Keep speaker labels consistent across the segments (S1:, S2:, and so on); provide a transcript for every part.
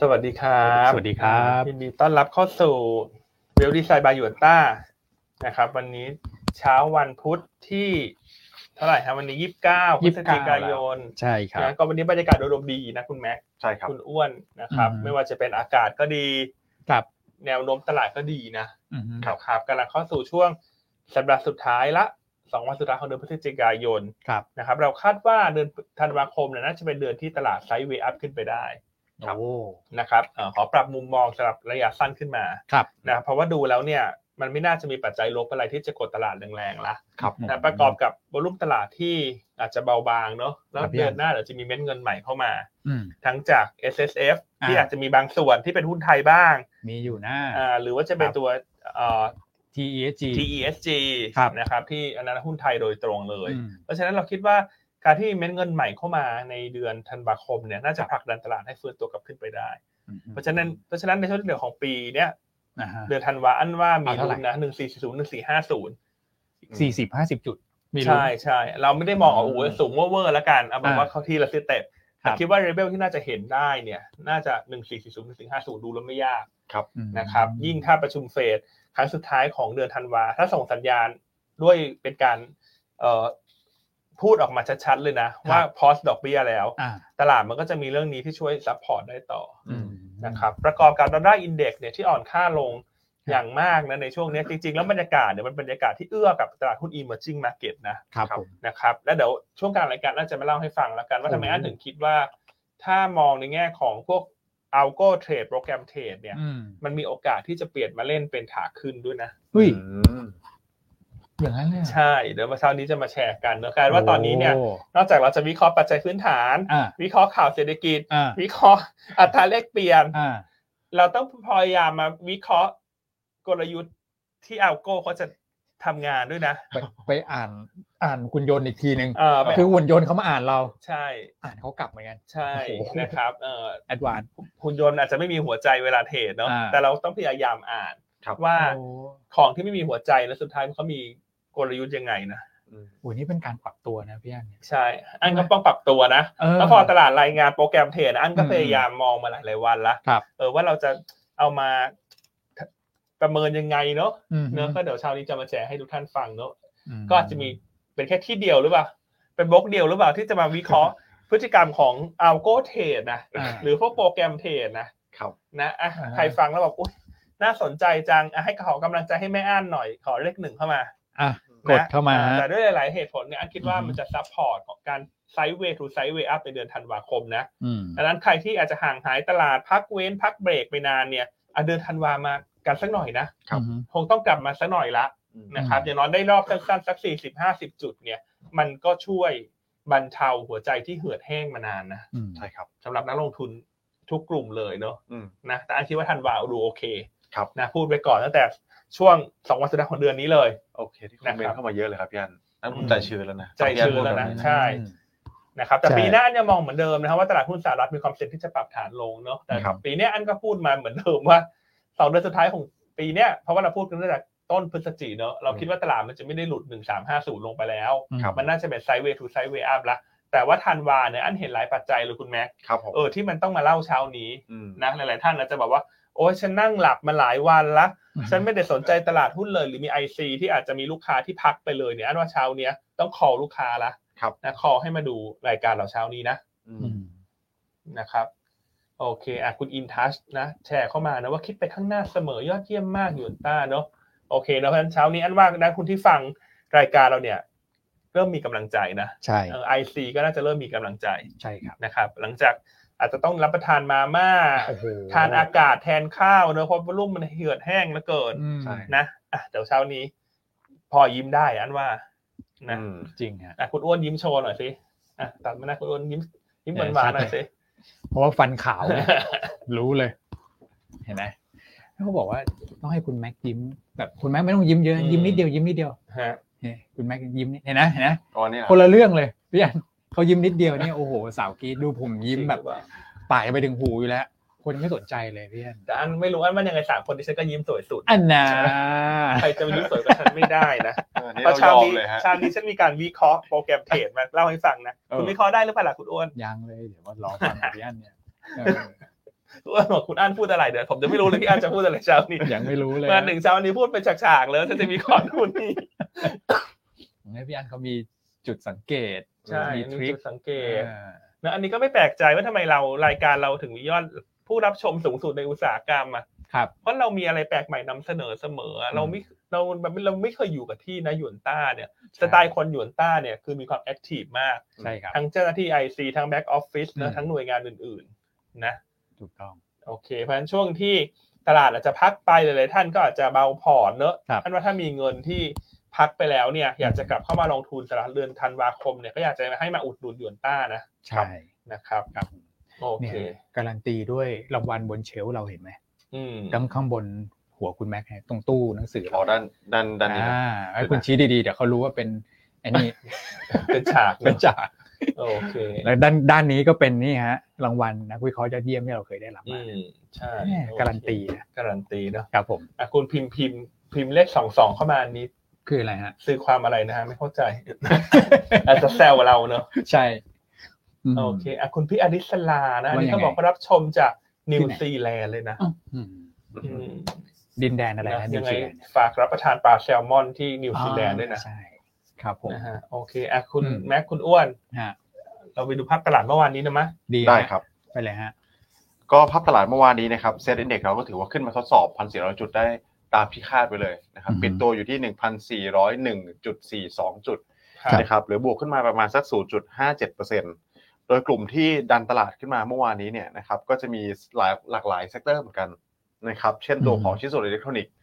S1: สวัสดีครับ
S2: สวัสดีครับ
S1: ยินดีต้อนรับเข้าสู่เวลดีไซน์บายยูต้านะครับ วันนี้เช้าวันพุธที่เท่าไหร่ฮะวันนี้ยี่สิบเก้าพฤศจิกายน
S2: ใช่ครับ
S1: นะก็วันนี้บรรยากาศโดยรวมดีนะคุณแม็ก
S3: ใช่ครับ
S1: คุณอ้วนนะครับ
S2: อืม
S1: ไม่ว่าจะเป็นอากาศก็ดี
S2: ครับ
S1: แนวโน้มตลาดก็ดีนะ
S2: อือฮึ
S1: นะครับกำลังเข้าสู่ช่วงสัปดาห์สุดท้ายละสองวันสุดท้ายของเดือนพฤศจิกายน
S2: ครับ
S1: นะครับ เราคาดว่าเดือนธันวาคมเนี่ยน่าจะเป็นเดือนที่ตลาดไซด์เวย์อัพขึ้นไปได้ ครับ
S2: โอ้
S1: นะครับเอ่อขอปรับมุมมองสำหรับระยะสั้นขึ้นมา
S2: ครับ
S1: นะเพราะว่าดูแล้วเนี่ยมันไม่น่าจะมีปัจจัยลบอะไรที่จะกดตลาดแรงๆละ
S3: ครับ
S2: ผม
S1: นะประกอบกับวอลุ่มตลาดที่อาจจะเบาบางเนาะแล้ว
S2: ครับพี่
S1: เดือนหน้าเดี๋ยวจะมีเม็ดเงินใหม่เข้ามา
S2: อืม
S1: ทั้งจาก S S F
S2: อ่า
S1: ที่อาจจะมีบางส่วนที่เป็นหุ้นไทยบ้าง
S2: มีอยู่นะ
S1: อ่าหรือว่าจะเป็น
S2: ครับ
S1: ตัวเอ่อ
S2: TESG
S1: T E S G
S2: ครับ
S1: นะครับที่อันนั้นหุ้นไทยโดยตรงเลย
S2: อืม
S1: เพราะฉะนั้นเราคิดว่าการที่เม็ดเงินใหม่เข้ามาในเดือนธันวาคมเนี่ยน่าจะ
S2: ครั
S1: ผ
S2: บ
S1: ลักดันตลาดให้ฟื้นตัวกลับขึ้นไปได้
S2: อืม
S1: เพราะฉะนั้นเพราะฉะนั้นในช่วงที่เหลือของปีเนี่ย
S2: อ่าฮะ
S1: เดือนธันวาอันว่ามี
S2: เอาเท่าไหร่
S1: ลุ้นนะหนึ่งสี่ศูนย์หนึ่งสี่ห้าศูนย์
S2: สี่สิบห้าสิบจุด มีลุ้น
S1: ใช่ใช่เราไม่ได้มองว่าโอ้โห
S2: อืม
S1: สูงเวอร์ๆแล้วกันเอาแบบ
S2: อ่า
S1: ว่าเขาทีละสเต็ป
S2: ครั
S1: แต่
S2: บ
S1: คิดว่าเรเบลที่น่าจะเห็นได้เนี่ยน่าจะหนึ่งสี่ศูนย์หนึ่งสี่ห้าศูนย์ดูแล้วไม่ยาก
S2: อืม
S1: นะครับยิ่งถ้าประชุมเฟดครั้งสุดท้ายของเดือนธันวา ถ้าส่งสัญญาณด้วยเป็นการเอ่อพูดออกมาชัดๆเลยนะ ว่าพอสดอกเบี้ยแล้ว
S2: อ่า
S1: ตลาดมันก็จะมีเรื่องนี้ที่ช่วยซัพพอร์ตได้ต่ออ
S2: อืม
S1: นะครับประกอบกับดอลลาร์อินเด็กซ์เนี่ยที่อ่อนค่าลง
S2: ครับ
S1: อย่างมากนะในช่วงเนี้ยจริงๆ แล้วบรรยากาศเนี่ยมันบรรยากาศที่เอื้อกับตลาดหุ้น emerging market นะครับ
S2: ผม
S1: นะครับแล้วเดี๋ยวช่วงกลางรายการน่าจะมาเล่าให้ฟังแล้วกัน ว่าทำไม
S2: โอ้
S1: อันถึงคิดว่า ถ้ามองในแง่ของพวก algo trade โปรแกรมเทรดเนี่ย
S2: อืม
S1: มันมีโอกาสที่จะเปลี่ยนมาเล่นเป็นขาขึ้นด้วยนะ
S2: อุ้ย
S3: อืม
S2: อย่างนั้นเลยเหรอ
S1: ใช่เดี๋ยวมาเช้านี้จะมาแชร์กันเนอะการว่าตอนนี้เนี่ย
S2: โ
S1: นอกจากเราจะวิเคราะห์ปัจจัยพื้นฐาน
S2: อ่า
S1: วิเคราะห์ข่าวเศรษฐกิจ
S2: อ่า
S1: วิเคราะห์อัตราแลกเปลี่ยน
S2: อ่า
S1: เราต้องพยายามมาวิเคราะห์กลยุทธ์ที่อัลโก้เขาจะทำงานด้วยนะ
S2: ไปไปอ่านอ่านคุณยนต์อีกทีหนึ่ง
S1: เออไป
S2: คือหุ่นยนต์เขามาอ่านเรา
S1: ใช่
S2: อ่านเขากลับเหมือนกัน
S1: ใช่
S2: โอ้โห
S1: นะครับเออ
S2: แอดวาน
S1: หุ่นยนต์อาจจะไม่มีหัวใจเวลาเทรดเนาะ
S2: อ่า
S1: แต่เราต้องพยายามอ่าน
S3: ครับ
S1: ว่า
S2: โอ้
S1: ของที่ไม่มีหัวใจแล้วสุดท้ายมันเขามีกลยุทธ์ยังไงนะ
S3: อืม
S2: โหนี่เป็นการปรับตัวนะพี่อันเนี่ย
S1: ใช่ อันก็ต้องปรับตัวนะ
S2: เออ
S1: แล้วพอตลาดรายงานโปรแกรมเทรดนะอันก็
S2: อืม
S1: พยายามมองมาหลายๆวันละ
S2: ครับ
S1: เออว่าเราจะเอามาประเมินยังไงเนาะ
S2: อืม
S1: เนอะก็เดี๋ยวเช้านี้จะมาแชร์ให้ทุกท่านฟังเนาะ
S2: อื
S1: ก็อาจจะมีเป็นแค่ที่เดียวหรือเปล่า เป็นบล็อกเดียวหรือเปล่าที่จะมาวิเคราะ ห์ พฤติกรรมของอัลโกเทรดนะ
S2: า
S1: หรือพวกโปรแกรมเทรดนะครับ นะอ่ะ
S2: อ่า
S1: ใครฟังแล้วบอกอุ้ยน่าสนใจจังอ่ะให้ขอกำลังใจให้แม่อ่านหน่อยขอเลขหนึ่งเข้ามา
S2: อ่ะ กด
S1: นะ
S2: เข้ามา
S1: อ่
S2: ฮะ
S1: แต่ด้วยหลาย ๆ เหตุผลเนี่ยอันคิดว่า
S2: อือฮึ
S1: มันจะซัพพอร์ตของการไซ d e เว y to ูไซ d e เว y up ในเดือนธันวาคมนะ
S2: อืม
S1: ดังนั้นใครที่อาจจะห่างหายตลาดพักเว้นพักเบรกไปนานเนี่ยอ่ะเดือนธันวามากันสักหน่อยนะครับ
S2: อืม
S1: คงต้องกลับมาสักหน่อยละ นะครับ
S2: อืม
S1: อย่างน้อยได้รอบสั้นๆสักสี่สิบห้าสิบจุดเนี่ยมันก็ช่วยบรรเทาหัวใจที่เหือดแห้งมานานนะ
S2: อืม
S3: ใช่ครับ
S1: สำหรับนักลงทุนทุกกลุ่มเลยเนาะ
S3: อืม
S1: นะแต่อันคิดว่าทันวาดูโอเค
S3: ครับ
S1: นะพูดไว้ก่อนตั้งแต่ช่วงสองวันสุดท้ายของเดือนนี้เลย
S3: โอเคที่คอมเม
S1: นะ
S3: น
S1: ครับ
S3: ต์เข้ามาเยอะเลยครับพี่อันนั่นผ
S1: อื
S3: ม
S1: ม
S3: ใจชื้นแล้วนะ
S1: ใจชื้นแล้วนะ
S3: พี่อัพูดบบ
S1: ใช่ นะครับแต่
S2: ใช่
S1: ปีหน้าเนี่ยมองเหมือนเดิมนะครับว่าตลาดหุ้นสหรัฐมีความเสี่ยงที่จะปรับฐานลงเนาะแต่
S3: ครับ
S1: ปีเนี้ยอันก็พูดมาเหมือนเดิมว่าสองเดือนสุดท้ายของปีเนี้ยเพราะว่าเราพูดกันตั้งแต่ต้นพฤศจิกเนาะเราคิดว่าตลาดมันจะไม่ได้หลุดหนึ่งสามห้าศูนย์ลงไปแล้ว
S3: ครับ
S1: มันน่าจะเป็นไซด์เวย์ทูไซด์เวย์อัพละแต่ว่าทันวาเนี่ยอันเห็นหลายปัจจัยเลยคุณแม็ก
S3: ครับผม
S1: เออที่มันต้องมาเล่าเช้านี้
S3: ม
S1: นะหลายๆท่านอาจจะบอกว่า โอ้ยฉันนั่งหลับมาหลายวันละฉันไม่ได้สนใจตลาดหุ้นเลยหรือมี IC ที่อาจจะมีลูกค้าที่พักไปเลยเนี่ยอันว่าเช้าเนี้ยต้องคอลูกค้าละ
S3: ครับ
S1: นะคอให้มาดูรายการเราเช้านี้นะ
S3: อืม
S2: อืม
S1: นะครับโอเคอ่ะคุณอินทัชนะแชร์เข้ามานะว่าคิดไปข้างหน้าเสมอยอดเยี่ยมมากอยู่ต้าเนาะโอเคแล้วเพราะฉะนั้นเช้านี้อันว่านักคุณที่ฟังรายการเราเนี่ยเริ่มมีกำลังใจนะ
S2: ใช่
S1: ไอซีก็น่าจะเริ่มมีกำลังใจ
S2: ใช่ครับ
S1: นะครับ หลังจากอาจจะต้องรับประทานมาม่า
S2: โอ้โห
S1: ทานอากาศแทนข้าวเนอะเพราะว่ารุ่มมันเหือดแห้งเหลือเกิน
S2: อืม
S3: ใช่
S1: นะอ่ะเดี๋ยวเช้านี้ พอยิ้มได้อันว่านะ
S3: อืม
S2: จริงฮะ
S1: อ่ะคุณอ้วนยิ้มโชว์หน่อยสิอ่ะตัดมาหน้าคุณอ้วนยิ้มยิ้มหวานๆหน่อยสิ
S2: เพราะว่าฟันขาว เนี่ยรู้เลย เห็นไหมแล้วเขาบอกว่าต้องให้คุณแม็กยิ้มแบบคุณแม็กไม่ต้องยิ้มเยอะยิ้มนิดเดียวยิ้มนิดเดียว
S1: ฮะ
S2: เนี่ยคุณแม็กยิ้มนิดเห็นนะเห็นนะ
S3: ตอนนี้นะ
S2: คนละเรื่องเลยพี่อันเขายิ้มนิดเดียวเนี่ยโอ้โหสาวกรีดดูผมยิ้มแบบป่ายไปถึงหูอยู่แล้ว คนไม่สนใจเลยพี่อัน
S1: แต่อันไม่รู้อันมันยังไงสามคนดิฉันก็ยิ้มสวยสุด
S2: อันน่ะ
S1: ใครจะมายิ้มสวยกว่าฉันไม่ได้นะ
S3: เออนี่
S1: เพราะ
S3: เราย
S1: เช้า
S3: อม
S1: นี้
S3: เลยฮะ
S1: เช้านี้ฉันมีการวิเคราะห์โปรแกรมเทรดมาเล่าให้ฟังนะคุณ
S3: เออ
S1: วิเคราะห์ได้หรือเปล่าล่ะคุณอ้วน
S2: ยังเลยเดี๋ยวว่ารอฟังพี่อันเนี่ยเออ
S1: ทุกคนบอกคุณอั้นพูดอะไรเดี๋ยวผมจะไม่รู้เลยพี่อั้นจะพูดอะไรเช้านี้
S2: ยังไม่รู้เลย
S1: มาหนึ่งเช้านี้พูดเป็นฉากๆแล้วถ้าจะมีคอนทุนนี่
S2: ผมให้พี่อันเขามีจุดสังเกต
S1: ใช่
S2: มี
S1: อัน
S2: ท
S1: นี้
S2: ริค
S1: จุดสังเกต
S2: อ่า
S1: นะอันนี้ก็ไม่แปลกใจว่าทำไมเรารายการเราถึงมียอดผู้รับชมสูงสุดในอุตสาหกรรมอ่ะ
S2: ครับ
S1: เพราะเรามีอะไรแปลกใหม่นำเสนอเสมออะเราไม่เราแบบเราไม่เคยอยู่กับที่นะหยวนต้าเนี่ยสไตล์คนหยวนต้าเนี่ยคือมีความแอคทีฟมาก
S2: ใช่ครับ
S1: ทั้งเจ้าหน้าที่ไอซีทั้งแบ็กออฟฟิศนะ
S2: อืม
S1: ทั้งหน่วยงานอื่นๆนะ
S2: ถูกต้อง
S1: โอเค เพราะฉะนั้นช่วงที่ตลาดอาจจะพักไปหลายๆท่านก็อาจจะเบาผ่อนเนอะ
S2: ครับ
S1: ท่านว่าถ้ามีเงินที่พักไปแล้วเนี่ยอยากจะกลับเข้ามาลงทุนตลาดเดือนธันวาคมเนี่ยก็อยากจะให้มาอุดหนุนหยวนต้านะ
S2: ใช่
S1: นะครับ
S2: ครับ
S1: โอ
S2: เนี่
S1: เค
S2: ยการันตีด้วยรางวัลบนเชลฟ์เราเห็นไหม
S1: อืม
S2: ด้านข้างบนหัวคุณแม็กซ์เนี่ยตรงตู้หนังสือ
S3: อ๋อด้านด้านด้านนี้นะ
S2: อ่าให้คุณชี้ดีๆเดี๋ยวเขารู้ว่าเป็นไอันนี้
S1: เป็นฉาก
S2: เป็น
S1: เนอะ
S2: จ่า
S1: โอเค
S2: แล้วด้านด้านนี้ก็เป็นนี่ฮะรางวัลนักวิเคราะห์ยอดเยี่ยมที่เราเคยได้รับ
S1: อื
S2: มาม
S1: ใช่
S2: แหม่
S1: โอเค
S2: การันตีนะ
S1: การันตีเนอะ
S2: ครับผม
S1: อ่ะคุณพิมพ์พิมพ์พิมพ์เลขสองสองเข้ามานี้
S2: คืออะไรฮะ
S1: ซื้อความอะไรนะฮะไม่เข้าใจ อาจจะแซวเราเนอะ
S2: ใช่ม
S1: โอเคอ่ะคุณพี่อริสลานะ อันนี้
S2: ว่ายังไง
S1: เขาบอกว่ารับชมจากนิว
S2: ที่ไหน
S1: ซีแลนด์เลยนะ
S2: อืม
S1: อืม
S2: ดินแดนอะไร
S1: นะ
S2: นะ
S1: ยังไง
S2: นิวซีแลนด์
S1: ฝากรับประทานปลาแซลมอนที่นิวซีแลนด์ด้วยนะ
S2: ใช่ครับผม
S1: นะฮะโอเคอ่ะคุณ
S2: อืม
S1: แม็กคุณอ้วน
S2: ฮะ
S1: เราไปดูภาพตลาดเมื่อวานนี้นะมะ
S2: ดีฮะ
S3: ได้ครับ
S2: ไปเลยฮะ
S3: ก็ภาพตลาดเมื่อวานนี้นะครับเซ็ตอินเด็กเราก็ถือว่าขึ้นมาทดสอบ 1,400 จุดได้ตามที่คาดไปเลยนะครับ
S2: อือฮึ
S3: ปิดตัวอยู่ที่ 1,401.42 จุด
S1: ครับ
S3: นะครับหรือบวกขึ้นมาประมาณสัก 0.57%โดยกลุ่มที่ดันตลาดขึ้นมาเมื่อวานนี้เนี่ยนะครับก็จะมีหลายหลากหลายเซกเตอร์เหมือนกันนะครับเช่นตัวของชิ้นส่วนอิเล็กทรอนิกส์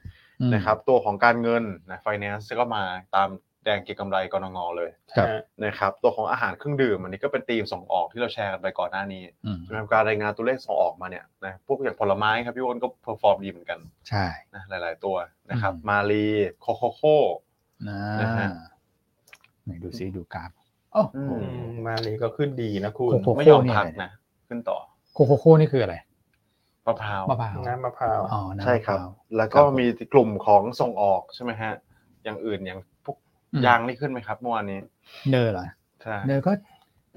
S2: อืม
S3: นะครับตัวของการเงินนะไฟแนนซ์ก็มาตามแดงเก็งกำไรกรงงเลย
S2: ครับ
S1: ฮะ
S3: นะครับตัวของอาหารเครื่องดื่มอันนี้ก็เป็นธีมส่งออกที่เราแชร์กันไปก่อนหน้านี้
S2: อืม
S3: ใช่ไหมครับการรายงานตัวเลขส่งออกมาเนี่ยนะพวกอย่างผลไม้ครับพี่อ้วนก็เพอร์ฟอร์มดีเหมือนกัน
S2: ใช่
S3: นะหลาย ๆ ตัวนะครับมาลีโคโคโค่
S2: นะ
S3: นะฮะ
S2: ไหนดูซิดูกราฟโอ้โห
S3: อื
S1: อืมมาเลยก็ขึ้นดีนะคุณ
S2: โอ้โห
S3: ไม่ยอมพักนะ ขึ้นต่อ
S2: โคโคโค่นี่คืออะไร
S3: มะพร้าว
S2: มะพร้าว
S1: น้ำมะพร้าว
S2: อ๋อน้ำมะพาว
S3: ใช่ครับ แล้วก็มีกลุ่มของส่งออกใช่ไหมฮะอย่างอื่นอย่างพวก
S2: อืม
S3: ยางนี่ขึ้นไหมครับเมื่อวานนี้
S2: เนอร์เหรอ
S3: ใช่
S2: เนอร์ก็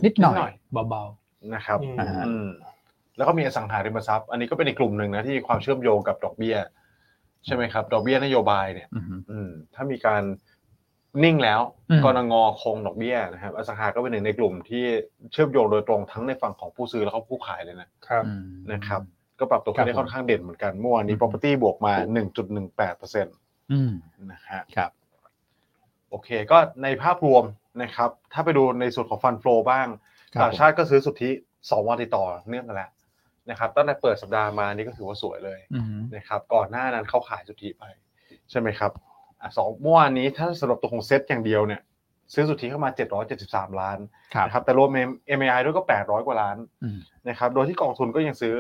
S2: นิดหน่อ
S3: นิดหน่อย ย
S2: เบา
S3: นะครับ
S1: อืม
S2: อ่าฮะ
S3: อืมแล้วก็มีอสังหาริมทรัพย์ อันนี้ก็เป็นอีกกลุ่มหนึ่งนะที่มีความเชื่อมโยงกับดอกเบี้ย ใช่ไหมครับ ดอกเบี้ยนโยบายเนี่ย
S2: ๆอือฮึ
S3: อืม ถ้ามีการนิ่งแล้ว
S2: อืม
S3: กรงงคงดอกเบี้ยนะครับอสังหาก็เป็นหนึ่งในกลุ่มที่เชื่อมโยงโดยตรงทั้งในฝั่งของผู้ซื้อแล้วก็ผู้ขายเลยนะ
S1: ครับ
S2: อืม
S3: นะครับ ก็ปรับตัวขึ้น
S2: ครั
S3: ได้
S2: บผม
S3: ค่อนข้างเด่นเหมือนกันเมื่อวานนี้
S2: อืม
S3: property บวกมา 1.18%
S2: อืม
S3: นะฮะ
S2: ครับ
S3: โอเค ก็ในภาพรวมนะครับ ถ้าไปดูในส่วนของฟัน l ฟลบ้าง
S2: ครับ
S3: ต่างชาติก็ซื้อสุทธิ 2 วันติดต่อเนื่องกันแล้วนะครับตั้งแต่เปิดสัปดาห์มานี่ก็ถือว่าสวยเลย
S2: อืม
S3: นะครับก่อนหน้านั้นเขาขายสุทธิไป ใช่ไหมครับอ่ะสองเมื่อวานนี้ถ้าสำหรับตัวของเซ็ตอย่างเดียวเนี่ยซื้อสุทธิเข้ามา 773 ล้าน
S2: ครับ
S3: นะครับแต่รวม MAI ด้วยก็ 800 กว่าล้าน
S2: อืม
S3: นะครับโดยที่กองทุนก็ยังซื้อ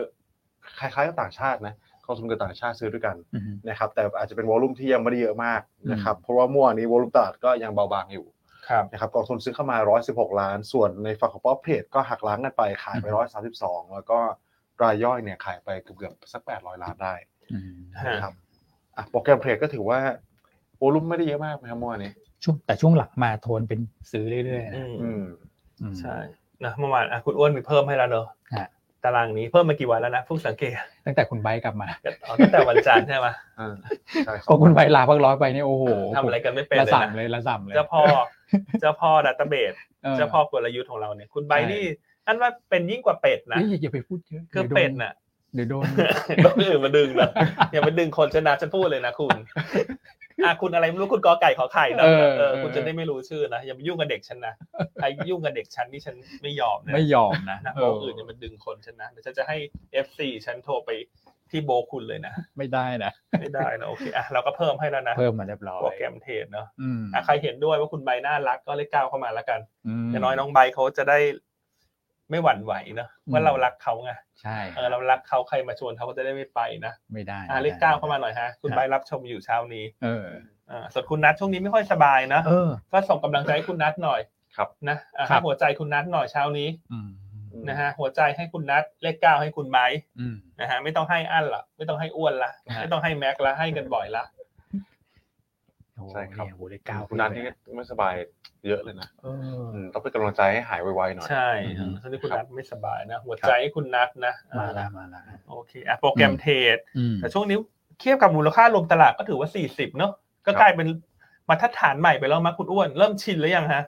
S3: คล้ายๆกับต่างชาตินะกองทุนกับต่างชาติซื้อด้วยกัน
S2: อืม
S3: นะครับแต่อาจจะเป็นวอลลุ่มที่ยังไม่ได้เยอะมากนะครับ
S2: อืม
S3: เพราะว่าเมื่อวานนี้วอลลุ่มตลาดก็ยังเบาบางอยู่
S1: ครับ
S3: นะครับกองทุนซื้อเข้ามา 116 ล้าน ส่วนในฝั่งของป๊อปเพจก็หักล้างกันไปขายไป 132 แล้วก็รายย่อยเนี่ยขายไปเกือบๆสัก 800 ล้านได้
S2: อืม
S3: นะครับอ่ะโปรแกรมเพลทก็ถือว่าโวลุ่มไม่ได้เยอะมากนะครับเมื่อวานนี้
S2: ช่วงแต่ช่วงหลังมาโทนเป็นซื้อเรื่อยๆ
S1: อื
S2: นะ
S1: ม
S3: อืม
S2: อืม
S1: ใช่นะเมื่อวานอ่ะคุณอ้วนมีเพิ่มให้แล้วเนอะ
S2: ฮะ
S1: ตารางนี้เพิ่มมากี่วันแล้วนะเพิ่งสังเกต
S2: ตั้งแต่คุณไบค์กลับมา
S1: อ๋อตั้งแต่วันจันทร์ใช่ไหม
S3: อ่าใช่ค
S2: พอ
S3: รับ
S2: คุณไบค์ลาพักร้อยไปเนี่ยโอ้โห
S1: ทำอะไรกันไม่เป็น
S2: ระ
S1: เลย
S2: ส่ำ
S1: นะ
S2: เลยระส่ำเลย
S1: เจ้าพ่อ เจ้าพ่อดัตเตอร์เบส
S2: เออ
S1: เจ้าพ่อกลยุทธ์ของเราเนี่ย คุณไบ
S2: ใช่
S1: นี่อันว่าเป็นยิ่งกว่าเป็ดนะ
S2: เอ้ยอย่าอย่าไปพูดเยอะ
S1: คือ
S2: ดี๋ยวโด
S1: เป็ดน่ะ
S2: เดี๋ยวโดน
S1: ต้องอื่นมาดึงนะอย่ามาดึงคนชนะฉันพูดเลยนะคุณอ่ะคุณอะไรไม่รู้คุณกอไก่ขอไข่นะ
S2: เออ
S1: เออ คุณ
S2: เออ
S1: จะได้ไม่รู้ชื่อนะอย่ามายุ่งกับเด็กฉันนะใครยุ่งกับเด็กฉันนี่ฉันไม่ยอมนะ
S2: ไม่ยอมนะ
S1: นะ
S2: เอ
S1: โบ
S2: อ
S1: อื่นเนี่ยมันดึงคนฉันนะเดี๋ยวฉันจะให้เอฟซีฉันโทรไปที่โบคุณเลยนะ
S2: ไม่ได้นะ
S1: ไม่ได้นะโอเคอ่ะเราก็เพิ่มให้แล้วนะ
S2: เพิ่มมาเรียบร้อย
S1: โปรแกรมเทรดเนาะ
S2: อืม
S1: อ่ะใครเห็นด้วยว่าคุณใบน่ารักก็เลขเก้าเข้ามาแล้วกัน
S2: ม
S1: อย่างน้อยน้องใบร์ทเขาจะได้ไม่หวั่นไหวเนอะ
S2: อืม
S1: ว่าเรารักเขาไง
S2: ใช่
S1: เออเรารักเขาใครมาชวนเขาก็จะได้ไม่ไปนะ
S2: ไม่ได้
S1: อ่าเลขเก้าเข้ามาหน่อยฮะคุณใบร์ทรับชมอยู่เช้านี้
S2: เออ
S1: อ่าส่วนคุณนัทช่วงนี้ไม่ค่อยสบายนะ
S2: เออ
S1: ก็ส่งกำลังใจให้คุณนัทหน่อย
S3: ครับ
S1: นะอ่า
S2: ครั
S1: ให้
S2: บ
S1: หัวใจคุณนัทหน่อยเช้านี้
S2: อืม
S1: นะฮะหัวใจให้คุณนัทเลขเก้าให้คุณไบร์ท
S2: อืม
S1: นะฮะไม่ต้องให้อั้นละไม่ต้องให้อ้วนละ
S2: ฮะ
S1: ไม่ต้องให้แม็กละให้กันบ่อยละ
S2: โอ้โห
S3: ใช่ครับ
S2: เนี่ยโอ้โหได้เก้า
S3: คุณนัทนี่ก็ไม่สบายเยอะเลยนะ
S2: เออ
S3: อืมต้องเป็นกำลังใจให้หายไวๆหน่อย
S1: ใช่
S2: อืม
S1: ตอนนี้คุณ
S3: ครับ
S1: นัทไม่สบายนะ หัวใจให้คุณนัทนะ
S2: มาละมาละ
S1: โอเคอ่ะโปรแกรมเทรด
S2: อืม
S1: แต่ช่วงนี้เทียบกับมูลค่ารวมตลาดก็ถือว่า 40 เนอะก็กลายเป็นมาตรฐานใหม่ไปแล้วมั้งคุณอ้วน เริ่มชินหรือยังฮะ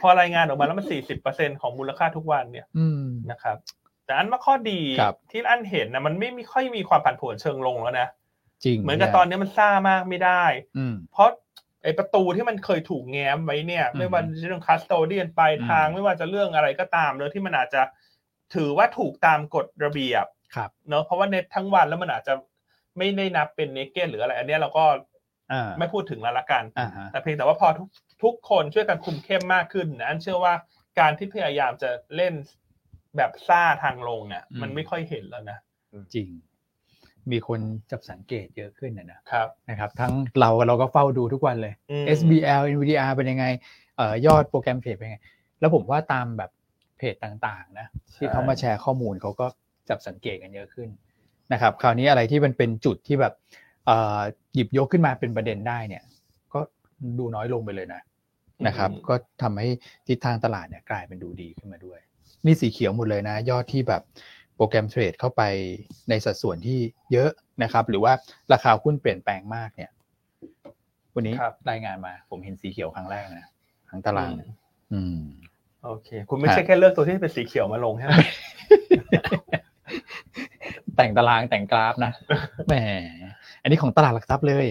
S1: พอรายงานออกมาแล้วมัน 40%ของมูลค่าทุกวันเนี่ย
S2: อืม
S1: นะครับ แต่อันว่าข้อดี
S2: ครับ
S1: ที่อันเห็นนะมันไม่มีค่อยมีความผันผวนเชิงลงแล้วนะ
S2: จริง
S1: เหมือนกับตอนนี้มันซ่ามากไม่ได้
S2: อืม
S1: เพราะไอ้ประตูที่มันเคยถูกแง้มไว้เนี่ย
S2: อืม
S1: ไม่ว่าจะเรื่องคัสโตเดียนปลายทาง
S2: อืม
S1: ไม่ว่าจะเรื่องอะไรก็ตามเลยที่มันอาจจะถือว่าถูกตามกฎระเบียบ
S2: ครับ
S1: เนาะเพราะว่าเน็ตทั้งวันแล้วมันอาจจะไม่ได้นับเป็นเนเก d หรืออะไร อันเนี้ยเราก็
S2: อ่า
S1: ไม่พูดถึงแล้วละกัน
S2: อ่าฮะ
S1: แต่เพียงแต่ว่าพอทุกทุกคนช่วยกันคุมเข้มมากขึ้นนะอันเชื่อว่าการที่พยายามจะเล่นแบบซ่าทางลงเนี่ย
S2: อืม
S1: มันไม่ค่อยเห็นแล้วนะ
S2: จริง มีคนจับสังเกตเยอะขึ้นนะนะครับ นะครับ ทั้งเราเราก็เฝ้าดูทุกวันเลย
S1: อืม
S2: SBL NVDR เป็นยังไงเอ่อยอดโปรแกรมเทรดเป็นยังไง แล้วผมว่าตามแบบเพจต่างๆนะที่เขามาแชร์ข้อมูลเขาก็จับสังเกตกันเยอะขึ้นนะครับ คราวนี้อะไรที่มันเป็นจุดที่แบบเอ่อหยิบยกขึ้นมาเป็นประเด็นได้เนี่ย ก็ดูน้อยลงไปเลยนะนะครับ
S1: อืม
S2: ก็ทำให้ทิศทางตลาดเนี่ยกลายเป็นดูดีขึ้นมาด้วย นี่สีเขียวหมดเลยนะ ยอดที่แบบโปรแกรมเทรดเข้าไปในสัดส่วนที่เยอะนะครับ หรือว่าราคาหุ้นเปลี่ยนแปลงมากเนี่ย วันนี้
S1: ครับ
S2: รายงานมา ผมเห็นสีเขียวครั้งแรกนะทั้งตารางเนี่ยอืม
S1: โอเค คุณไม่ใช่แค่เลือกตัวที่เป็นสีเขียวมาลงใช่ไหม
S2: แต่งตารางแต่งกราฟนะ แหม อันนี้ของตลาดหลักทรัพย์เลย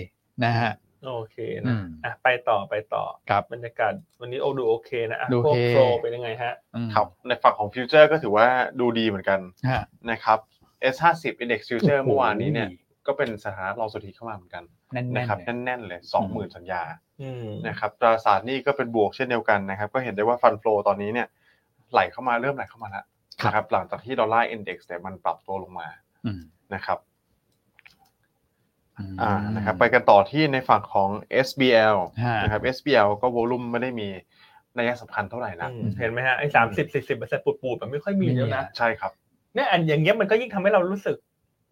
S2: นะฮะ
S1: โอเคนะ
S2: อืม
S1: อ่ะไปต่อไปต่อ
S2: ครับ
S1: บรรยากาศวันนี้โอดูโอเคนะอ่ะ
S2: ดู
S1: พ
S2: โอ
S1: วกโฟ
S2: เค
S1: ลเป็นยังไงฮะ
S2: อืม
S3: ครับในฝั่งของฟิวเจอร์ก็ถือว่าดูดีเหมือนกัน
S2: ฮะ
S3: นะครับ S50 Index Future เมื่อวานนี้เนี่ย
S2: โโ
S3: ก็เป็นสถานะรองสุทธิเข้ามาเหมือนกัน
S2: หแน่นๆ
S3: นะครับ
S2: เลย
S3: แน่นๆเลย
S2: อืม
S3: 20,000 สัญญา
S1: อืม
S3: นะครับตราสารหนี้ก็เป็นบวกเช่นเดียวกันนะครับ ก็เห็นได้ว่าฟันโฟลตอนนี้เนี่ยไหลเข้ามาเริ่มไหลเข้ามาแล้ว
S2: ครับ
S3: นะครับหลังจากที่ดอลลาร์อินเด็กซ์เนี่ยมันปรับตัวลงมา
S2: อืม
S3: นะครับ
S2: อืม
S3: อ่านะครับไปกันต่อที่ในฝั่งของ SBL
S2: ฮะ
S3: นะครับ SBL ก็วอลุ่มไม่ได้มีนัยสำคัญเท่าไหร่นะ
S1: อืมเห็นไหมฮะไอ้สามสิบสี่สิบเปอร์เซ็นต์ปูดปูดๆมันไม่ค่อยมี
S2: ไม่มี
S1: แล้วนะ
S3: ใช่ครับ
S1: เนี่ยอันอย่างเงี้ยมันก็ยิ่งทำให้เรารู้สึก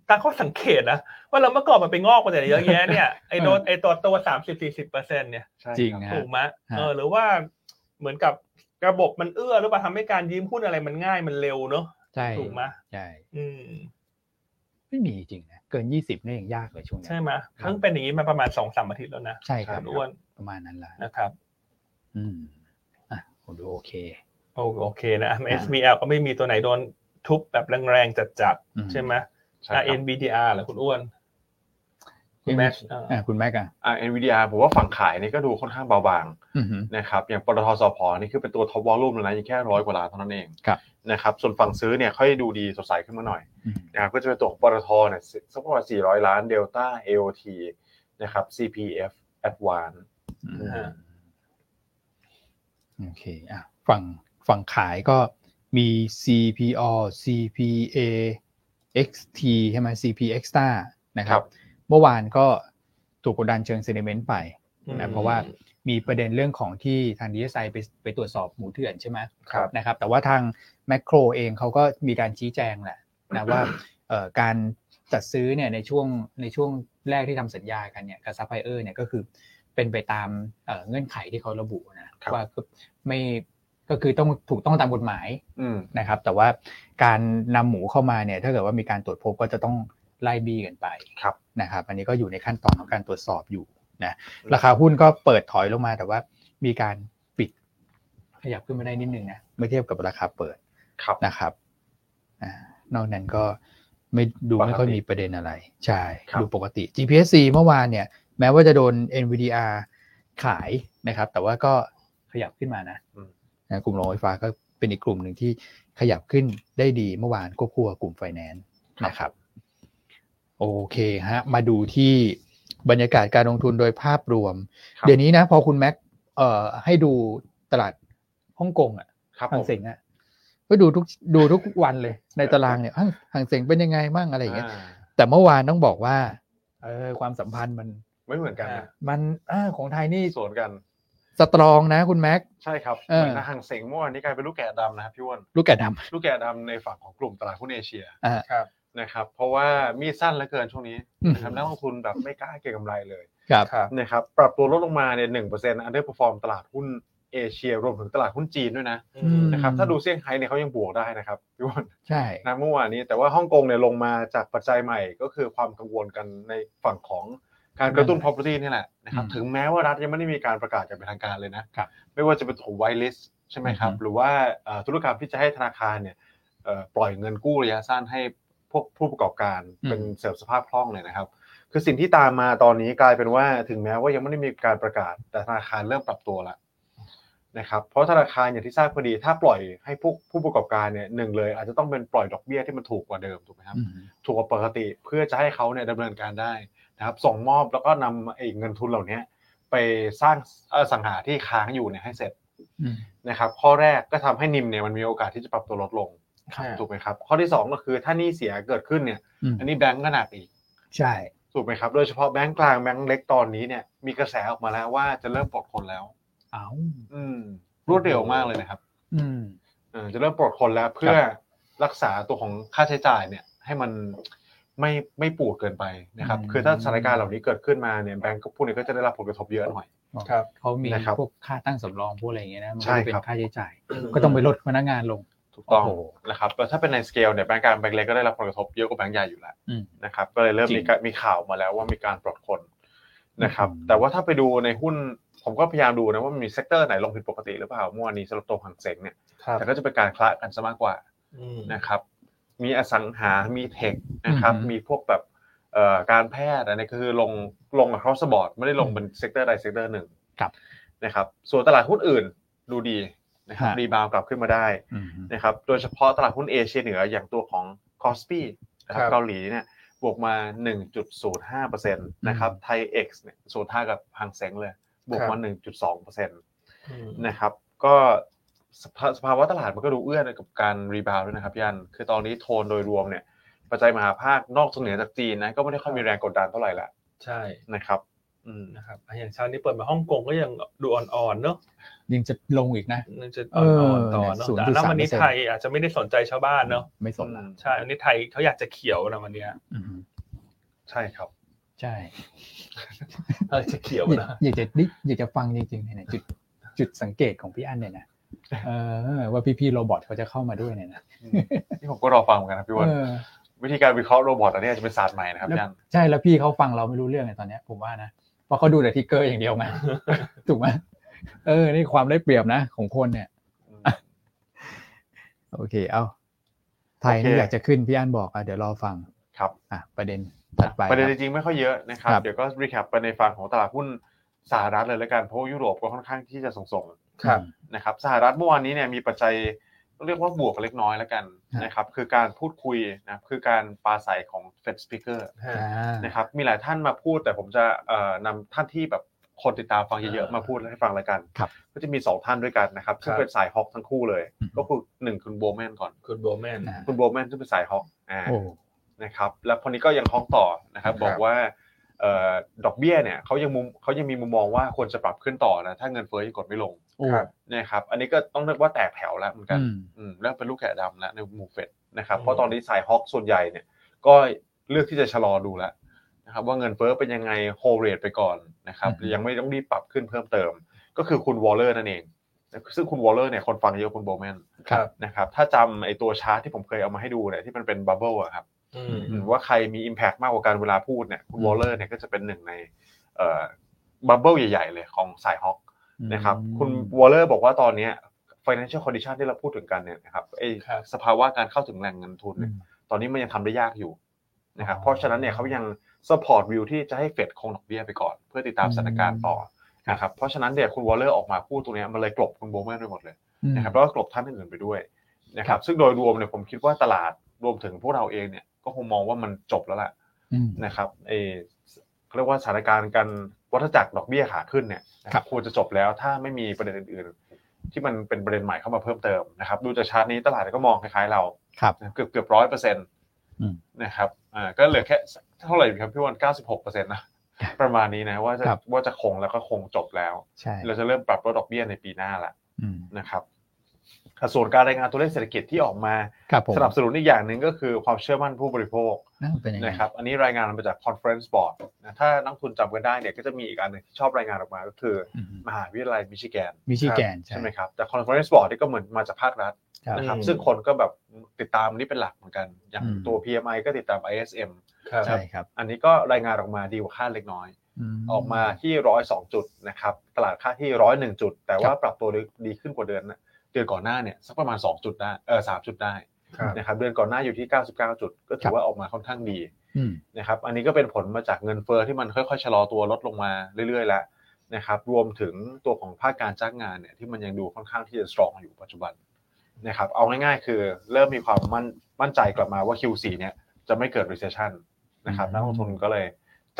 S1: ตั้งข้อสังเกตนะว่าเราเมื่อก่อนมันไปงอกมาแต่เยอะแยะเนี่ยไอ้โดนไอ้ตัวตัวสามสิบสี่สิบเปอร์เซ็นต์เนี่ย
S3: ใช่คบ
S2: จริงฮะ
S1: ถูกไหม
S2: ฮะ
S1: เออหรือว่าเหมือนกับระบบมันเอื้อหรือเปล่าทำให้การยืมหุ้นอะไรมันง่ายมันเร็วเนอะ
S2: ใช่
S1: ถูกไหม
S2: ใช่
S1: อืม
S2: ไม่มีจริงนะ เกินยี่สิบนี่ยังยากเลยช่วงเนี้ย
S1: ใช่ไหมเพิ่งเป็นอย่างนี้มาประมาณสองสามอาทิตย์แล้วนะ
S2: ใช่ครับ
S1: ณอ้วน
S2: ประมาณนั้นละ
S1: นะครับ
S2: อืมอ่ะผมดูโอเค
S1: โอโอเคนะ SBL ก็ไม่มีตัวไหนโดนทุบแบบแรงๆจัด
S2: อืม
S1: ๆ ใช่ไหม
S3: ใช่ค
S1: อ่ะ
S3: รับ
S1: NBDR เหรอคุณอ้วน คุณแมทเอ่ออ
S2: อ่ะคุณแม็กอ่ะ
S3: อ่า NVDR ผมว่าฝั่งขายนี่ก็ดูค่อนข้างเบาบาง
S2: อือหือ
S3: นะครับอย่างปตทสพนี่คือเป็นตัวท็อปวอลุ่มเลยนะยังแค่ร้อยกว่าล้านเท่านั้นเอง
S2: ครับ
S3: นะครับส่วนฝั่งซื้อเนี่ยค่อยดูดีสดใสขึ้นมาหน่อย
S2: อืม
S3: นะครับก็จะเป็นตัวของปตทเนี่ยสักประมาณ 400 ล้าน เดลต้า AOT นะครับ CPF Advance
S1: ฮะ
S2: โอเคอ่ะฝั่งฝั่งขายก็มี CPO CPA XT ใช่ไหม CP Extra นะครั
S3: ครับ บ
S2: เมื่อวานก็ถูกกดดันเชิงเซนิเมนต์ไป
S1: อื
S2: นะ
S1: ม
S2: เพราะว่ามีประเด็นเรื่องของที่ทาง DSI ไปไปตรวจสอบหมูเถื่อนใช่ไหม
S3: ครับ
S2: นะครับ แต่ว่าทางแมคโครเองเขาก็มีการชี้แจงแหละนะว่า เอ่อการจัดซื้อเนี่ยในช่วงในช่วงแรกที่ทำสัญญากันเนี่ยกับซัพพลายเออร์เนี่ยก็คือเป็นไปตามเอ่อเงื่อนไขที่เขาระบุนะครับ ว่าก็ไม่ก็คือต้องถูกต้องตามกฎหมาย
S3: อืม
S2: นะครับ แต่ว่าการนำหมูเข้ามาเนี่ยถ้าเกิดว่ามีการตรวจพบก็จะต้องไล่บี้กันไป
S3: ครับ
S2: นะครับ อันนี้ก็อยู่ในขั้นตอนของการตรวจสอบอยู่นะราคาหุ้นก็เปิดถอยลงมาแต่ว่ามีการปิดขยับขึ้นมาได้นิดนึงนะเมื่อเทียบกับราคาเปิด
S3: ครับ
S2: นะครับอ่านอกนั้นก็ไม่ดูไม่ค่อย
S3: ปกติ
S2: มีประเด็นอะไร ใช่
S3: ครับ
S2: ดูปกติ GPSC เมื่อวานเนี่ย แม้ว่าจะโดน NVDR ขายนะครับ แต่ว่าก็ขยับขึ้นมานะนะกลุ่มโรงไฟฟ้าก็เป็นอีกกลุ่มหนึ่งที่ขยับขึ้นได้ดีเมื่อวานควบคู่กับกลุ่มไฟแนนซ์นะครับ โอเคฮะ มาดูที่บรรยากาศการลงทุนโดยภาพรวม
S3: ครับ
S2: เดี๋ยวนี้นะ พอคุณแม็กเอ่อให้ดูตลาดฮ่องกงอ่ะ
S3: ครับ
S2: หา
S3: ผ
S2: ง
S3: ม
S2: เสงอ่ะก็ดูทุกดูทุกวันเลย ในตารางเนี่ยอ้าวหางเสงเป็นยังไงบ้างอะไรอย่างเงี้ย
S3: อ่า
S2: แต่เมื่อวานต้องบอกว่า เออความสัมพันธ์มัน
S3: ไม่เหมือนกันนะ
S2: มันอาของไทยนี่
S3: สวนกัน
S2: สตรองนะคุณแม็ก
S3: ใช่ครับ
S2: เออ
S3: เหมือนกับห่างเสงเมื่อวานนี้กลายเป็นลูกแกะดำนะครับพี่อ้วน
S2: ลูกแก่ด
S3: ลูกแกะดำในฝั่งของกลุ่มตลาดหุ้นเอเชีย
S2: ำอ่า
S1: ครับ
S3: นะครับเพราะว่ามีดสั้นเหลือเกินช่วงนี้
S2: อืม
S3: นะครับนักลงทุนแบบไม่กล้าเก็งกำไรเลย
S2: ครับ
S1: ครับ
S3: นะครับปรับตัวลดลงมาเนี่ยหนึ่งเปอร์เซ็นต์อันเดอร์เพอร์ฟอร์มตลาดหุ้นเอเชีย รวมถึงตลาดหุ้นจีนด้วยนะ
S1: อืม
S3: นะครับถ้าดูเซี่ยงไฮ้เนี่ยเขายังบวกได้นะครับพี่วอน
S2: ใช่
S3: นะเมื่อวานนี้แต่ว่าฮ่องกงเนี่ยลงมาจากปัจจัยใหม่ก็คือความกังวลกันในฝั่งของการกระตุ้น property นี่แหละนะครับ
S2: อืม
S3: ถึงแม้ว่ารัฐยังไม่ได้มีการประกาศอย่างเป็นทางการเลยนะครับ ไม่ว่าจะเป็นถูกไวลิสใช่ไหมครับ
S2: อือฮึ
S3: หรือว่าเอ่อธุรกรรมที่จะให้ธนาคารเนี่ยเอ่อปล่อยเงินกู้ระยะสั้นให้พวกผู้ประกอบการเป็นเสริมสภาพคล่องเนี่ยนะครับ คือสิ่งที่ตามมาตอนนี้กลายเป็นว่าถึงแม้ว่ายังไม่ได้มีการประกาศแต่ธนาคารเริ่มปรับตัวละนะครับเพราะธนาคารอย่างที่ทราบพอดีถ้าปล่อยให้ผู้ผู้ประกอบการเนี่ยหนึ่งเลย อาจจะต้องเป็นปล่อยดอกเบี้ยที่มันถูกกว่าเดิมถูกไหมครับ
S2: อืม
S3: ถูกกว่าปกติเพื่อจะให้เขาเนี่ยดำเนินการได้นะครับส่งมอบแล้วก็นำไอ้เงินทุนเหล่านี้ไปสร้างอสังหาที่ค้างอยู่เนี่ยให้เสร็จ
S2: อืม
S3: นะครับข้อแรกก็ทำให้นิมเนี่ยมันมีโอกาสที่จะปรับตัวลดลง
S1: อ่า
S3: ถูกไหมครับข้อที่สองก็คือถ้าหนี้เสียเกิดขึ้นเนี่ย
S2: อืม
S3: อันนี้แบงก์ก็หนักอีก
S2: ใช่
S3: ถูกไหมครับ โดยเฉพาะแบงก์กลางแบงก์เล็กตอนนี้เนี่ยมีกระแสออกมาแล้วว่าจะเริ่มปลดคนแล้ว
S2: เอา
S3: อืม รวดเร็วมากเลยนะครับ
S2: อืม
S3: เออจะเริ่มปลดคนแล้วเพื่อรักษาตัวของค่าใช้จ่ายเนี่ย ให้มันไม่ไม่ปูดเกินไปนะครับ
S2: อืม
S3: คือถ้าสถานการณ์เหล่านี้เกิดขึ้นมาเนี่ยแบงก์พวกนี้ก็จะได้รับผลกระทบเยอะหน่อย
S1: ครับ
S2: เขามี
S3: นะครับ
S2: พวกค่าตั้งสำรองพวกอะไรอย่างเงี้ยนะ มัน
S3: ใช่
S2: ก็จะเป็
S3: ครับ
S2: นค่าใช้จ่าย ก็ต้องไปลดพนักงานลง
S3: ถูกต้อง
S2: โอ้โห
S3: นะครับแล้วถ้าเป็นในสเกลเนี่ยแบงก์กลางแบงก์เล็กก็ได้รับผลกระทบเยอะกว่าแบงก์ใหญ่อยู่แล้ว
S2: อืม
S3: นะครับก็เลยเริ่มมี
S2: จริง
S3: การมีข่าวมาแล้วว่ามีการปลดคนนะครับ
S2: อืม
S3: แต่ว่าถ้าไปดูในหุ้นผมก็พยายามดูนะว่ามีเซกเตอร์ไหนลงผิดปกติหรือเปล่าเมื่อวานนี้สำหรับตัวหังเซ็งเนี่ย
S1: ครับ
S3: แต่ก็จะเป็นการคละกันซะมากกว่า
S1: อืม
S3: นะครับ มีอสังหา มีเทคนะครับ
S2: อือฮึ
S3: มีพวกแบบเอ่อการแพทย์อันนี้คือลงลง across the board ไม่ได้ลงเป็นเซกเตอร์ใดเซกเตอร์หนึ่ง
S2: ครับ
S3: นะครับส่วนตลาดหุ้นอื่นดูดีนะครับ
S2: ฮะ
S3: รีบาวกลับขึ้นมาได้
S2: อืม
S3: นะครับโดยเฉพาะตลาดหุ้นเอเชียเหนืออย่างตัวของคอสปีนะครั
S1: ครับ บ
S3: เกาหลีเนี่ยบวกมา 1.05%นะครับไทยเอ็กซ์เนี่ยส่วนท่างกับหางเซ็งเลย บวกมา 1.2%
S1: อืม
S3: นะครับก็สภาสภาวะตลาดมันก็ดูเอื้อกับการรีบาวด์ด้วยนะครับยันคือตอนนี้โทนโดยรวมเนี่ยปัจจัยมหาภาคนอกเหนือจากจีนนะก็ไม่ได้ค่อยมีแรงกดดันเท่าไหร่ละ
S1: ใช่
S3: นะครับอืม
S1: นะครับอ่ะอย่างเช้านี้เปิดมาฮ่องกงก็ยังดูอ่อนๆเนาะ
S2: ยังจะลงอีกนะ
S1: ยังจะอ่อนๆต่อเนาะ
S2: เออ
S1: แต่
S2: 0.3%
S1: แล้ววันนี้ไทยอาจจะไม่ได้สนใจชาวบ้านเนาะ
S2: ไม่สนละ
S1: ใช่วันนี้ไทยเขาอยากจะเขียวนะวันเนี้ย
S2: อืม
S3: ใช่ครับ
S2: ใช่
S1: เขาอยากจะเขียว
S2: อยา
S1: นะ
S2: กอยากจะนิอยากจะฟังจริงๆเนี่ยนะจุดจุดสังเกตของพี่อัน เนี่ยนะเออว่าพี่ๆโรบอทเขาจะเข้ามาด้วยเนี่ยนะ
S3: ที่ผมก็รอฟังเหมือนกันนะพี่วอน
S2: เออ
S3: วิธีการวิเคราะห์โรบอทอันนี้อาจจะเป็นศาสตร์ใหม่นะครับ
S2: แล้ว
S3: ยัน
S2: ใช่แล้วพี่เขาฟังเราไม่รู้เรื่องในตอนเนี้ยผมว่านะเพราะเขาดูแต่ทิกเกอร์อย่างเดียวไง ถูกไหมเออ นี่ความได้เปรียบนะ ของคนเนี่ย โอเค เอาไทยนี่
S3: โอเค
S2: อยากจะขึ้นพี่อันบอกอ่ะเดี๋ยวรอฟัง
S3: ครับ
S2: อ่ะประเด็นถัดไป
S3: ประเด็น
S2: ค
S3: จ
S2: บ
S3: ริงๆไม่ค่อยเยอะนะครับ
S2: ครับ
S3: เดี๋ยวก็รีแคปไปในฝั่งของตลาดหุ้นสหรัฐเลยแล้วกันเพราะว่ายุโรปก็ค่อนข้างที่จะส่ง
S1: ครับ
S3: ๆนะครับสหรัฐเมื่อวานนี้เนี่ยมีปัจจัยเรียกว่าบวกเล็กน้อยแล้วกันนะครับคือการพูดคุยนะครับคือการปราศัยของ Fed Speaker
S2: อ่า
S3: นะครับมีหลายท่านมาพูดแต่ผมจะเอ่อนำท่านที่แบบคนติดตามฟังเยอะ
S1: อ่า
S3: ๆมาพูดให้ฟังแล้วกัน
S2: ครับ
S3: ก็จะมี 2 ท่านด้วยกันนะครับซึ่
S1: ค
S3: ง
S1: รับ
S3: เป็นสายฮอกทั้งคู่เลย
S2: อืม
S3: ก็คือหนึ่งคุณโบแมนก่อน
S1: คุณโบแมน
S2: อ่า
S3: คุณโบแมนซึ่งเป็นสายฮอกอ่า
S2: โอ้
S3: นะครับแล้วคนนี้ก็ยังท้องต่อนะครับ
S1: ครับ
S3: บอกว่าเอ่อดอกเบี้ยเนี่ยเขายังมุมเขายังมีมุมมองว่าควรจะปรับขึ้นต่อนะถ้าเงินเฟ้อยังกดไม่ลง
S2: โอ้
S1: ครับ
S3: นะครับอันนี้ก็ต้องเรียกว่าแตกแถวแล้วเหมือนกัน
S2: อืม
S3: อืมเริ่มเป็นลูกแกะดำแล้วในหมู่เฟดนะครับ
S1: อืม
S3: เพราะตอนนี้สายฮอกส่วนใหญ่เนี่ยก็เลือกที่จะชะลอดูแล้วนะครับว่าเงินเฟ้อเป็นยังไงโฮเรทไปก่อนนะครับ
S2: อืม
S3: ยังไม่ต้องรีบปรับขึ้นเพิ่มเติม ก็คือคุณวอลเลอร์นั่นเอง ซึ่งคุณวอลเลอร์เนี่ยคนฟังเยอะกว่าคุณโบแมน
S1: ครับ
S3: นะครับถ้าจำไอ้ตัวชาร์ตที่ผมเคยเอามาให้ดูเนี่ยที่มันเป็นบับเบิลอะครับ
S1: อืม
S3: อืมว่าใครมี Impact มากกว่าการเวลาพูดเนี่ยคุณ
S2: อืม
S3: วอลเลอร์เนี่ยก็จะเป็นหนึ่งในบับเบิลใหญ่ๆ เลยของสายฮอกนะครับคุณวอลเลอร์บอกว่าตอนเนี้ย financial condition ที่เราพูดถึงกันเนี่ยนะครับไอ
S1: ครับ
S3: สภาวะการเข้าถึงแหล่งเงินทุน
S2: อื
S3: เนี่ย
S2: ม
S3: ตอนนี้มันยังทำได้ยากอยู่นะครับ
S2: อ๋อ
S3: เพราะฉะนั้นเนี่ยเขายัง support view ที่จะให้เฟดคงดอกเบี้ยไปก่อน เพื่อติดตามสถานการณ์ต่อ
S2: ครับ
S3: นะครับเพราะฉะนั้นเนี่ยคุณวอลเลอร์ออกมาพูดตรงเนี้ยมันเลยกลบคุณโบแมนไปหมดเลย
S2: อืม
S3: นะครับแล้วก็กลบท่านอื่นๆไปด้วยนะค
S2: ครั
S3: รับ
S2: บ
S3: ซึ่งโดยรวมเนี่ยผมคิดว่าตลาดรวมถึงพวกเราเองเนี่ยก็คงมองว่ามันจบแล้วล่ะ
S2: อืม
S3: นะครับเออเขาเรียกว่าสถานการณ์การวัฏจักรดอกเบี้ยขาขึ้นเนี่ยนะค
S2: ครั
S3: รับบ ควรจะจบแล้วถ้าไม่มีประเด็นอื่นๆ ที่มันเป็นประเด็นใหม่เข้ามาเพิ่มเติมนะครับดูจากชาร์ตนี้ตลาดก็มองคล้ายๆเรา
S2: ครับ
S3: เกือบเกือบร้อยเปอร์เซ็นต์
S2: อืม
S3: นะครับอ่าก็เหลือแค่เท่าไหร่ครับพี่วันเก้าสิบหกเปอร์เซ็นต์นะประมาณนี้นะว่าจะ
S2: ครับ
S3: ว่าจะคงแล้วก็คงจบแล้ว
S2: ใช่
S3: เราจะเริ่มปรับลดดอกเบี้ยในปีหน้าละ
S2: อืม
S3: นะครับส่วนการรายงานตัวเลขเศรษฐกิจที่ออกมา
S2: ครับผม
S3: สนับสนุนอีกอย่างหนึ่งก็คือความเชื่อมั่นผู้บริโภค
S2: นะมันเป็นยังไง
S3: นะครับ อันนี้รายงานมาจาก Conference Board นะถ้านักทุนจำกันได้เนี่ยก็จะมีอีกอันหนึ่งที่ชอบรายงานออกมาก็คือ
S2: อืม
S3: มหาวิทยาลัยมิชิแกน
S2: มิชิแกน
S3: ใช่ไหมครับแต่ Conference Board นี่ก็เหมือนมาจากภาครัฐ
S2: ครับ
S3: นะครับ
S1: อืม
S3: ซึ่งคนก็แบบติดตามนี่เป็นหลักเหมือนกัน อย่าง
S2: อืม
S3: ตัว PMI ก็ติดตาม ISM
S1: ครับ
S2: ใช่ครับ
S3: อันนี้ก็รายงานออกมาดีกว่าคาดเล็กน้อย
S2: ม
S3: ออกมาที่ร้อยสองจุดนะครับตลาดค่าดที่ร้อยหนึ่งจุด แต่ว่าปรับตัวดีขึ้นกว่าเดือนนะเดือนก่อนหน้าเนี่ยสักประมาณ 2 จุดได้เออสจุดได้
S1: ครับ
S3: นะครับเดือนก่อนหน้าอยู่ที่ 99 จุด ก็
S2: ครั
S3: ถือบ ว่าออกมาค่อนข้างดี
S2: อืม
S3: นะครับอันนี้ก็เป็นผลมาจากเงินเฟอ้อที่มันค่อยๆชะลอตัวลดลงมาเรื่อยๆแล้วนะครับรวมถึงตัวของภาคการจ้างงานเนี่ยที่มันยังดูค่อนข้างที่จะสตรองอยู่ปัจจุบันนะครับเอาง่ายๆ คือเริ่มมีความมั่นมั่นใจกลับมาว่า Q4 เนี่ยจะไม่เกิด recession นะครับ
S2: อืม
S3: นักลงทุนก็เลย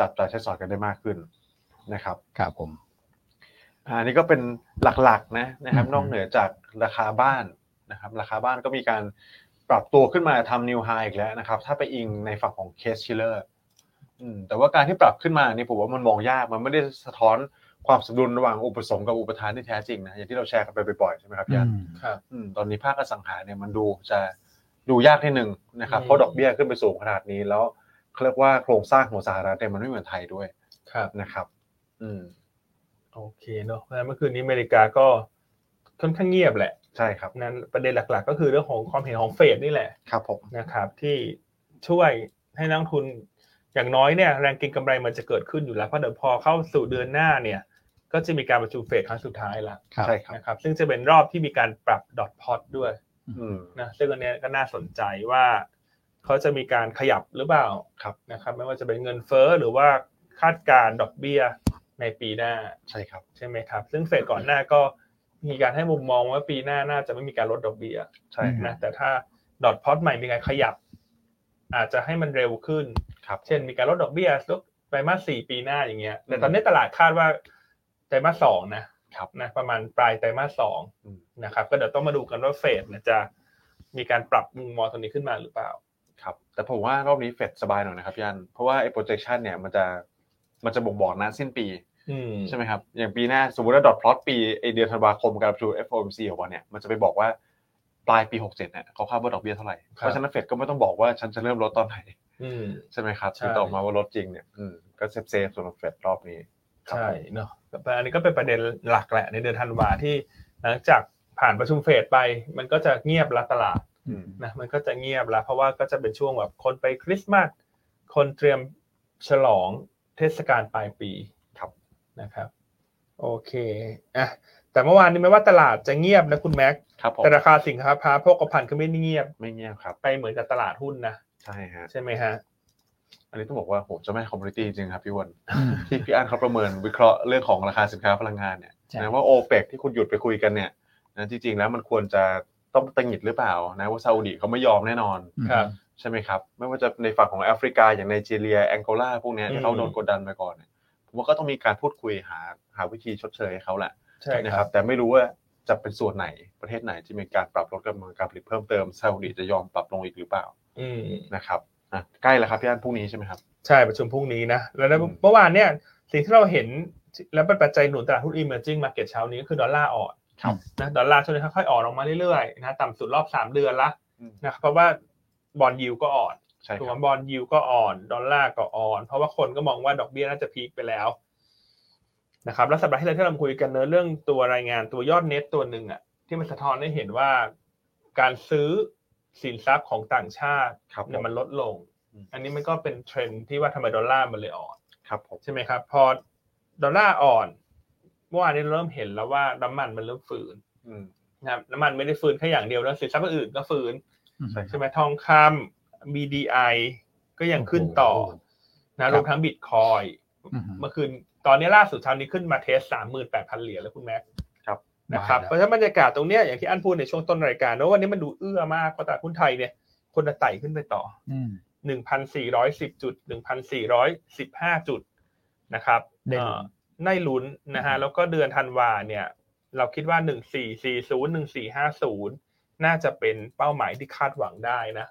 S3: จับจ่ายใช้สอยกันได้มากขึ้นนะครับ
S2: ครับผม
S3: อาอันนี้ก็เป็นหลักๆนะนะครับ
S2: อืม
S3: นอกเหนือจากราคาบ้านนะครับราคาบ้านก็มีการปรับตัวขึ้นมาทำนิวไฮอีกแล้วนะครับถ้าไปอิงในฝั่งของเคสชิลเลอร์แต่ว่าการที่ปรับขึ้นมานี่ผมว่ามันมองยากมันไม่ได้สะท้อนความสมดุลระหว่างอุปสงค์กับอุปทานที่แท้จริงนะอย่างที่เราแชร์กันไปบ่อยๆใช่ไหมครับพี่อัน
S2: อืม
S1: ครับ
S3: อืมตอนนี้ภาคอสังหาเนี่ยมันดูจะดูยากนิดหนึ่งนะครับ
S1: อืม
S3: เพราะดอกเบี้ยขึ้นไปสูงขนาดนี้แล้วเขาเรียกว่าโครงสร้างของสหรัฐเนี่ยมันไม่เหมือนไทยด้วย
S1: ครับ
S3: นะครับ อืม
S1: โอเคเนาะเพราะฉะนั้นเมื่อคืนนี้อเมริกาก็ค่อนข้างเงียบแหละ
S3: ใช่ครับ
S1: นั้นประเด็นหลักๆ ก็คือเรื่องของความเห็นของเฟดนี่แหละ
S3: ครับผม
S1: นะครับที่ช่วยให้นักลงทุนอย่างน้อยเนี่ยแรงเก็งกำไรมันจะเกิดขึ้นอยู่แล้วเพราะเดี๋ยวพอเข้าสู่เดือนหน้าเนี่ยก็จะมีการประชุมเฟดครั้งสุดท้ายละ
S2: ครับ
S3: ใช่ครับ
S1: นะครับซึ่งจะเป็นรอบที่มีการปรับดอทพอตด้วย
S3: อืม
S1: นะซึ่งอันเนี้ยก็น่าสนใจว่าเขาจะมีการขยับหรือเปล่า
S3: ครับ
S1: นะครับไม่ว่าจะเป็นเงินเฟ้อหรือว่าคาดการณ์ดอกเบี้ยในปีหน้า
S3: ใช่ครับ
S1: ใช่ไหมครับซึ่งเฟดก่อนหน้าก็มีการให้มุมมองว่าปีหน้าน่าจะไม่มีการลดดอกเบี้ย
S3: ใช่
S2: อืม
S1: นะแต่ถ้าดอทพอตใหม่มีการขยับ อาจจะให้มันเร็วขึ้น
S3: ครับ
S1: เช่นมีการลดดอกเบี้ยลดไตรมาสสี่ปีหน้าอย่างเงี้ยแต่ตอนนี้ตลาดคาดว่าไตรมาสสองนะครับ นะประมาณปลายไตรมาสสอง
S3: อืม
S1: นะครับก็เดี๋ยวต้องมาดูกันว่าเฟดเนี่ยจะมีการปรับมุมมองตรงนี้ขึ้นมาหรือเปล่า
S3: ครับ แต่ผมว่ารอบนี้เฟดสบายหน่อยนะครับพี่อันเพราะว่าไอ้ projection เนี่ยมันจะมันจะบ่งบอกนะสิ้นปี
S1: อืม
S3: ใช่ไหมครับ อย่างปีหน้าสมมติว่าดอทพลอตปีไอเดือนธันวาคมการประชุม FOMC ออกมาเนี่ยมันจะไปบอกว่าปลายปี 67เนี่ยเขาคาดว่าดอกเบี้ยเท่าไหร่
S1: ครับ
S3: เพราะฉะนั้นเฟดก็ไม่ต้องบอกว่าฉันจะเริ่มลดตอน ไหน
S1: อืม
S3: ใช่ไหมครับ
S1: ใช่
S3: ถึงจะออกมาว่าลดจริงเนี่ยอืมก็เซฟเซฟสำหรับเฟดรอบนี้ ครับ
S1: ใช่เนาะแต่อันนี้ก็เป็นประเด็นหลักแหละในเดือนธันวาที่หลังจากผ่านประชุมเฟดไป มันก็จะเงียบละตลาด
S2: อืม
S1: นะมันก็จะเงียบแล้ว เพราะว่าก็จะเป็นช่วงแบบคนไปคริสต์มาสคนเตรียมฉลองเทศกาลปลายปี
S3: ครับ
S1: นะครับ โอเคอ่ะแต่เมื่อวานนี้แม้ว่าตลาดจะเงียบนะคุณแม็ก
S3: ครับผม
S1: แต่ราคาสินค้าพาโภคภัณฑ์ก็ไม่ได้เงียบ
S3: ไม่เงียบครับ
S1: ไปเหมือนกับตลาดหุ้นนะ
S3: ใช่ฮะ
S1: ใช่ไหมฮะ
S3: อันนี้ต้องบอกว่าโหเจะไม่คอมมูนิตี้จริงครับพี่อ้วัน ที่พี่อันเขาประเมินวิเคราะห์เรื่องของราคาสินค้าพลังงานเนี่ย
S2: ใช่
S3: นะว่าโอเปกที่คุณหยุดไปคุยกันเนี่ยนะจริงๆแล้วมันควรจะต้องตังหงิดหรือเปล่านะว่าซาอุดีเขาไม่ยอมแน่นอน
S1: ครับ
S3: ใช่ไหมครับ ไม่ว่าจะในฝั่งของแอฟริกาอย่างไนจีเรียแองโกลาพวกเนี้ยที่เขา
S1: อืม
S3: โดนกดดันมาก่อนเนี่ยผมว่าก็ต้องมีการพูดคุยหาหาวิธีชดเชยให้เขาแหละ
S1: ใช่
S3: นะ
S1: ค
S3: ค
S1: รั
S3: รับ บ แต่ไม่รู้ว่าจะเป็นส่วนไหนประเทศไหนที่มีการปรับลดกำลังการผลิตเพิ่มเติมซาอุดีจะยอมปรับลงอีกหรือเปล่า
S1: อืม
S3: นะครับอ่ะใกล้แล้วครับพี่อันพรุ่งนี้ใช่ไหมครับ
S1: ใช่ประชุมพรุ่งนี้นะแล้ว
S3: อืม
S1: เมื่อวานเนี่ยสิ่งที่เราเห็นและเป็นปัจจัยหนุนตลาดหุ้น emerging market เช้านี้ก็คือดอลลาร์อ่อน
S2: ครับ
S1: นะดอลลาร์ช่วงนี้ค่อยๆอ่อนลงมาเรื่อยๆนะต่ำสุดรอบสามเดือนละ
S3: อืม
S1: นะครับเพราะว่าบอลยูก็อ่อน
S3: ใช่
S1: ถูก
S3: ค
S1: ไหม
S3: รับบ
S1: อลยูก็อ่อน ดอลลาร์ก็อ่อน เพราะว่าคนก็มองว่าดอกเบี้ยน่าจะพีคไปแล้วนะครับแล้วสัปดาห์ที่แล้วที่เราคุยกันเนอะเรื่องตัวรายงานตัวยอดเน็ตตัวหนึ่งอะที่มันสะท้อนให้เห็นว่า การซื้อสินทรัพย์ของต่างชาติ
S3: ครับผ
S1: เนี่ย
S3: ม
S1: มันลดลง
S3: อืม
S1: อันนี้มันก็เป็นเทรนด์ที่ว่าทำไมดอลลาร์มันเลยอ่อน
S3: ครับผม
S1: ใช่ไหมครับ พอดอลลาร์อ่อนเมื่อวานนี้เริ่มเห็นแล้วว่าน้ำมันมันเริ่มฟื้น
S3: อืม
S1: นะครับน้ำมันไม่ได้ฟื้นแค่อย่างเดียวแล้วสินทรัพย์อื่นก็ฟื้น
S3: ใช่
S1: ใช่ไหมทองคำ BDI ก็ยังขึ้นต่อ
S2: โอ้โห
S1: นะรวมทั้งบิตคอย
S2: อือฮึ
S1: เมื่อคืนตอนนี้ล่าสุดเช้านี้ขึ้นมาเทสสามหมื่นแปดพันเหรียญแล้วคุณแม็ก
S3: ครับ
S1: นะครับเพ
S2: มาแล้ว
S1: ราะฉะนั้นบรรยากาศตรงเนี้ยอย่างที่อันพูดในช่วงต้นรายการว่าวันนี้มันดูเอื้อมากเพราะตลาดหุ้นไทยเนี่ย คนจะไต่ขึ้นไปต่อ
S2: อืม
S1: หนึ่งพันสี่ร้อยสิบจุดหนึ่งพันสี่ร้อยสิบห้าจุดนะครับ
S2: ได้
S1: เอ่
S2: ลุ้
S1: อน ได้ลุ้นนะฮะ
S2: อืม
S1: แล้วก็เดือนธันวาเนี่ย เราคิดว่าหนึ่งสี่สี่ศูนย์หนึ่งสี่ห้าศูนย์น่าจะเป็นเป้าหมายที่คาดหวังได้นะ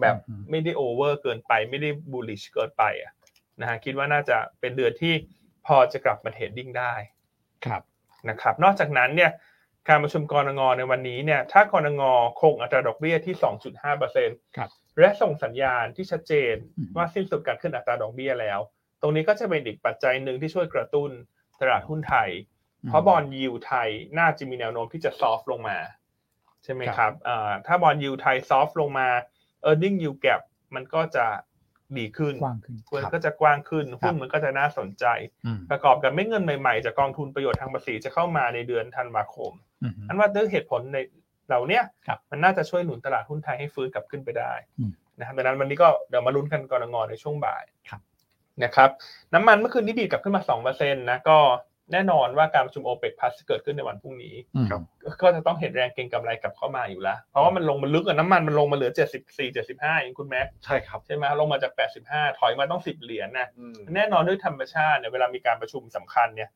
S1: แบบไม่ได้โอเวอร์เกินไป ไม่ได้บูลลิชเกินไปอะนะฮะคิดว่าน่าจะเป็นเดือนที่พอจะกลับมาเทรดดิ้งได้
S2: ครับ
S1: นะครับ นอกจากนั้นเนี่ยการประชุมกรงในวันนี้เนี่ยถ้ากรงคงอัตราดอกเบี้ยที่ 2.5%
S2: ครับ
S1: และส่งสัญญาณที่ชัดเจน
S2: อืม
S1: ว่าสิ้นสุดการขึ้นอัตราดอกเบี้ยแล้ว ตรงนี้ก็จะเป็นอีกปัจจัยหนึ่งที่ช่วยกระตุ้นตลาดหุ้นไทย เพราะบอลยูไทยน่าจะมีแนวโน้มที่จะซอฟลงมา ใช่ไหมครับเอ่อถ้าบอลยูไทยซอฟลงมา e a r n i n g yield gap มันก็จะดีขึ้น
S2: กว้างขึ้น
S1: มัน
S2: ครับ
S1: ก็จะกว้างขึ้น
S2: ครั
S1: หุ้
S2: บ
S1: นมันก็จะน่าสนใจ
S2: อืม
S1: ประกอบกับเม็ดเงินใหม่ๆ จากกองทุนประโยชน์ทางภาษีจะเข้ามาในเดือนธันวาคม
S2: อืม
S1: อันว่าด้วยเหตุผลในเหล่าเนี้ย
S2: ครับ
S1: มันน่าจะช่วยหนุนตลาดหุ้นไทยให้ฟื้นกลับขึ้นไปได้
S2: อืม
S1: นะครับดังนั้นวันนี้ก็เดี๋ยวมาลุ้นกันกรงอในช่วงบ่าย
S2: ครับ
S1: นะครับ น้ำมันเมื่อคืนนี้ดีดกลับขึ้นมา2%นะก็แน่นอนว่าการประชุมโอเปกพลัสเกิดขึ้นในวันพรุ่งนี้
S2: อืม
S3: ครับ
S1: ก็จะต้องเห็นแรงเก็งกำไรกลับเข้ามาอยู่แล้ว เพราะว่ามันลงมันลึกอะน้ำมันมันลงมาเหลือ 74 75เองคุณแม็กซ์
S3: ใช่ครับ
S1: ใช่ไหมลงมาจาก 85 ถอยมาต้อง 10 เหรียญนะ
S3: อืม
S1: แน่นอนด้วยธรรมชาติเนี่ยเวลามีการประชุมสำคัญเนี่ย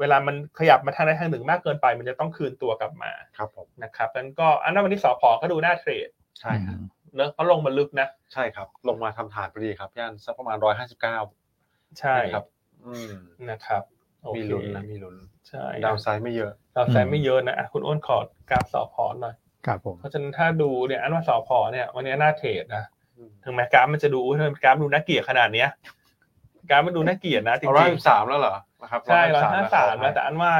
S1: เวลามันขยับมาทางใดทางหนึ่งมากเกินไป มันจะต้องคืนตัวกลับมา
S3: ครับผม
S1: นะครับนั้นก็อันนั้นวันที่สอพอก็ดูหน้าเทรด
S3: ใช่ครับ
S1: เนอะเพราะลงมาลึกนะ
S3: ใช่ครับ ลงมาทำฐานพอดีครับย่านสักประมาณร้อยห้าสิบเก้า
S1: ใช่
S3: ครับ อืม
S1: นะครับโอเค
S3: มีลุ้นนะมีลุ้น
S1: ใช่
S3: ดาวไซด์ไม่เยอะ
S1: ดาวไซด์ไม่เยอะนะอ่ะคุณอ้นขอกราฟสอพอหน่อย
S2: ครับผม
S1: เพราะฉะนั้นถ้าดูเนี่ยอันว่าสอพอเนี่ย วันนี้หน้าเทรดนะ
S3: อืม
S1: ถึงแม้กราฟมันจะดูอุ๊ยทำไมกราฟดูน่าเกลียดขนาดเนี้ยกราฟมันดูน่าเกลียดนะจริ
S3: เอาร้อย
S1: ง
S3: สิบสามแล้วเหรอนะครับ
S1: ๆใช่ร้อยห้าสาม
S3: 153
S1: แล้วแต่อันว่า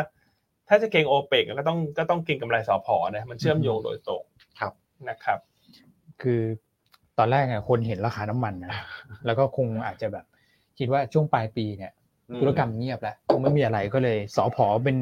S1: ถ้าจะเก่งโอเปกก็ต้องก็ต้องเก่งกำไรสอพอนะมันเชื่อมโยงโดยตรง
S3: ครับ
S1: นะครับ
S2: คือตอนแรกอะคนเห็นราคาน้ำมันนะแล้วก็คงอาจจะแบบ คิดว่าช่วงปลายปีเนี่ย ธุรกรรมเงียบแล้วคงไม่มีอะไรก็เลยสอพอเป็น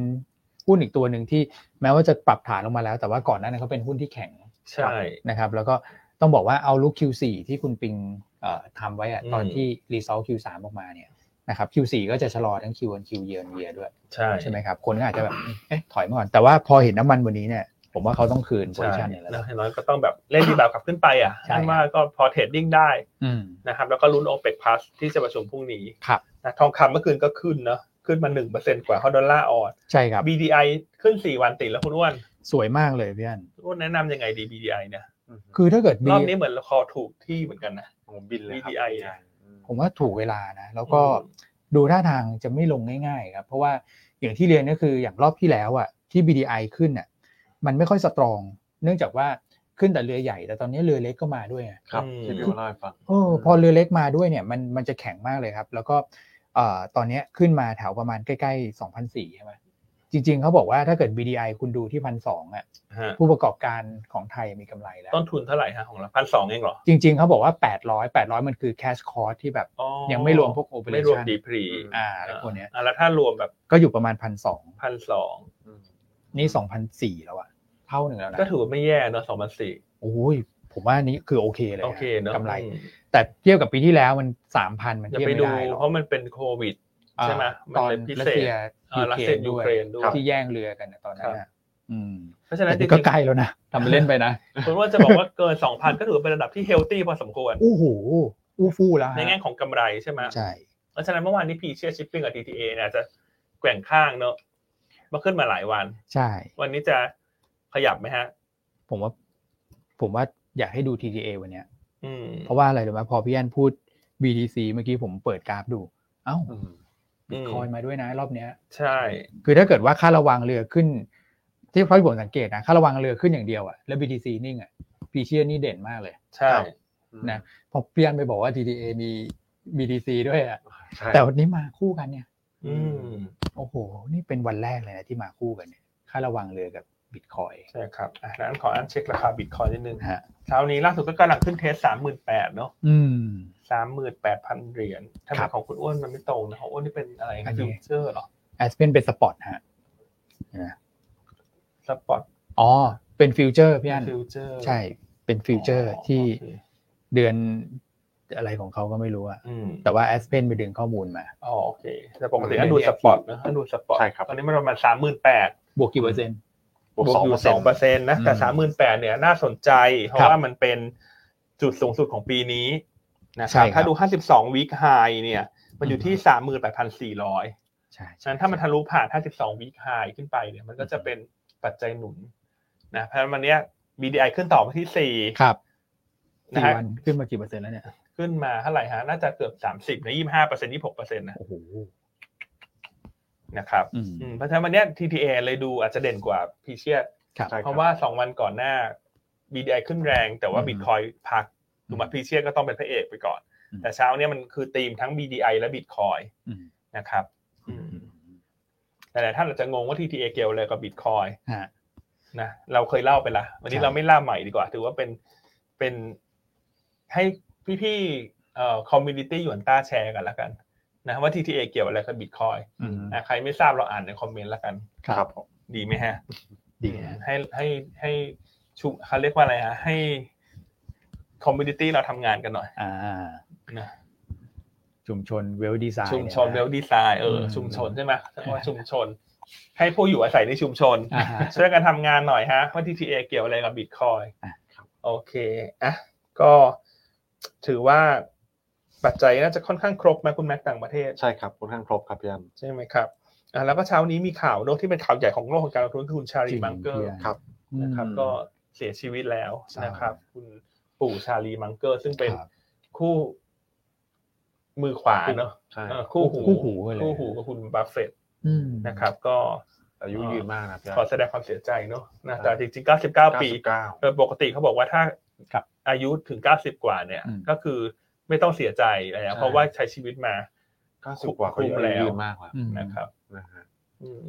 S2: หุ้นอีกตัวหนึ่งที่แม้ว่าจะปรับฐานลงมาแล้ว แต่ว่าก่อนหน้านั้นเขาเป็นหุ้นที่แข็ง
S1: ใช่
S2: นะครับ แล้วก็ต้องบอกว่าเอาลุก Q4 ที่คุณปิงเอ่อทำไว้อะตอนที่รีซอล Q3 ออกมาเนี่ยนะครับ Q4 ก็จะชะลอทั้ง Q1 Q เยือนเยียด้วย
S1: ใช่
S2: ใช่ไหมครับ คนก็อาจจะแบบเอ๊ะถอยมาก่อน แต่ว่าพอเห็นน้ำมันวันนี้เนี่ย ผมว่าเขาต้องคืนโพ
S1: ใช่
S2: ซิชันเนี่ยแล้ว
S1: แล้ว
S2: ล่ะ
S1: ให้น้อยก็ต้องแบบเล่นดีบาวกลับขึ้นไปอ่ะ
S2: ใช่
S1: อันว่าก็พอเทรดดิ้งได้
S2: อืม
S1: นะครับ แล้วก็ลุ้นโอเปกพลัสที่จะประชุมพรุ่งนี้
S2: ครับ
S1: นะทองคำเมื่อคืนก็ขึ้นเนาะขึ้นมาหนึ่งเปอร์เซ็นกว่าเขาดอลลาร์ออน
S2: ใช่ครับ
S1: BDI ขึ้นสี่วันติดแล้วคุณอ้วน
S2: สวยมากเลยพี่อัน
S1: คุณอ้วนแนะนำยังไงดี BDI เนี่ย
S2: คือถ้าเกิด
S1: รอบ
S2: B-
S1: นี้เหมือนเราคอถูกที่เหมือนกันนะ
S3: ผมบินเลยครับ
S1: VDI
S2: ผมว่าถูกเวลานะแล้วก็
S1: อืม
S2: ดูท่าทางจะไม่ลงง่ายๆครับเพราะว่าอย่างที่เรียนก็คืออย่างรอบที่แล้วอ่ะที่ BDI ขึ้นอ่ะมันไม่ค่อยสตรอง เนื่องจากว่าขึ้นแต่เรือใหญ่ แต่ตอนนี้เรือเล็กก็มาด้วยไง
S3: ครับ
S1: อืม
S3: ที่พี่มาเล่าให้ฟัง
S2: เออพอเรือเล็กมาด้วยเนี่ยมันมันจะแข็งมากเลยครับ แล้วก็เอ่อตอนเนี้ยขึ้นมาแถวประมาณใกล้ๆ2,004ใช่ไหมจริง ๆเขาบอกว่าถ้าเกิด BDI คุณดูที่พันสองอ่ะ
S1: ฮะ
S2: ผู้ประกอบการของไทยมีกำไรแล้ว
S1: ต้นทุนเท่าไหร่ฮะของเราพันสองเองเหรอ
S2: จริง ๆเขาบอกว่า 800 800 มันคือ cash cost ที่แบบ
S1: อ๋อ
S2: ยังไม่รวมพวก
S1: ไม่รวม
S2: operation
S1: ดีพรี
S2: อ่าอะไรพวกเนี้ย
S1: อ่าแล้วถ้ารวมแบบ
S2: ก็อยู่ประมาณพันสอง
S1: พันสอง
S2: นี่สองพันสี่แล้วอะเท่าหนึ่งแล้วนะ
S1: ก็ถือว่าไม่แย่เนอะสองพันสี่
S2: โอ้ยผมว่านี้คือโอเคเลย
S1: โอเคเนอะ
S2: กำไร
S1: อืม
S2: แต่เทียบกับปีที่แล้วมันสามพันมัน
S1: อย่า
S2: เทียบ
S1: ไป
S2: ไม่
S1: ดู
S2: ได้หรอก
S1: เพราะมันเป็นโควิด ใช่ไหมมัน
S2: ตอน
S1: เป็นพิ
S2: รัส
S1: เศษ
S2: เซีย
S1: เอ่อรัสเซีย
S2: ยู
S1: ยู
S2: เค
S1: เค
S2: ร
S1: ร
S2: น
S1: น
S2: ด้
S1: ด้
S2: ว
S1: วย ย
S2: ที่แย่งเรือกันน่ะตอนนั้นน่ะอืม
S1: เพราะฉะนั้
S2: แต่
S1: นจริ
S2: นี่ก็
S1: ง
S2: ใกล้แล้วนะทำไปเล่นไปนะ
S1: ๆคุณว่าจะบอกว่า เกินสองพันก็ถือว่าเป็นระดับที่เฮลตี้พอสมควร
S2: โอ้โหอู้ฟู่แล้วฮะ
S1: ในแง่ของกำไรใช่ไหม
S2: ใช่
S1: เพราะฉะนั้นเมื่อวานนี้พีเชียชิปปิ้งกับ TTA เนี่ยอาจจะแกว่งข้างเนอะมาขึ้นมาหลายวัน
S2: ใช่
S1: วันนี้จะขยับไหมฮะ
S2: ผมว่า ผมว่าอยากให้ดู TTA วันเนี้ย
S1: อืม
S2: เพราะว่าอะไรรู้ไหมพอพี่แอนพูด BTC เมื่อกี้ผมเปิดกราฟดู เอ้าบิตคอยน์มาด้วยนะรอบเนี้ย
S1: ใช่
S2: คือถ้าเกิดว่าค่าระวังเรือขึ้น ที่เพราะที่ผมสังเกตนะค่าระวังเรือขึ้นอย่างเดียวอะแล้ว BTC นิ่งอะพีเชียนี่เด่นมากเลย
S1: ใช่
S3: ครับ
S2: นะพอเปลี่ยนไปบอกว่า TDA มี BTC ด้วยอะ
S3: ใช่
S2: แต่วันนี้มาคู่กันเนี่ย
S1: อืม
S2: โอ้โห นี่เป็นวันแรกเลยนะที่มาคู่กันเนี่ยค่าระวังเรือกับบิตคอย
S1: ใช่ครับอ่ะงั้นขออันเช็คราคาบิตคอยนิดนึง
S2: ฮะ
S1: เช้านี้ล่าสุดก็กำลังขึ้นเทสสามหมื่นแปดเนาะ
S2: อืม
S1: สามหมื่นแปดพันเหรียญถ้า
S2: ครั
S1: เป็น
S2: บ
S1: ของคุณอ้วนมันไม่ตรงนะของอ้วนนี่เป็นอะไร
S2: อั
S1: นะ
S2: น
S1: ฟิ
S2: นี้
S1: วเจอร์เหรอ
S2: แอสเป็นเป็นสปอตฮะ
S1: สปอต
S2: อ๋อ เป็นฟิวเจอร์พี่อัน
S1: ฟิวเจอร์
S2: ใช่ เป็นฟิวเจอร์ที่
S1: โอเค
S2: เดือนอะไรของเขาก็ไม่รู้อะ
S1: อืม
S2: แต่ว่าแอสเพนไปดึงข้อมูลมา
S1: อ๋อโอเค แต่ปกติ
S2: มันเป็น
S1: อันดู
S2: ETF
S1: สปอตนะอันดูสปอต
S3: ใช่ครับ
S1: ตอนนี้มันประมาณสามหมื่นแปด
S2: บวกกี่เปอร์เซ็นต์
S3: บวก
S1: บวกอยู่สองเปอร์
S3: 2%
S1: เซ็นต์นะแต่
S2: อืม
S1: สามหมื่นแปดเนี่ยน่าสนใจ เพ
S2: ครั
S1: ราะ
S2: บ
S1: ว่ามันเป็นจุดสูงสุดของปีนี้นะค
S2: ใช่
S1: รับ
S2: ครับ
S1: ถ้าดูห้าสิบสองวีคไฮเนี่ย มันอยู่ที่สามหมื่นแปดพันสี่ร้อย
S2: ใช่
S1: ฉะนั้นถ้ามันทะลุผ่าน 52 วีคไฮขึ้นไปเนี่ย มันก็จะเป็นปัจจัยหนุนนะเพราะฉะนั้นวันเนี้ย BDI ขึ้นต่อมาที่
S2: ครับ
S1: นะ
S2: สี่
S1: ฮะ
S2: วันขึ้นมากี่เปอร์เซ็นต์แล้วเนี่ย
S1: 4 ขึ้นมาเท่าไหร่ฮะ น่าจะเกือบ 30นะ25เปอร์เซ็นต์26เปอร์เซ็นต์นะ
S2: โอ้โห
S1: นะครับ
S2: อืม
S1: อืมเพราะฉะนั้นวันเนี้ย TTA เลยดูอาจจะเด่นกว่าพีเชีย
S2: ครับ
S3: ใช่
S1: เพราะว่า 2 วันก่อนหน้า BDI ขึ้นแรงแต่ว่า
S2: อืม
S1: บิตคอยพัก ดูมาพีเชียก็ต้องเป็นพระเอกไปก่อน
S2: อืม
S1: แต่เช้าเนี้ยมันคือธีมทั้ง BDI และ Bitcoin
S2: อืม
S1: นะครับอืมแต่หลายท่านอาจจะงงว่า TTA เกี่ยวอะไรกับ Bitcoin
S2: ฮะ
S1: นะเราเคยเล่าไปละวันนี้
S2: ใช่
S1: เราไม่เล่าใหม่ดีกว่าถือว่าเป็นเป็นให้พี่ๆเอ่อคอมมูนิตี้หยวนต้าแชร์กันละกันนะว่า TTA เกี่ยวอะไรกับ Bitcoin
S2: อืม
S1: นะใครไม่ทราบเราอ่านในคอมเมนต์ละกัน
S2: ครับ
S3: ผม
S1: ดีไหมฮะ
S2: ดีฮะ
S1: ให้ให้ให้ชุเขาเรียกว่าอะไรฮะให้คอมมูนิตี้เราทำงานกันหน่อย
S2: อ่า
S1: นะ
S2: ชุมชนเวลดีไซน์
S1: ชุมชนเวลดีไซน์เออ
S2: อืม
S1: ชุมชนใช่ไหมเรียกว่าชุมชน ให้ผู้อยู่อาศัยในชุมชน
S2: อ่าฮะ
S1: ช่วยกันทำงานหน่อยฮะ ว่า TTA เกี่ยวอะไรกับบิตคอย
S2: อ่ะ
S1: โอเคอ่ะก็ถือว่าปัจจัยน่าจะค่อนข้างครบไหมคุณแม็กซ์ต่างประเทศ
S3: ใช่ครับค่อนข้างครบครับพี่แอม
S1: ใช่ไหมครับอ่ะแล้วก็เช้านี้มีข่าวโลกที่เป็นข่าวใหญ่ของโลกของการลงทุนคือคุณชาลีมังเกอร์
S3: ครับ
S1: นะครับก็เสียชีวิตแล้วนะครับ คุณปู่ชาลีมังเกอร์ ซึ่งเป็น
S2: ครับ
S1: คู่มือขวาเนอะ
S3: ใช่
S1: เออคู่หู
S2: คู่หูเลย
S1: คู่หูกับคุณบัฟเฟตต์
S2: อืม
S1: นะครับ ก็
S3: อายุยืนมากนะพี่แอ
S1: ขอ
S3: ม
S1: แสดงความเสียใจเนอะนะ
S3: ใช่
S1: แต่จริงๆ 99 ปี
S3: เก้า
S1: โดยปกติเขาบอกว่าถ้า
S2: ครับ
S1: อายุถึง 90 กว่าเนี่ย
S2: อืม
S1: ก็คือไม่ต้องเสียใจแล้ว
S3: ใช่
S1: เพราะว่าใช้ชีวิตมา
S3: เก้าสิบกว่าเขายัง
S1: คุ้มแล้ว
S3: ยืนมากแล้ว
S2: อืม
S1: นะครับ
S3: นะฮะ
S1: อืม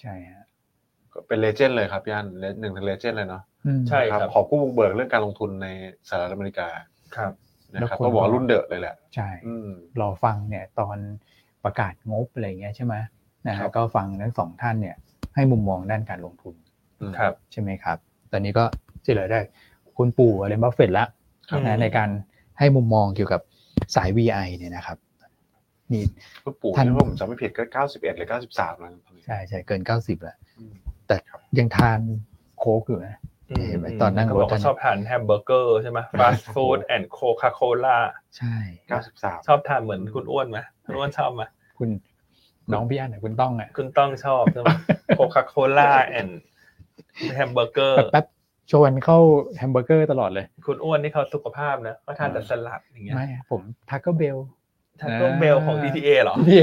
S2: ใช่ฮะ
S3: ก็เป็นเลเจนด์เลยครับพี่แอมเลหนึ่งในเลเจนด์เลยเนาะ
S2: อืม
S1: ใช่
S3: นะครับ ของผู้บุกเบิกเรื่องการลงทุนในสหรัฐอเมริกา
S1: ครับ
S3: นะครับ
S2: แล้วคน
S3: ต้องบอกว่ารุ่นเดอะเลยแหละ
S2: ใช่
S3: อืม
S2: รอฟังเนี่ยตอนประกาศงบอะไรอย่างเงี้ยใช่ไหมนะ
S3: ครั
S2: ฮะ
S3: บ
S2: ก็ฟังทั้งสองท่านเนี่ย ให้มุมมองด้านการลงทุน
S3: อืม
S1: ครับ
S2: ใช่ไหมครับ ตอนนี้ก็ที่เหลือได้คุณปู่อะไรบัฟเฟตละ
S1: ครับ
S2: นะในการให้มุมมองเกี่ยวกับสาย VI เนี่ยนะครับนี่
S3: คุณปู่
S2: ท่าน
S3: ที่ว่าผมจำไม่ผิดก็เก้าสิบเอ็ดหรือเก้าสิบสามแล้วนะตอนนี้
S2: ใช่ใช่เกินเก้าสิบแล้ว
S3: อืม
S2: แต่
S3: ครับ
S2: ยังทานโค้กอยู่นะ เห็นไหมตอนนั่ง
S1: เขา
S2: ร
S1: บ
S2: ถ
S1: อก
S2: กัน
S1: ว่าชอบทานแฮมเบอร์เกอร์ใช่ไหมฟาสต์ฟู้ดแอนด์โคคาโคล่า
S2: ใช่
S3: เก้าสิบสาม
S1: ชอบทานเหมือนคุณอ้วนไหมคุณอ้วนชอบไหม
S2: คุณน้องพี่อันเนี่ยคุณต้องอ่ะ
S1: คุณต้องชอบใช่ไหมโคคาโคล่าแอนแฮมเบอร์เกอร์
S2: แป๊บๆชวนเข้าแฮมเบอร์เกอร์ตลอดเลย
S1: คุณอ้วนนี่เขาสุขภาพนะเขาทานแต่สลัดอย่างเงี้ย
S2: ไม่อะผมทักก็เบล
S1: ทานต้มเบลของ DTA เหรอ
S2: พี่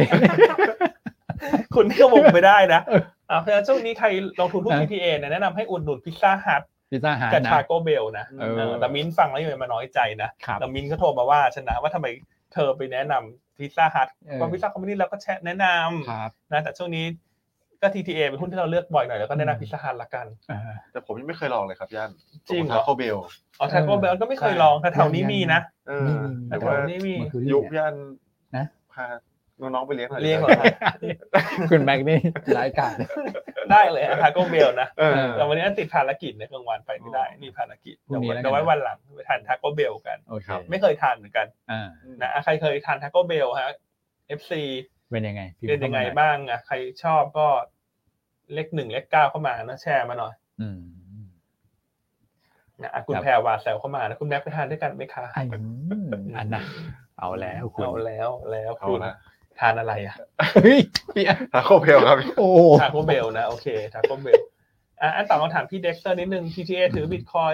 S1: คุณนี่ก็วงไปได้นะ
S2: เออ
S1: เอาเพราะฉะนั้นช่วงนี้ใครลงทุนหุ้น
S2: อ่ะ
S1: DTA เนี่ยแนะนำให้อุดหนุนพิซซ่าฮัท
S2: พิซซ่าหาร
S1: กับ
S2: นะ
S1: ชาโกเบลนะ
S2: เออ
S1: เออแต่มิ้นฟังแล้วยังมาน้อยใจนะครับ แต่มิ้นก็โทรมาว่าฉันนะว่าทำไมเธอไปแนะนำพิซซ่าฮัท
S2: เออ
S1: เพราะพิซซ่าคอมมิวนิสต์เราก็แชะแนะนำ
S2: ครับ
S1: นะแต่ช่วงนี้ก็ TTA เป็นหุ้นที่เราเลือกบ่อยหน่อยแล้วก็แนะ
S2: อืม
S1: นำพิซซ่าฮัทละกัน
S2: อ่า
S3: แต่ผมยังไม่เคยลองเลยครับย่าน
S1: จริงเหรอ
S3: โคเบล
S1: อ๋อ
S2: เออ
S1: ทาโกเบลก็ไม่เคยลองแต่แถวนี้
S2: ยัง
S1: มีนะ
S3: เออ
S1: แต่
S3: แต่
S1: แถ
S3: ว่าว
S1: นี้มี
S2: มันคือ
S3: ยุ
S2: ยุ
S3: ค
S2: ค
S3: ย่าน
S2: นะ
S3: พาน้องๆไปเลี้ยงหน่อย
S1: เลี้ยงเหรอ
S3: ได้ไหม
S2: คุณแม็กนี่ร้ายกาจ
S1: ได้เลยทาโกเบลนะ
S3: เออ
S1: แต่วันนี้ติดภารกิจในกลางวันไปไม่ได้
S3: อ๋อ
S1: มีภารกิจ
S2: พรุ่งนี้แล้วกัน
S1: เดี๋ยวไว้วันหลังไปทานทาโกเบลกัน
S2: โอเค
S3: ครับ
S1: ไม่เคยทานเหมือนกัน
S2: อ่า
S1: นะอ่ะใครเคยทานทาโกเบลฮะ FC
S2: เป็นยังไงพิมพ์
S1: เป็นยังไง
S2: ข้ามา
S1: บ้างอ่ะใครชอบก็เลขหนึ่งเลขเก้าเข้ามานะแชร์มาหน่อย
S2: อืม
S1: นะอ่ะคุณแพรวาแซวเข้ามานะคุณแม็กไปทานด้วยกันไหมคะ
S2: อันอันน่ะเอาแล้วคุณ
S1: เอาแล้วแล้ว
S3: เอา
S1: คุณ
S3: ละ
S1: ทานอะไรอ่ะ
S2: เฮ้ยพี่อัน
S3: ทาโคเบลครับ
S2: โอ้โห
S1: ทาโกเบลนะโอเคทาโกเบลอ่ะอันต่อมาถามพี่เด็กเตอร์นิดนึง TTA ถือบิตคอย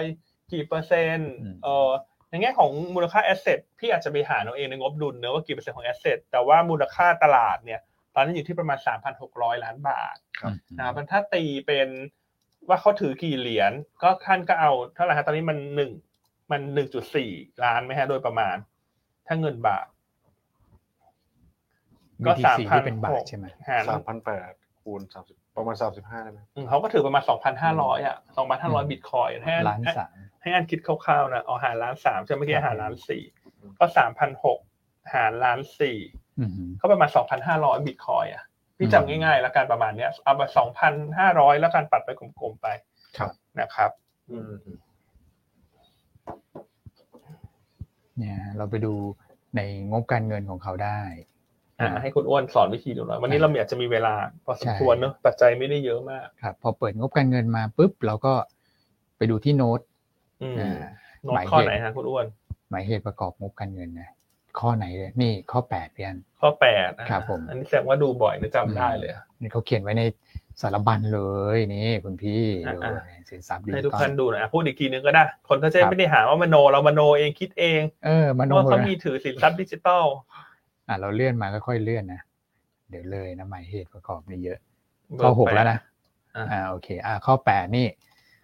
S1: กี่เปอร์เซ็นต์เออในแง่ของมูลค่าแอสเซทพี่อาจจะไปหาเอาเองในงบดุลเนอะว่ากี่เปอร์เซ็นต์ของแอสเซทแต่ว่ามูลค่าตลาดเนี่ย ตอนนี้อยู่ที่ประมาณ 3,600 ล้านบาท
S3: ครับ
S1: นะครับมันถ้าตีเป็นว่าเขาถือกี่เหรียญก็ท่านก็เอาเท่าไหร่ฮะตอนนี้มันหนึ่งมันหนึ่งจุดสี่ล้านไหมฮะโดยประมาณ ถ้าเงินบาท ก็
S2: ก็สาม
S1: 3,000
S2: พันเป็นบาทใช่ไหม
S1: หาร
S3: สามพันแปดคูณสามสิบประมาณสามสิบห้าได้ไหม
S1: อืมเขาก็ถือประมาณ 2,500 อ่ะ 2,500 บิตคอยน์ให้อัน
S2: ล้านสาม
S1: ให้อันคิดคร่าวๆนะ เอาหารล้านสามใช่ไหมเมื่อกี้
S2: ครับ
S1: หารล้านสี่ก็ 3,600 หารล้านสี่
S2: อืม
S1: ก็ประมาณ 2,500 บิตคอยน์อ่ะ พี่จำง่ายๆ แล้วกันประมาณเนี้ย เอามา 2,500 แล้วกันปัดไปกลมๆไป
S3: ครับ
S1: นะครับ
S3: อืม
S2: เนี่ยเราไปดูในงบการเงินของเขาได้
S1: อ่าให้คุณอ้วนสอนวิธีดูหน่อย วันนี้เราอยากจะมีเวลาพอสมควรเนอะปัจจัยไม่ได้เยอะมาก
S2: ครับพอเปิดงบการเงินมาปุ๊บเราก็ไปดูที่โน้ต
S1: อืม
S2: อ่า
S1: โน้
S2: ห
S1: ต
S2: มาย
S1: ข้อ
S2: เหตุ
S1: ไหนฮะคุณอ้วน
S2: หมายเหตุประกอบงบการเงินนะข้อไหนเลยนี่ข้อแปดพี่อัน
S1: ข้อแปดนะครับ
S2: ผม
S1: อันนี้แสดงว่าดูบ่อยนะจำได้เลยอะ
S2: นี่เขาเขียนไว้ในสารบัญเลยนี่คุณพี่
S1: อ่ะ
S2: ดู
S1: อ่ะ
S2: สินทรัพย์ดิ
S1: ให้
S2: จิ
S1: ทุก
S2: ตอ
S1: ท่าน
S2: ล
S1: ดูหน่อยอ่ะพูดอีกทีนึงก็ได้ คนเขาจะได้
S2: ครับ
S1: ไม่ได้หาว่ามโนเรามโนเองคิดเอง
S2: เออมโน
S1: ว่าเขา
S2: นะ
S1: มีถือสินทรัพย์ดิจิตัล
S2: อ่ะเราเลื่อนมาค่อยๆเลื่อนนะเดี๋ยวเลยนะหมายเหตุประกอบนี่เยอะข้อหกแล้วนะ
S1: อ่ะ
S2: อ่าโอเคอ่าข้อแปดนี่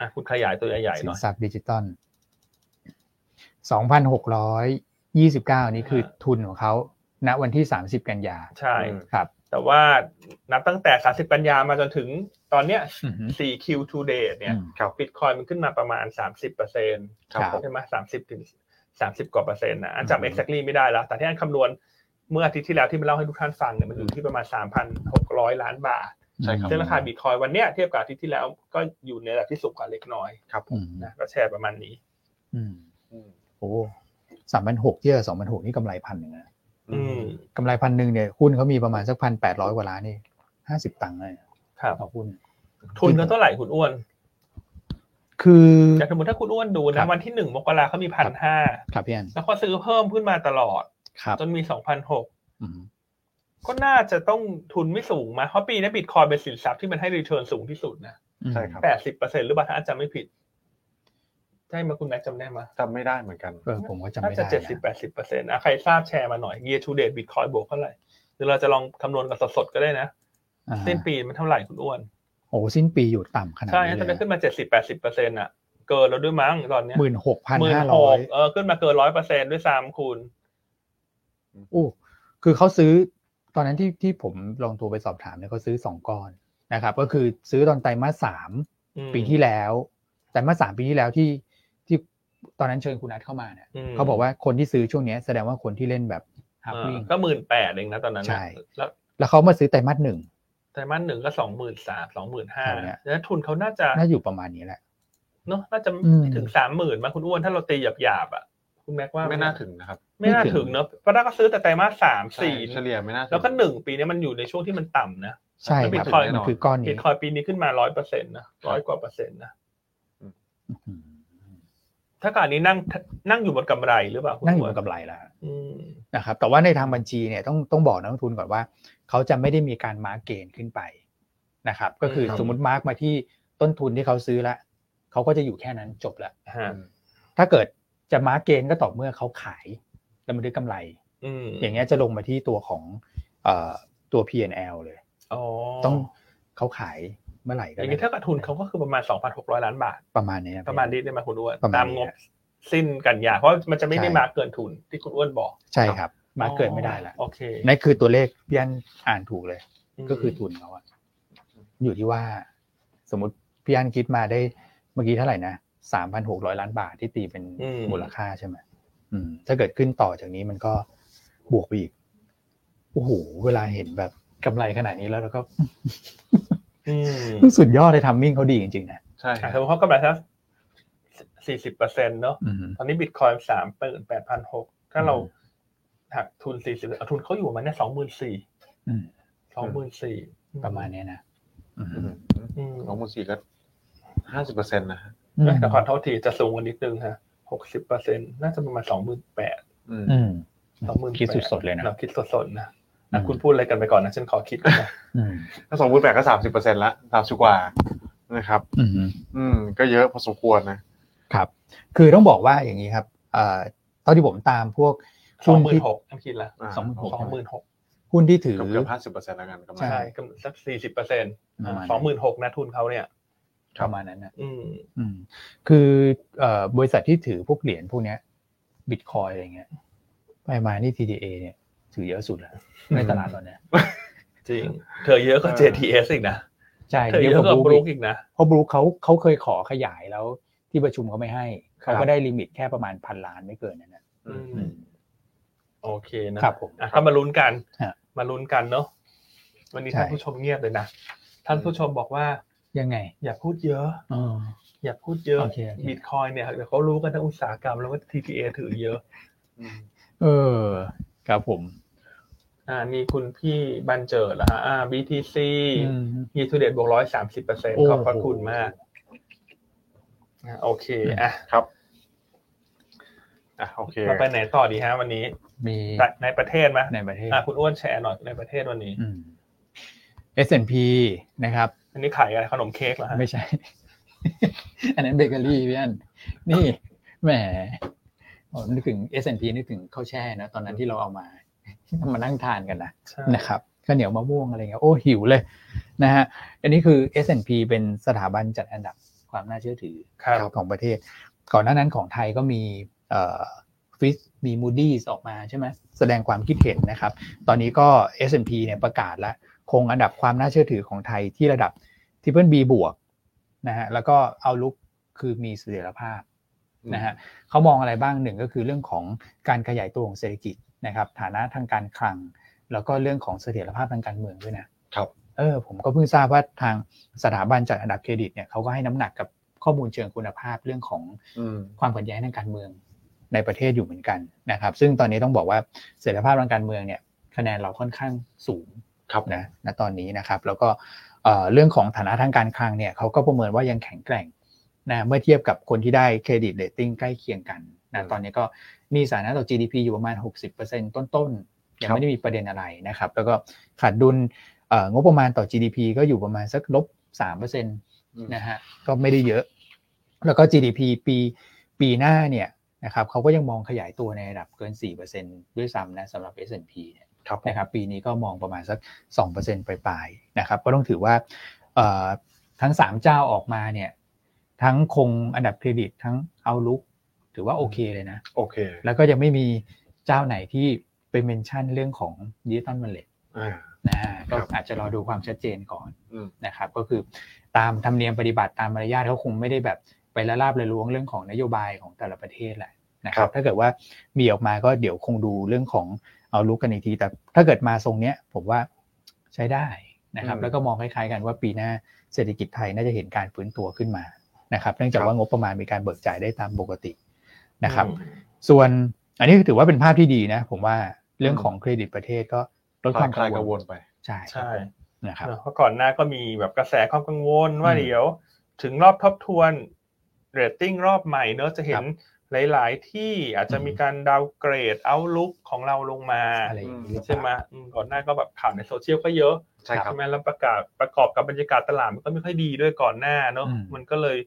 S1: อ่ะคุณขยายตัวใหญ่ๆ
S2: สิ
S1: หน่
S2: น
S1: อย
S2: ทรัพย์ดิจิตอล 2,629 นี้คือทุนของเขาณวันที่ 30 กันยา
S1: ใช่
S3: อืม
S2: ครับ
S1: แต่ว่านับตั้งแต่ 30 กันยามาจนถึงตอนเนี้ย
S2: อือฮึ
S1: 4Q today เนี่ย
S3: ครับ
S1: บิตคอยมันขึ้นมาประมาณ 30เปอร์เซ็นต์
S2: ครับ
S1: ใช่ไหมสามสิบถึงสามสิบกว่าเปอร์เซ็นต์นะอัน
S2: อื
S1: จำ
S2: ม
S1: exactly ไม่ได้แล้ว แต่ที่อันคำนวณเมื่ออาทิตย์ที่แล้วที่มาเล่าให้ทุกท่านฟังเนี่ยมันอยู่ที่ประมาณ 3,600 ล้านบาท
S3: ใช่ครับ
S1: ซึ่งราคาบิตคอยวันเนี้ยเทียบกับอาทิตย์ที่แล้วก็อยู่ในระดับที่สูงกว่าเล็กน้อย
S3: ครับผม
S2: อืม
S1: นะก็แชร์ประมาณนี้
S2: อืม
S3: อืม
S2: โอ้สามพันหกเยอะสองพันหกนี่กำไรพันหนึ่งนะ
S1: อืม
S2: กำไรพันหนึ่งเนี่ยหุ้นเขามีประมาณสักพันแปดร้อยกว่าล้านนี่ห้าสิบตังค์เลยนะครับ ต่อหุ้น
S1: ทุนเขาเท่าไหร่คุณอ้วน
S2: คือ
S1: จากสมมติถ้าคุณอ้วนดู
S2: ครั
S1: นะ
S2: บ
S1: วันที่หนึ่งมกราเขามีพันห้า
S2: ครับพี่อัน
S1: แล้วก็ซื้อเพิ่มขึ้นมาตลอด
S2: ครับ
S1: จนมีสองพันหก
S2: อืม
S1: ก็น่าจะต้องทุนไม่สูงมาเพราะปีนี้บิตคอยเป็นสินทรัพย์ที่มันให้รีเทิร์นสูงที่สุดนะ
S3: ใช่ครับ
S1: แปดสิบเปอร์เซ็นต์หรือเปล่าถ้าอาจารย์ไม่ผิด ใช่ไหมาคุณแม็กซ์จำได้ไหม
S3: จำไม่ได้เหมือนกัน
S2: เออผมก็จำ
S1: น่า
S2: ไม่
S1: จะ
S2: ได้
S1: เจ็ดสิบ
S2: นะ
S1: แปดสิบเปอร์เซ็นต์อ่ะใครทราบแชร์มาหน่อย year to date บิตคอยบวกเท่าไหร่เดี๋ยวเราจะลองคำนวณกันสดๆก็ได้นะ
S2: อ่า
S1: สิ้นปีมันเท่าไหร่คุณอ้วน
S2: โอ้สิ้นปีอยู่ต่ำขนาด
S1: ใช่
S2: นี้
S1: นะตอน
S2: เลย
S1: นี้ขึ้นมาเจ็ดสิบแปดสิบเปอร์เซ็นต์อ่ะ เกินแล้วด้วยมั้งตอนเนี้ย
S2: หมื่นหกพันห้า
S1: ห
S2: ร้อก ย
S1: เออขึ้นมาเกินร้อยเปอร์เซ็นต์ด้วยซ้ำคุณ
S2: โอ้คือเขาซื้อตอนนั้นที่ที่ผมลองโทรไปสอบถามเนี่ยเขาซื้อสองก้อนนะครับ ก็คือซื้อตอนไตรมาสสาม
S1: อืม
S2: ปีที่แล้ว แต่เมื่อสามปีที่แล้วที่ที่ตอนนั้นเชิญคุณนัทเข้ามาเนี่ย
S1: อืม
S2: เขาบอกว่าคนที่ซื้อช่วงเนี้ยแสดงว่าคนที่เล่นแบบฮาร์
S1: เอ
S2: ป
S1: อ
S2: วิ่ง
S1: ก็หมื่นแปดเองนะตอนนั้น
S2: ใช่
S1: นะแล้ว
S2: แล้วเขามาซื้อไตรมาสหนึ่ง
S1: ไตรมาสหนึ่งก็สองหมื่นสามสองหมื่นห้า
S2: เอาเนี่ย
S1: แล้วทุนเขาน่าจะ
S2: น่าอยู่ประมาณนี้แหละ
S1: เนาะน่าจะ
S2: อืม
S1: ไม่ถึงสามหมื่นมาคุณอ้วนถ้าเราตีหยาบหยาบๆอ่ะคุณแม็กว่า
S3: ไม่น่าถึงนะครับ
S1: ไม่น่าถึงเนาะเพราะถ้าก็ซื้อแต่ไตรมาสสาม
S3: ใช่
S1: สี่
S3: เฉลี่ยไม่น่าถึ
S1: แล้วก็หนึ่งปีเนี้มันอยู่ในช่วงที่มันต่ำนะ
S2: ใช่
S1: แล้ว
S2: ครับ
S1: Bitcoin
S2: มันคือก้อน
S1: บิ
S2: นี้
S1: ตคอยปีนี้ขึ้นมาร้อยเปอร์เซ็นต์นะร้อยกว่าเปอร์เซ็นต์นะ
S2: อืม
S1: ถ้าการนี้นั่งนั่งอยู่บนกำไรหรือเปล่าคุณ
S2: นั่งอยู่
S1: ว
S2: บนกำไรแล้ว
S1: อืม
S2: นะครับ แต่ว่าในทางบัญชีเนี่ยต้องต้องบอกนักลงทุนก่อนว่า เขาจะไม่ได้มีการมาร์กเกณฑ์ขึ้นไปนะครับ ก็คือสมมติมาร์กมาที่ต้นทุนที่เขาซื้อละเขาก็จะอยู่แค่นั้นจบละ
S1: ฮะ
S2: ถ้าเกิดจะมาร์กเกณฑ์ก็ต่อเมื่อเขาขายแล้วมันได้กำไร
S1: อืม
S2: อย่างเงี้ยจะลงมาที่ตัวของเอ่อตัว P&L เลย
S1: อ๋อ
S2: ต้องเขาขายเมื่อไหร่
S1: อ
S2: ก็
S1: ย่างนี้
S2: ได้
S1: ถ้ากับทุนเขาก็คือประมาณสองพันหกร้อยล้านบาท
S2: ประมาณเนี้ย
S1: ประมาณนี้ได้ไหมคุณอ้วน
S2: ประมาณ
S1: ตาม
S2: นี้
S1: งบ
S2: ฮะ
S1: สิ้นกันยาเพราะมันจะไม่ได้
S2: ใช่
S1: มาเกินทุนที่คุณอ้วนบอก
S2: ใช่ครับ มาเกินไม่ได้ละ
S1: โอเค
S2: นั่นคือตัวเลขพี่อันอ่านถูกเลย ก็คือทุนเขาอะอยู่ที่ว่า สมมติพี่อันคิดมาได้เมื่อกี้เท่าไหร่นะสามพันหกร้อยล้านบาทที่ตีเป็น
S1: อื
S2: มูลค่าใช่ไหมอืม ถ้าเกิดขึ้นต่อจากนี้มันก็บวกไปอีกโอ้โหเวลาเห็นแบบกำไรขนาดนี้แล้วเราก็
S1: อืม
S2: สุดยอดเลยทัมมิ่งเขาดีจริงๆนะ
S3: ใช่
S1: อ่ะสมมติเขากำไรสักสี่สิบเปอร์เซ็นต์เนาะ
S2: อืม
S1: ตอนนี้บิตคอยสามหมื่นแปดพันหกถ้าเราหักทุนสี่สิบทุนเขาอยู่ประมาณเนี่ยสองหมื่นสี่
S2: อืม
S1: สองหมื่นสี่
S2: ประมาณเนี้ยนะอืม
S1: อืม
S3: สองหมื่นสี่ก็ห้าสิบเปอร์เซ็นต์นะฮะ
S1: แต่ขอโทษทีจะสูงกว่านิดนึงฮะหกสิบเปอร์เซ็นต์น่าจะประมาณสองหมื่นแปด
S3: อืม
S2: อืม
S1: สองหมื่น
S2: คิดสดๆเลยนะ
S1: เราคิดสดๆนะอ่ะคุณพูดอะไรกันไปก่อนนะฉันขอคิดก่อนนะ
S2: อืม
S3: ถ้าสองหมื่นแปดก็สามสิบเปอร์เซ็นต์ละสามสิบกว่านะครับ
S2: อืม
S3: อืม ก็เยอะพอสมควรนะครับ
S2: คือต้องบอกว่าอย่างนี้ครับเอ่อเท่าที่ผมตามพวก
S1: สอง
S2: หุ้น
S1: หมื่
S2: ที่
S1: นหกคิดละ
S3: า
S2: สองหมื่นหก
S1: สองหมื่นหก
S2: หุ้นที่ถือ
S3: เกือบเกือบห้าสิบเปอร์เซ็นต์แล้วกันกำไร
S2: ใช่
S1: ใช่กำไรสักสี่สิบเปอร์เซ็นต์
S2: ประมาณ
S1: สองหมื่นหกนะทุนเขาเนี่ย
S2: ประมาณนั้นนะ
S1: อืม
S2: อืม คือเอ่อบริษัทที่ถือพวกเหรียญพวกเนี้ยบิตคอยอะไรเงี้ยไปมานี่ TDA เนี่ย ถือเยอะสุดแล้วในตลาดตอนเนี้ย
S1: จริง เธอเยอะกว่า
S3: เออ
S1: JTS อีกนะ
S2: ใช่
S1: เธอเย
S2: เย
S1: อะก
S2: อะ
S1: ว่าก
S2: ว่า
S1: บบ รู
S2: ลู
S1: ก
S2: ก
S1: อีกนะ
S2: เพราะบลูกเขาเขาเคยขอขยายแล้วที่ประชุมเขาไม่ให้เขา
S3: ครั
S2: ก็
S3: บ
S2: ได้ลิมิตแค่ประมาณพันล้านไม่เกินนั้นนะ
S3: อืม
S2: อืม
S1: โอเคนะครับ
S2: ผม
S1: อ่ะก็มาลุ้นกัน
S2: ฮะ
S1: มาลุ้นกันเนาะ วันนี้
S2: ใช่
S1: ท่านผู้ชมเงียบเลยนะ ท่านผู้ชมบอกว่า
S2: ยังไง
S1: อย่าพูดเยอะ
S2: อ๋อ
S1: อย่าพูดเยอะ
S2: โอเคโอเค
S1: บิตคอยเนี่ยเดี๋ยวเขารู้กันทั้งอุตสาหกรรมแล้วว่า TTA ถือเยอะ
S2: เออครับผม
S1: อ่า มีคุณพี่บันเจิดแล้วฮะอ่า BTC
S2: อืม
S1: ยีทูเดตบวกร้อยสามสิบเปอร์เซ็นต์
S2: โอ้โห
S1: ขอบพระคุณมากอ่ะโอเคอ่ะ
S3: ครับอ่ะโอเค
S1: เราไปไหนต่อดีฮะวันนี้
S2: มี
S1: ในประเทศไหม
S2: ในประเทศ
S1: อ่ะคุณอ้วนแชร์หน่อยในประเทศวันนี้
S2: อืม S&P นะครับ
S1: อันนี้ขายอะไรขนมเค้กเหรอฮะ
S2: ไม่ใช่ อันนั้นเบเกอรี่พี่อันนี่แหมผมนึกถึง S&P นึกถึงข้าวแช่นะ ตอนนั้นที่เราเอามา มานั่งทานกันนะ
S1: ใช่
S2: นะครับข้าวเหนียวมะม่วงอะไรเงี้ยโอ้หิวเลยนะฮะอันนี้คือ S&P เป็นสถาบันจัดอันดับความน่าเชื่อถือ
S1: ครับ
S2: ของประเทศ ก่อนหน้านั้นของไทยก็มี ฟิสมีมูดี้ออกมาใช่ไหมแสดงความคิดเห็นนะครับ ตอนนี้ก็ S&P เนี่ยประกาศแล้ว คงอันดับความน่าเชื่อถือของไทยที่ระดับทริปเปิลบีบวกนะฮะแล้วก็เอาลุกคือมีเสถียรภาพนะฮะเขามองอะไรบ้างหนึ่งก็คือเรื่องของการขยายตัวของเศรษฐกิจนะครับ ฐานะทางการคลัง แล้วก็เรื่องของเสถียรภาพทางการเมืองด้วยนะครับ เออผมก็เพิ่งทราบว่าทางสถาบันจัดอันดับเครดิตเนี่ยเขาก็ให้น้ำหนักกับข้อมูลเชิงคุณภาพเรื่องของ
S3: อืม
S2: ความขัดแย้งทางการเมืองในประเทศอยู่เหมือนกันนะครับ ซึ่งตอนนี้ต้องบอกว่าเสถียรภาพทางการเมืองเนี่ยคะแนนเราค่อนข้างสูง
S3: ครับ
S2: นะณตอนนี้นะครับ แล้วก็เอ่อเรื่องของฐานะทางการคลังเนี่ยเขาก็ประเมินว่ายังแข็งแกร่งนะเมื่อเทียบกับคนที่ได้เครดิตเรตติ้งใกล้เคียงกันนะตอนนี้ก็หนี่สาธารณะต่อ GDP อยู่ประมาณ 60%ต้นๆยังไม่ได้มีประเด็นอะไรนะครับ แล้วก็ขาดดุลเอ่องบประมาณต่อ GDP ก็อยู่ประมาณสักลบ3% นะฮะก็ไม่ได้เยอะ แล้วก็ GDP ปีปีหน้าเนี่ยนะครับเขาก็ยังมองขยายตัวในระดับเกิน 4%ด้วยซ้ำนะสำหรับ S&P เนี่ย
S3: ครับผม
S2: นะครับปีนี้ก็มองประมาณสัก 2%ปลายๆนะครับก็ต้องถือว่าเอ่อทั้ง 3 เจ้าออกมาเนี่ยทั้งคงอันดับเครดิตทั้งเอาลุกถือว่าโอเคเลยนะ
S3: โอเค
S2: แล้วก็ยังไม่มีเจ้าไหนที่ไปเมนชั่นเรื่องของดิจิตอลมันเลต
S3: อ่า
S2: นะฮะก็
S3: ครับ
S2: อาจจะรอดูความชัดเจนก่อน
S3: อืม
S2: นะครับก็คือตามธรรมเนียมปฏิบัติตามมารยาทเขาคงไม่ได้แบบไปละลาบละล้วงเรื่องของนโยบายของแต่ละประเทศแหละนะครั
S3: ครับ บ
S2: ถ้าเกิดว่ามีออกมาก็เดี๋ยวคงดูเรื่องของเอาลุกกันอีกที แต่ถ้าเกิดมาทรงเนี้ยผมว่าใช้ได้นะครับแล้วก็มองคล้ายๆกันว่าปีหน้าเศรษฐกิจไทยน่าจะเห็นการฟื้นตัวขึ้นมานะครับเนื่องจากว่างบประมาณมีการเบิกจ่ายได้ตามปกตินะครับ ส่วนอันนี้ถือว่าเป็นภาพที่ดีนะ ผมว่าเรื่องของเครดิตประเทศก็ลด
S3: คลา
S2: คา
S3: ว
S2: ย ม
S3: คลายกังวลไป
S2: ใช่
S1: ใช่
S2: นะครับ
S1: เนอะเพราะก่อนหน้าก็มีแบบกระแสความกังวลว่า
S2: อืม
S1: เดี๋ยว ถึงรอบทบทวนเรตติ้งรอบใหม่เนอะจะเห็นหลาย ๆ ที่อาจจะ
S2: อืม
S1: มีการดาวเกรดเอาลุกของเราลงมา
S2: อะไรอย่างนี้หรือเปล่า
S1: ใช่ไหมอืมก่อนหน้าก็แบบข่าวในโซเชียลก็เยอะ
S3: ใช่ครับ
S1: ใช่ไหมแล้วประกาศประกอบกับบรรยากาศตลาดมันก็ไม่ค่อยดีด้วยก่อนหน้าเนอะ
S2: อืม
S1: มันก็เลย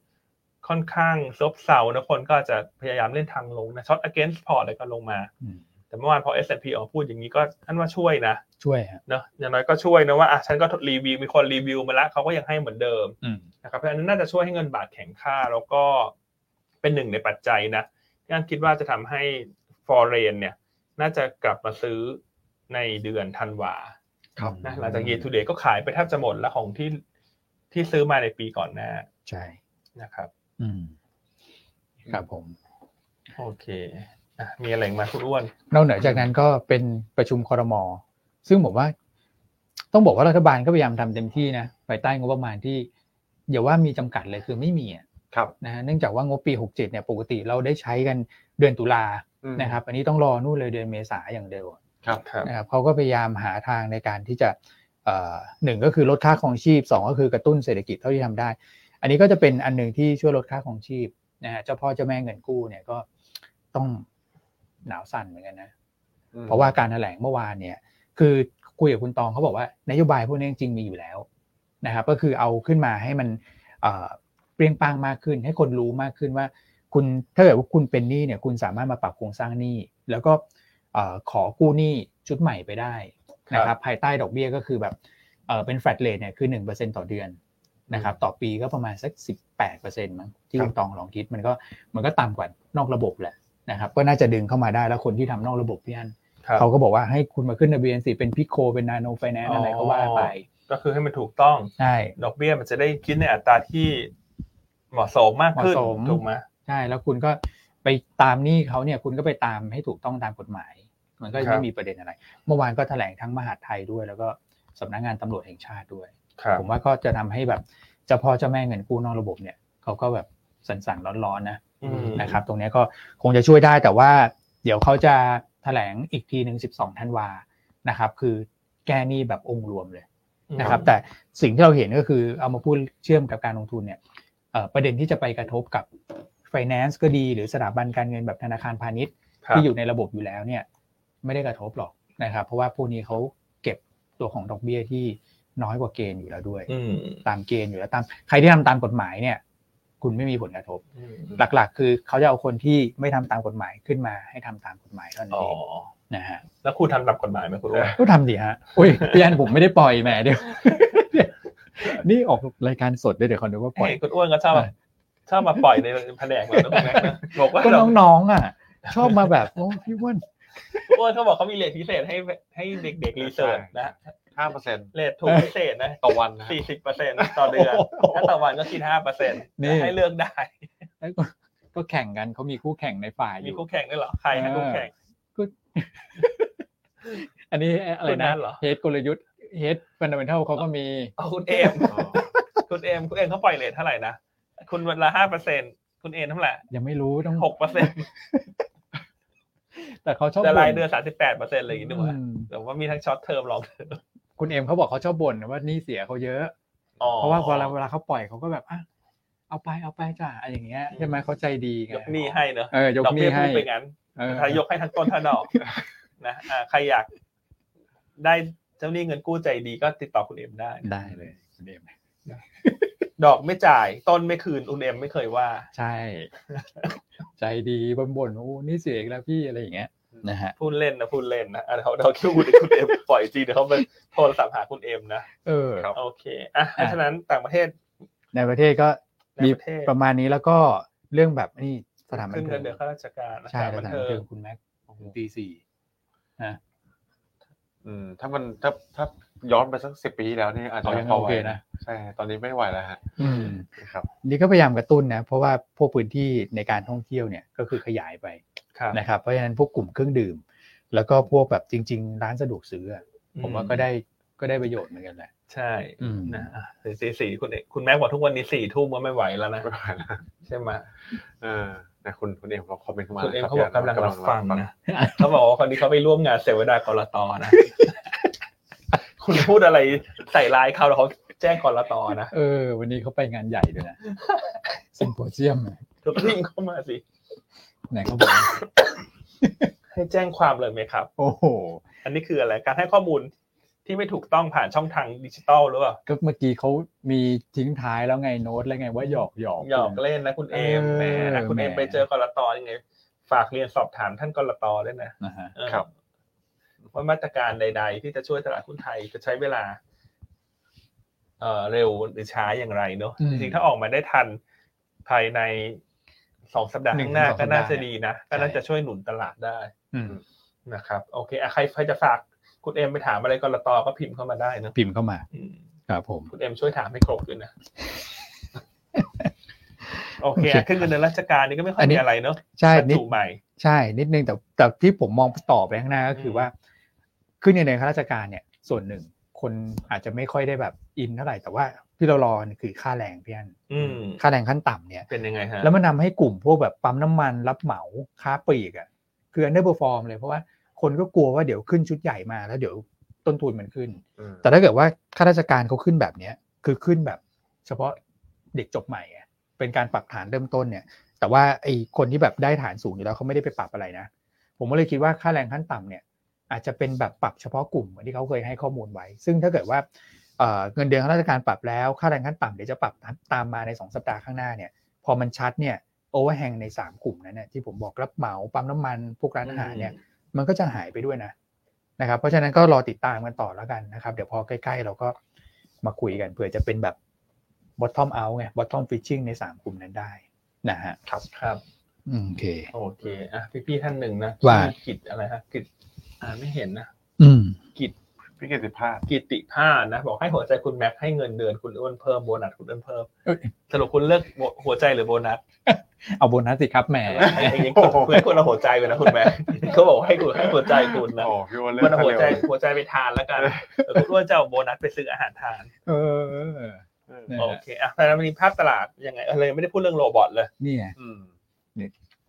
S1: ค่อนข้างซบเซานะคนก็อาจจะพยายามเล่นทางลงนะช็อต against port อะไรก็ลงมา
S2: อืม
S1: แต่เมื่อวานพอ S&P ออกมาพูดอย่างนี้ก็ท่านว่าช่วยนะ
S2: ช่วยฮะ
S1: เนอะอย่างน้อยก็ช่วยนะว่าอ่ะฉันก็รีวิวมีคนรีวิวมาแล้วเขาก็ยังให้เหมือนเดิม
S2: อืม
S1: นะครับเพราะฉะนั้นน่าจะช่วยให้เงินบาทแข็งค่า แล้วก็เป็นหนึ่งในปัจจัยนะที่อันคิดว่าจะทำให้ฟอร์เรนเนี่ย น่าจะกลับมาซื้อในเดือนธันวา
S3: ครับ
S1: นะหลังจาก year to date ก็ขายไปแทบจะหมดแล้วของที่ที่ซื้อมาในปีก่อนหน้า
S2: ใช่
S1: นะครับ
S2: อืมครับผม
S1: โอเคอ่ะมีอะไรอีกไหมาคุณอ้วน
S2: นอกเหนือจากนั้นก็เป็นประชุมคอรมอซึ่งผมว่า ต้องบอกว่ารัฐบาลก็พยายามทำเต็มที่นะภายใต้งบประมาณที่อย่าว่ามีจำกัดเลยคือไม่มีอะ
S3: ครับ
S2: นะฮะเนื่องจากว่างบปี 67เนี่ยปกติเราได้ใช้กันเดือนตุลา
S3: อืม
S2: นะครับ อันนี้ต้องรอนู่นเลยเดือนเมษาอย่างเดียว
S3: ครับ
S1: ครับ
S2: นะครับเขาก็พยายามหาทางในการที่จะเอ่อหนึ่งก็คือลดค่าของชีพสองก็คือกระตุ้นเศรษฐกิจเท่าที่ทำได้ อันนี้ก็จะเป็นอันหนึ่งที่ช่วยลดค่าของชีพนะฮะเจ้าพ่อเจ้าแม่เงินกู้เนี่ยก็ต้องหนาวสั่นเหมือนกันนะ
S3: อืม
S2: เพราะว่าการแถลงเมื่อวานเนี่ย คือคุยกับคุณตองเขาบอกว่านโยบายพวกนี้จริงๆมีอยู่แล้วนะครับ ก็คือเอาขึ้นมาให้มันเอ่อเปรียงปร้างมากขึ้น ให้คนรู้มากขึ้นว่า คุณถ้าเกิดว่าคุณเป็นหนี้เนี่ย คุณสามารถมาปรับโครงสร้างหนี้ แล้วก็เอ่อขอกู้หนี้ชุดใหม่ไปได้นะค
S1: ครั
S2: รับ
S1: บ
S2: ภายใต้ดอกเบี้ยก็คือแบบเอ่อเป็นแฟลตเลทเนี่ยคือ1%ต่อเดือนนะครับ ต่อปีก็ประมาณสัก 18%มั้งที่คุณตองลองคิดมันก็มันก็ต่ำกว่านอกระบบแหละนะครับ ก็น่าจะดึงเข้ามาได้แล้วคนที่ทำนอกระบบพี่อัน
S1: ครับ
S2: เขาก็บอกว่าให้คุณมาขึ้นทะเบียนสิ เป็นพิโค เป็นนาโนไฟแนนซ์อะไรก็ว่าไป
S1: ก็คือให้มันถูกต้อง
S2: ใช่
S1: ดอกเบี้ยมันจะได้คิดในอัตราที่เหมาะสมมากขึ้น
S2: เหมาะสม
S1: ถูกไหม
S2: ใช่ แล้วคุณก็ไปตามหนี้เขาเนี่ย คุณก็ไปตามให้ถูกต้องตามกฎหมาย มันก็
S1: ครับ
S2: ไม่มีประเด็นอะไร เมื่อวานก็แถลงทั้งมหาดไทยด้วย แล้วก็สำนักงานตำรวจแห่งชาติด้วย
S1: ครับ
S2: ผมว่าก็จะทำให้แบบเจ้าพ่อเจ้าแม่เงินกู้นอกระบบเนี่ยเขาก็แบบสั่นๆร้อนๆนะ
S1: อืม
S2: นะครับตรงเนี้ยก็คงจะช่วยได้แต่ว่าเดี๋ยวเขาจะแถลงอีกทีหนึ่ง12 ธันวานะครับ คือแก้หนี้แบบองค์รวมเลยนะครับ แต่สิ่งที่เราเห็นก็คือเอามาพูดเชื่อมกับการลงทุนเนี่ยเอ่อประเด็นที่จะไปกระทบกับ finance ก็ดีหรือสถาบันการเงินแบบธนาคารพาณิชย์
S1: ครับ
S2: ที่อยู่ในระบบอยู่แล้วเนี่ยไม่ได้กระทบหรอกนะครับ เพราะว่าพวกนี้เขาเก็บตัวของดอกเบี้ยที่น้อยกว่าเกณฑ์อยู่แล้วด้วย
S1: อืม
S2: ตามเกณฑ์อยู่แล้วตามใครที่ทำตามกฎหมายเนี่ย คุณไม่มีผลกระทบ
S1: อืม
S2: หลักๆ คือเขาจะเอาคนที่ไม่ทำตามกฎหมายขึ้นมาให้ทำตามกฎหมายเท่านั้น
S1: อ๋อ
S2: เองนะฮะ
S1: แล้วคุณทำตามกฎหมายไหมคุณอ้วน
S2: ก็ทำดีฮะอุ้ยพี่อันผมไม่ได้ปล่อยแหมเดี๋ยว นี่ออกรายการสดด้วยเดี๋ยวเขาดูว่าปล่อย
S1: เห็นคุณอ้วนก็ชอบ
S2: เออ
S1: ชอบมาปล่อยในแผนกเราแล้วนะบอกว่า
S2: ก็
S1: เรา
S2: น้องๆอ่ะ ชอบมาแบบโอ้พี่อ้วน
S1: อ้วนเขาบอกเขามีเลทพิเศษให้ให้เด็กๆรีเสิร์ชนะ
S3: ห้าเปอร์เซ็นต์
S1: เลทถูกพิเศษนะ
S3: ต่อวันนะ
S1: สี่สิบเปอร์เซ็นต์ต่อเดือนถ้าต่อวันก็คิดห้าเปอร์เซ็นต์
S2: นี่
S1: ให้เลือกได้
S2: แล้วก็ ก็แข่งกันเขามีคู่แข่งในฝ่ายอ
S1: มี
S2: ยู่
S1: คู่แข่งด้วยเหรอ ใครนะ
S2: เออ
S1: คู่แข่ง
S2: อันนี้อะไร
S1: คุณนั
S2: นะ
S1: ทเหรอ
S2: เฮดกลยุทธ์เฮดฟันดัเมนทัลเขาก็มี
S1: เอาคุณเอม
S3: อ๋อ
S1: คุณเอมคุณเอมเขาปล่อยเลทเท่าไหร่นะ คุณวันละห้าเปอร์เซ็นต์คุณเอมเท่าไหร่
S2: ยังไม่รู้ต้อง
S1: หกเปอร์เซ็นต์
S2: แต่เขาชอบ
S1: แต่ราย
S2: บ่
S1: เดือนสามสิบแปดเปอร์เซ็นต์เลยอย่างนี้หนูอะ
S2: อืม
S1: แต่ว่ามีทั้งช็อตเทอมลองเทอม
S2: คุณเอ็มเขาบอกเขาชอบบ่นว่าหนี่เสียเขาเยอะ
S1: อ๋อ
S2: เพราะว่าเวลาเวลาเขาปล่อยเขาก็แบบอ่ะเอาไปเอาไปจ้ะอะไรอย่างเงี้ยใช่ไหมเขาใจดีไง
S1: ยกหนี้ให้เนอะ
S2: เออยก
S1: ดอก
S2: ห
S1: เบี้
S2: นี้
S1: ย
S2: ให้
S1: พุ่งไปงั้น
S2: เออ
S1: ถ้ายกให้ทั้งต้นทั้งดอก นะอ่าใครอยากได้เจ้าหนี้เงินกู้ใจดีก็ติดต่อคุณเอ็มได้นะ
S2: ได้เลยคุณเอ็ม
S1: ดอกไม่จ่าย ต้นไม่คืนคุณเอ็มไม่เคยว่า
S2: ใช่ ใจดีบ่นๆโอ้หนี่เสียอีกแล้วพี่อะไรอย่างเงี้ยนะฮะ
S1: พูดเล่นนะพูดเล่นนะอ่ะเราเราคิดวาคุณคุณเอ็มปล่อยจริงเดี๋ยวเขาไปโทรศัพท์หาคุณเอ็มนะ
S2: เออ
S1: โอเคอ่ะเพราะฉะนั้นต่างประเทศ
S2: ในประเทศก็
S1: ใน
S2: มี
S1: ประเทศ
S2: ประมาณนี้แล้วก็เรื่องแบบนี่สถานบั
S1: ขึ้
S2: น
S1: น
S2: เทิ
S1: เงิ
S2: ง
S1: นเดือนข้าราชการนะ
S2: ใช่
S1: สถาน
S2: ส
S1: บัน
S2: ถาน
S1: เทิ
S2: บันเทิ
S1: ง
S2: งคุณแม็กถึงตีสี่นะ
S3: อืมถ้ามันถ้าถ้าย้อนไปสักสิบปีที่แล้วนี่อาจจะ
S2: อ๋อยัง
S3: พอไหว
S2: โอเคนะ
S3: ใช่ ตอนนี้ไม่ไหวแล้วฮะ
S2: อืม
S3: นะครับ
S2: นี่ก็พยายามกระตุ้นนะ เพราะว่าพวกพื้นที่ในการท่องเที่ยวเนี่ยก็คือขยายไป
S1: ครับ
S2: นะครับเพราะฉะนั้นพวกกลุ่มเครื่องดื่ม แล้วก็พวกแบบจริง ๆ ร้านสะดวกซื้ออะผมว่าก็ได้ก็ได้ประโยชน์เหมือนกันแหละ
S1: ใช่
S2: อืม
S1: นะอ่ะสี่สี่คุณเอกคุณแม็กบอกทุกวันนี้สี่ทุ่มก็ไม่ไหวแล้วนะ
S3: ไม่ไหวแล้ว
S1: ใช่ไหม
S3: เออนะคุณคุณเอ็มเราคอมเมนต์เข้ามา
S1: คุณเอ็ม
S3: นะ
S1: เขา
S3: รับ
S1: อกกำ
S3: ย
S1: ลังรับฟังนะ
S3: นะ
S1: เขาบอกว่าคนนี้เขาไปร่วมงานเสวนากรตนะ คุณพูดอะไรใส่ร้ายเขาแล้วเขาแจ้งกรตนะ
S2: เออ วันนี้เขาไปงานใหญ่ด้วยนะซิมโพเซียมอะ
S1: ทุกทีมเข้ามาสิ
S2: ไหนเขาบอก
S1: ให้แจ้งความเลยไหมครับ
S2: โอ้โห
S1: อันนี้คืออะไรการให้ข้อมูลที่ไม่ถูกต้องผ่านช่องทางดิจิตอลหรือเปล่า
S2: ก็เมื่อกี้เขามีทิ้งท้ายแล้วไงโน้ตแล้วไงว่าหยอกหยอก
S1: หยอกเล่นนะคุณเอมแห
S2: เออ
S1: มนะคุณเอม
S2: แหม
S1: ไปเจอกรตอยังไง ฝากเรียนสอบถามท่านกรตอด้วยนะ
S2: นะฮะ
S1: เออ
S3: ครับ
S1: ว่ามาตรการใด ๆ ที่จะช่วยตลาดหุ้นไทยจะใช้เวลา เอ่อเร็วหรือช้าอย่างไรเนอะ
S2: อืม
S1: จริงๆถ้าออกมาได้ทันภายในสองสัปดาห์
S2: หนึ่ง
S1: ข้างหน้า
S2: ถึงสอง
S1: ก็น่า
S2: สัป
S1: จะ
S2: ดาห์
S1: ดีนะก็น่า
S2: ใช่
S1: จะช่วยหนุนตลาดได้
S2: อืม
S1: นะครับ โอเคอ่ะใครใครจะฝากคุณเอมไปถามอะไรกรตอก็พิมพ์เข้ามาได้เนอะ
S2: พิมพ์เข้ามา
S1: อืม
S2: ครับผม
S1: คุณเอ็มช่วยถามให้ครบด้วยนะ โอเค
S2: โอเค
S1: อ่ะขึ้นเงินเดือนราชการนี่ก็ไม่ค่อ
S2: อั
S1: ย
S2: นนี้
S1: มีอะไรเนาะ
S2: ใช่
S1: บรร
S2: นิด
S1: จุใหม่
S2: ใช่นิดนึงแต่แต่ที่ผมมองต่อไปข้างหน้าก็คือ
S1: ม
S2: ว่า ขึ้นเงินเดือนข้าราชการเนี่ย ส่วนหนึ่งคนอาจจะไม่ค่อยได้แบบอินเท่าไหร่แต่ว่าที่เรารอเนี่ยคือค่าแรงพี่อัน
S1: อืม
S2: ค่าแรงขั้นต่ำเนี่ย
S1: เป็นยังไงฮะ
S2: แล้วมันนาให้กลุ่มพวกแบบปั๊มน้ำมันรับเหมาค้าปลีกอ่ะคืออันเดอร์เ r อร์ฟอร์มเลยเพราะว่าคนก็กลัวว่าเดี๋ยวขึ้นชุดใหญ่มาแล้วเดี๋ยวต้นทุนมันขึ้น
S3: อืม
S2: แต่ถ้าเกิดว่าข้าราชการเขาขึ้นแบบเนี้ยคือขึ้นแบบ เฉพาะเด็กจบใหม่อะเป็นการปรับฐานเริ่มต้นเนี่ย แต่ว่าไอ้คนที่แบบได้ฐานสูงอยู่แล้วเขาไม่ได้ไปปรับอะไรนะ ผมก็เลยคิดว่าค่าแรงขั้นต่ำเนี่ย อาจจะเป็นแบบปรับเฉพาะกลุ่มเหมือนที่เขาเคยให้ข้อมูลไว้ ซึ่งถ้าเกิดว่าเอ่อเงินเดือนข้าราชการปรับแล้วค่าแรงขั้นต่ำเดี๋ยวจะปรับตามมาใน 2 สัปดาห์ข้างหน้าเนี่ย พอมันชัดเนี่ยโอเวอร์แฮงใน 3 กลุ่มนั้นเนี่ยที่ผมบอกรับเหมาปั๊มน้ำมันพวกร้านอาหารเนี่ย มันก็จะหายไปด้วยนะนะครับ เพราะฉะนั้นก็รอติดตามกันต่อแล้วกันนะครับ เดี๋ยวพอใกล้ๆ เราก็มาคุยกันเผื่อจะเป็นแบบ bottom out ไง bottom fishing ใน 3 กลุ่มนั้นได้นะฮะ
S1: ครับครับ
S2: อืมโอเค
S1: โอเคอ่ะพี่พี่ๆท่านหนึ่งนะ
S2: ว่า
S1: ชื่อกิจอะไรฮะกิจอ่าไม่เห็นนะ
S2: อืม
S1: กิจ
S3: พี่เกิติภาพ
S1: กิติภาณนะบอกให้หัวใจคุณแม็กให้เงินเดือนคุณอ้วนเพิ่มโบนัสคุณอ้วนเพิ่ม
S2: เอ้ย
S1: สรุปคุณเลือกโบหัวใจหรือโบนัส
S2: เอาโบนัสสิครับแหม
S1: ไอ้ไอ้ยังคุณให้คุณเอาหัวใจไปนะคุณแม็ก เขาบอกให้คุณให้หัวใจคุณนะ
S3: โอ้พี่วันเล่
S1: มันเอา
S3: น
S1: หัวใจ
S3: เร็ว
S1: หัวใจไปทานแล้วกันเออคุณอ้วนจะเอาโบนัสไปซื้ออาหารทาน
S2: เออ
S3: เออ
S2: นะฮะ
S1: โอเค อ่ะแต่วันนี้ภาพตลาดยังไงเออเลยไม่ได้พูดเรื่องโรบอทเลย
S2: นี่ไง
S3: อืม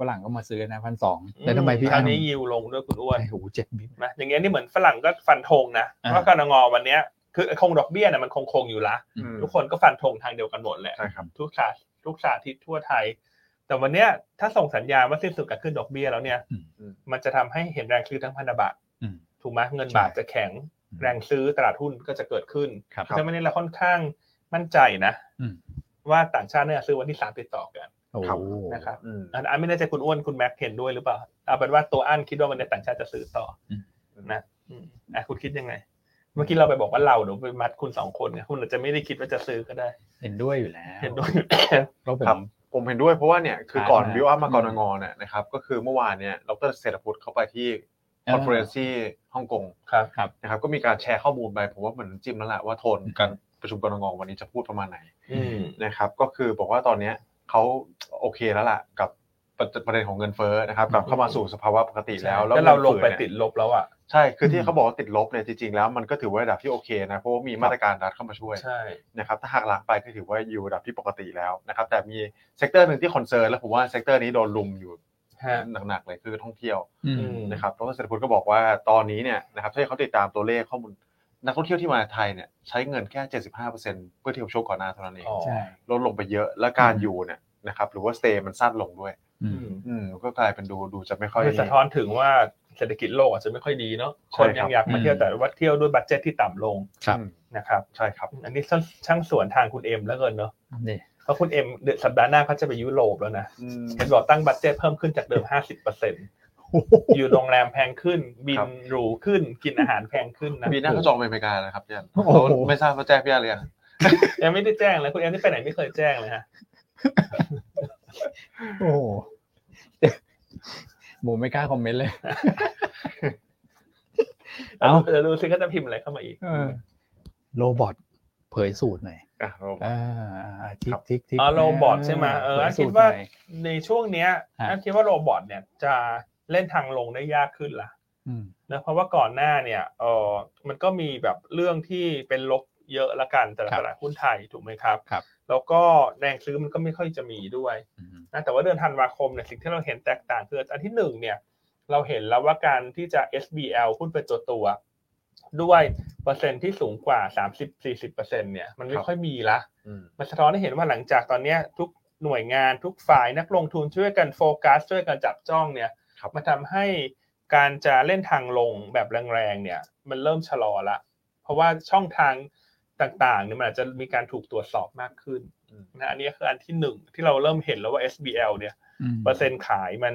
S2: ฝรั่งก็มาซื้อนะพันสองแต่ทำไมพี่
S1: ครา
S2: อั
S1: วน นี้ยิวลงด้วยคุณอ้วน
S2: โอ้โหเจ็ดบิต
S1: นะอย่างเงี้ยนี่เหมือนฝรั่งก็ฟันธงนะ
S2: อ่า
S1: ว่ากรงอวันเนี้ยคือคงดอกเบี้ยน่ะมันคงคงอยู่ละ
S3: อืม
S1: ทุกคนก็ฟันธงทางเดียวกันหมดแหละ
S3: ใช่ครับ
S1: ทุกสาทุกสาธิตทั่วไทย แต่วันเนี้ยถ้าส่งสัญญาณว่าสิ้นสุดการขึ้นดอกเบี้ยแล้วเนี่ย
S2: อืม
S1: มันจะทำให้เห็นแรงซื้อทั้งพันธบัตร
S2: อืม
S1: ถูกไหมเงิน
S2: ใช่
S1: บาทจะแข็ง แรงซื้อตลาดหุ้นก็จะเกิดขึ้น
S2: ครับ
S1: เพราะฉะนั้นวันนี้เราค่อนข้างมั่นใจนะ
S2: อืม
S1: ว่าต่างชาติเนี่ยซื้อวันที่สามติดต่อกัน
S2: โอ้
S3: ครับ
S2: โห
S1: นะครับ
S3: อืม
S1: อันอันไม่แน่ใจคุณอ้วนคุณแม็กเห็นด้วยหรือเปล่าเอาเป็นว่าตัวอันคิดว่ามันในต่างชาติจะซื้อต่อนะอืมอ่ะคุณคิดยังไง เมื่อกี้เราไปบอกว่าเราเดี๋ยวไปมัดคุณสองคนไงคุณอาจจะไม่ได้คิดว่าจะซื้อก็ได้
S2: เห็นด้วยอยู่แล้ว
S1: เห็นด้วย
S2: เพราะผ
S3: ครับ
S2: ม
S3: ผ ผมเห็นด้วยเพราะว่าเนี่ยคือก่อน
S2: อ่า
S3: วิวอัพมาก่อน
S2: อืม
S3: งอนน่ะนะครับก็คือเมื่อวานเนี่ยดรเศรษฐพุทธเข้าไปที่
S2: อ่า
S3: คอนเฟอเรนซ์ที่ฮ่องกง
S1: ครับ
S3: นะครับก็มีการแชร์ข้อมูลไปผมว่าเหมือนจิ้มแล้วแหละว่าโทนการประชุมกรงวันนี้จะพูดประมาณไหน
S1: อืม
S3: นะครับก็คือบอกว่าตอนเนี้ยเขาโอเคแล้วล่ะกับประประเด็นของเงินเฟ้อนะครับกลับเข้ามาสู่สภาวะปกติแล้ว
S1: แล้วเราลงไป
S3: งินเฟ้อนี่ย
S1: ติดลบแล้วอ่ะ
S3: ใช่คือ
S2: อื
S3: ที่
S2: ม
S3: เขาบอกว่าติดลบเนี่ยจริงๆแล้วมันก็ถือว่าระดับที่โอเคนะเพราะว่ามีมาตรการรัฐเข้ามาช่วย
S1: ใช่
S3: นะครับถ้าหักหลังไปก็ถือว่าอยู่ระดับที่ปกติแล้วนะครับแต่มีเซกเตอร์หนึ่งที่คอนเซิร์นแล้วผมว่าเซกเตอร์นี้โดนลุมอยู่
S1: ฮะ
S3: หนักๆเลยคือท่องเที่ยว
S2: อืม
S1: อืม
S3: นะครับดรเศรษฐพุทธก็บอกว่าตอนนี้เนี่ยนะครับถ้าเขาติดตามตัวเลขข้อมูลนักท่องเที่ยวที่มาไทยเนี่ยใช้เงินแค่ 75%เพื่อเที่ยวช่วงก่อนหน้าเท่านั้นเอง
S1: อ๋อ
S2: ใช่
S3: ลดลงไปเยอะและการ
S2: อืม
S3: อยู่เนี่ยนะครับหรือว่าสเตย์มันสั้นลงด้วย
S2: อื
S1: อื
S2: ม
S1: ม
S3: อืมก็กลายเป็นดูดูจะไม่ค่อย
S1: คือสะท้อนถึงว่าเศรษฐกิจโลกอาจจะไม่ค่อยดีเนาะคนยัง
S3: ใช่ครับ
S1: อยากมาเที่ยวแต่ว่าเที่ยวด้วยบัตเจ็ตที่ต่ำลง
S2: ครับ
S3: อืม
S1: นะครับ
S3: ใช่ครับ
S1: อันนี้ช่างสวนทางคุณเอ็มแล้วเกินเนาะ
S2: นี่
S1: เพราะคุณเอ็มเดือนสัปดาห์หน้าเขาจะไปยุโรปแล้วนะ
S3: อืม
S1: เห็นบอกตั้งบัตเจ็ตเพิ่มขึ้นจากเดิม 50เปอร์เซ็นต์อยู่โรงแรมแพงขึ้น บิน
S3: ครับ
S1: หรูขึ้นกินอาหารแพงขึ้นนะ
S3: ปีหน้าเขาจองไปอเมริกาแล้วครับพี่อัน
S2: โอ้โห
S3: ไม่ทราบว่าแจ้งพี่อันเลยง
S1: ยังไม่ได้แจ้งเลยคุณเอ็มที่ไปไหนไม่เคยแจ้งเลยฮะ
S2: โอ้โหหมูไม่กล้าคอมเมนต์เลย เอ้า
S1: เดี๋ยวดูซิเขาจะพิมพ์อะไรเข้ามาอีก
S2: โรบอทเผยสูตรหน่อย
S3: อ่ะครับ
S2: อ่าอ่าทิก
S3: ครับ
S2: ทิกทิก
S1: อ๋อโรบอทใช่ไหมเออ
S2: ผยสูตร
S1: คิดว่า
S2: หน่อย
S1: ในช่วงเนี้ย
S2: ฮะ
S1: อันคิดว่าโรบอทเนี่ยจะเล่นทางลงได้ยากขึ้นละ
S2: อืม
S1: นะเพราะว่าก่อนหน้าเนี่ยเออมันก็มีแบบเรื่องที่เป็นลบเยอะละกันแต่ละ
S2: ครับ
S1: ตลาดหุ้นไทยถูกไหมครับ
S2: ครับ
S1: แล้วก็แรงซื้อมันก็ไม่ค่อยจะมีด้วย
S2: อืม
S1: นะแต่ว่าเดือนธันวาคมเนี่ยสิ่งที่เราเห็นแตกต่างคืออันที่หนึ่งเนี่ยเราเห็นแล้วว่าการที่จะ SBL หุ้นเป็นตัวตัว ด้วยเปอร์เซ็นต์ที่สูงกว่า 30-40%เนี่ยมันไม่
S3: ครับ
S1: ค่อยมีละ
S3: อืม
S1: มันสะท้อนให้เห็นว่าหลังจากตอนเนี้ยทุกหน่วยงานทุกฝ่ายนักลงทุนช่วยกันโฟกัสช่วยกันจับจ้องเนี่ย
S3: ครับ
S1: มันทำให้การจะเล่นทางลงแบบแรงๆเนี่ยมันเริ่มชะลอละ เพราะว่าช่องทางต่างๆเนี่ยมันอาจจะมีการถูกตรวจสอบมากขึ้น
S3: อืม
S1: นะอันนี้คืออันที่หนึ่งที่เราเริ่มเห็นแล้วว่า SBL เนี่ย
S2: ม
S1: เปอร์เซ็นต์ขายมัน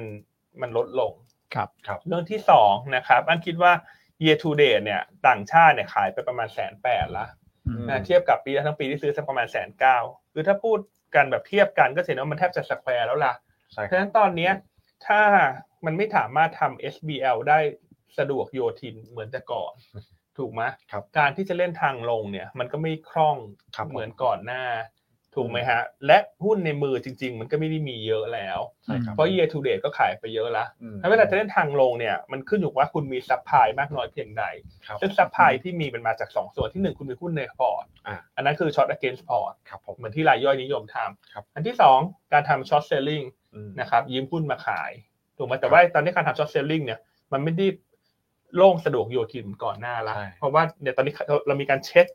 S1: มันลดลง
S2: ครับ
S1: เรื่องที่สองนะครับอันคิดว่า year to date เนี่ยต่างชาติเนี่ยขายไปประมาณแสนแปดละ
S2: อืม
S1: นะเทียบกับปีแล้วทั้งปีที่ซื้อสักประมาณแสนเก้าคือถ้าพูดกันแบบเทียบกันก็จะเห็นว่ามันแทบจะสแควร์แล้วล่ะ
S3: ใช่
S1: เพ
S3: ค
S1: ราะฉะ
S3: รับ
S1: นั้นตอนเนี้ยถ้ามันไม่สามารถทำ SBL ได้สะดวกโยทินเหมือนแต่ก่อน ถูกไหม
S3: ครับ
S1: การที่จะเล่นทางลงเนี่ย มันก็ไม่คล่อง
S3: ครับ
S1: เหมือนก่อนหน้า ถูกไหมฮะ และหุ้นในมือจริง ๆ มันก็ไม่ได้มีเยอะแล้ว
S3: ใช่ครับ
S1: เพราะ year to date ก็ขายไปเยอะละ
S3: อืม
S1: ถ้าเวลาจะเล่นทางลงเนี่ยมันขึ้นอยู่ว่าคุณมีซัพพลายมากน้อยเพียงใด
S3: ครับ
S1: ซึ่งซัพพลายที่มีมันมาจาก 2 ส่วนทีหนึ่1 คุณมีหุ้นในพอร์ต
S3: อ่า
S1: อันนั้นคือช็อต against พอร์ต
S3: ครับผม
S1: เหมือนที่รายย่อยนิยมท
S3: ครับ
S1: ำอันที่ 2 การทำช็อตเซลลิง
S3: อืม
S1: นะครับยืมหุ้นมาขายถูกไหม
S3: ครั
S1: แต่
S3: บ
S1: ว่าตอนนี้การทำช็อตเซลลิงเนี่ยมันไม่ได้โล่งสะดวกโยทินเหมือนก่อนหน้าละ
S3: ใช่
S1: เพราะว่าเนี่ยตอนนี้เราเรามีการเช็ค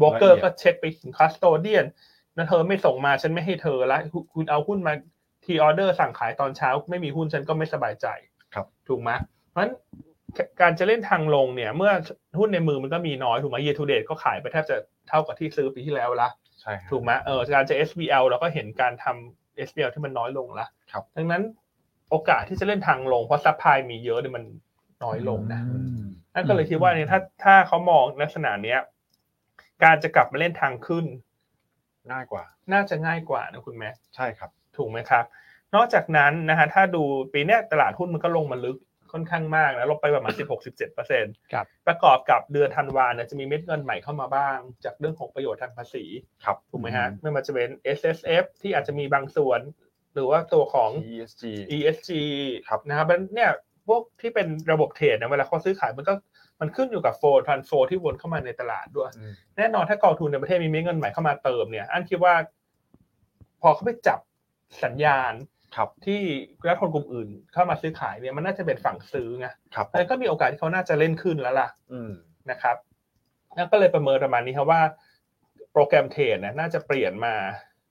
S1: บล็อกเกอร์
S3: ละเอียด
S1: ก็เช็คไปถึงคัสโตเดียนนะเธอไม่ส่งมาฉันไม่ให้เธอละคุณคุณเอาหุ้นมาทีออเดอร์สั่งขายตอนเช้า ไม่มีหุ้นฉันก็ไม่สบายใจ ถูกไหมเพราะฉะนั้นการจะเล่นทางลงเนี่ย เมื่อหุ้นในมือมันก็มีน้อยถูกไหม year to date ก็ขายไปแทบจะเท่ากับที่ซื้อปีที่แล้วละ
S3: ใช่ครับ
S1: ถูกไหมเออการจะ SBL เราก็เห็นการทำ SBL ที่มันน้อยลงละ
S3: ครับ
S1: ดังนั้นโอกาสที่จะเล่นทางลงเพราะซัพพลายมีเยอะเนี่ยมันน้อยลงนะ
S2: อืม
S1: นั่นก็เลยคิดว่าเนี่ยถ้าถ้าเขามองลักษณะเนี้ย การจะกลับมาเล่นทางขึ้น
S3: ง่ายกว่า
S1: น่าจะง่ายกว่านะคุณแม่
S3: ใช่ครับ
S1: ถูกไหมครับ นอกจากนั้นนะฮะถ้าดูปีเนี้ยตลาดหุ้นมันก็ลงมาลึกค่อนข้างมากนะลงไปประมาณ 16-17%เปอร์เซ็นต์
S2: ครับ
S1: ประกอบกับเดือนธันวาเนี่ยจะมีเม็ดเงินใหม่เข้ามาบ้าง จากเรื่องของประโยชน์ทางภาษี
S3: ครับ
S1: ถูกไหมฮะไม่ว่าจะเป็น S S F ที่อาจจะมีบางส่วน หรือว่าตัวของ
S3: ESG
S1: E S G
S3: ครับ
S1: นะครับมันเนี่ยพวกที่เป็นระบบเทรดเนี่ยเวลาเขาซื้อขายมันก็มันขึ้นอยู่กับโฟล์ทันโฟที่วนเข้ามาในตลาดด้วย
S3: อืม
S1: แน่นอนถ้ากองทุนในประเทศมีเม็ดเงินใหม่เข้ามาเติมเนี่ยอันคิดว่า พอเขาไปจับสัญญาณ
S3: ครับ
S1: ที่นักลงทุนกลุ่มอื่นเข้ามาซื้อขายเนี่ยมันน่าจะเป็นฝั่งซื้อไง
S3: ครับ
S1: แล้วก็มีโอกาสที่เขาน่าจะเล่นขึ้นแล้วล่ะ
S3: อืม
S1: นะครับแล้วก็เลยประเมินประมาณนี้ครับว่า โปรแกรมเทรดเนี่ยน่าจะเปลี่ยนมา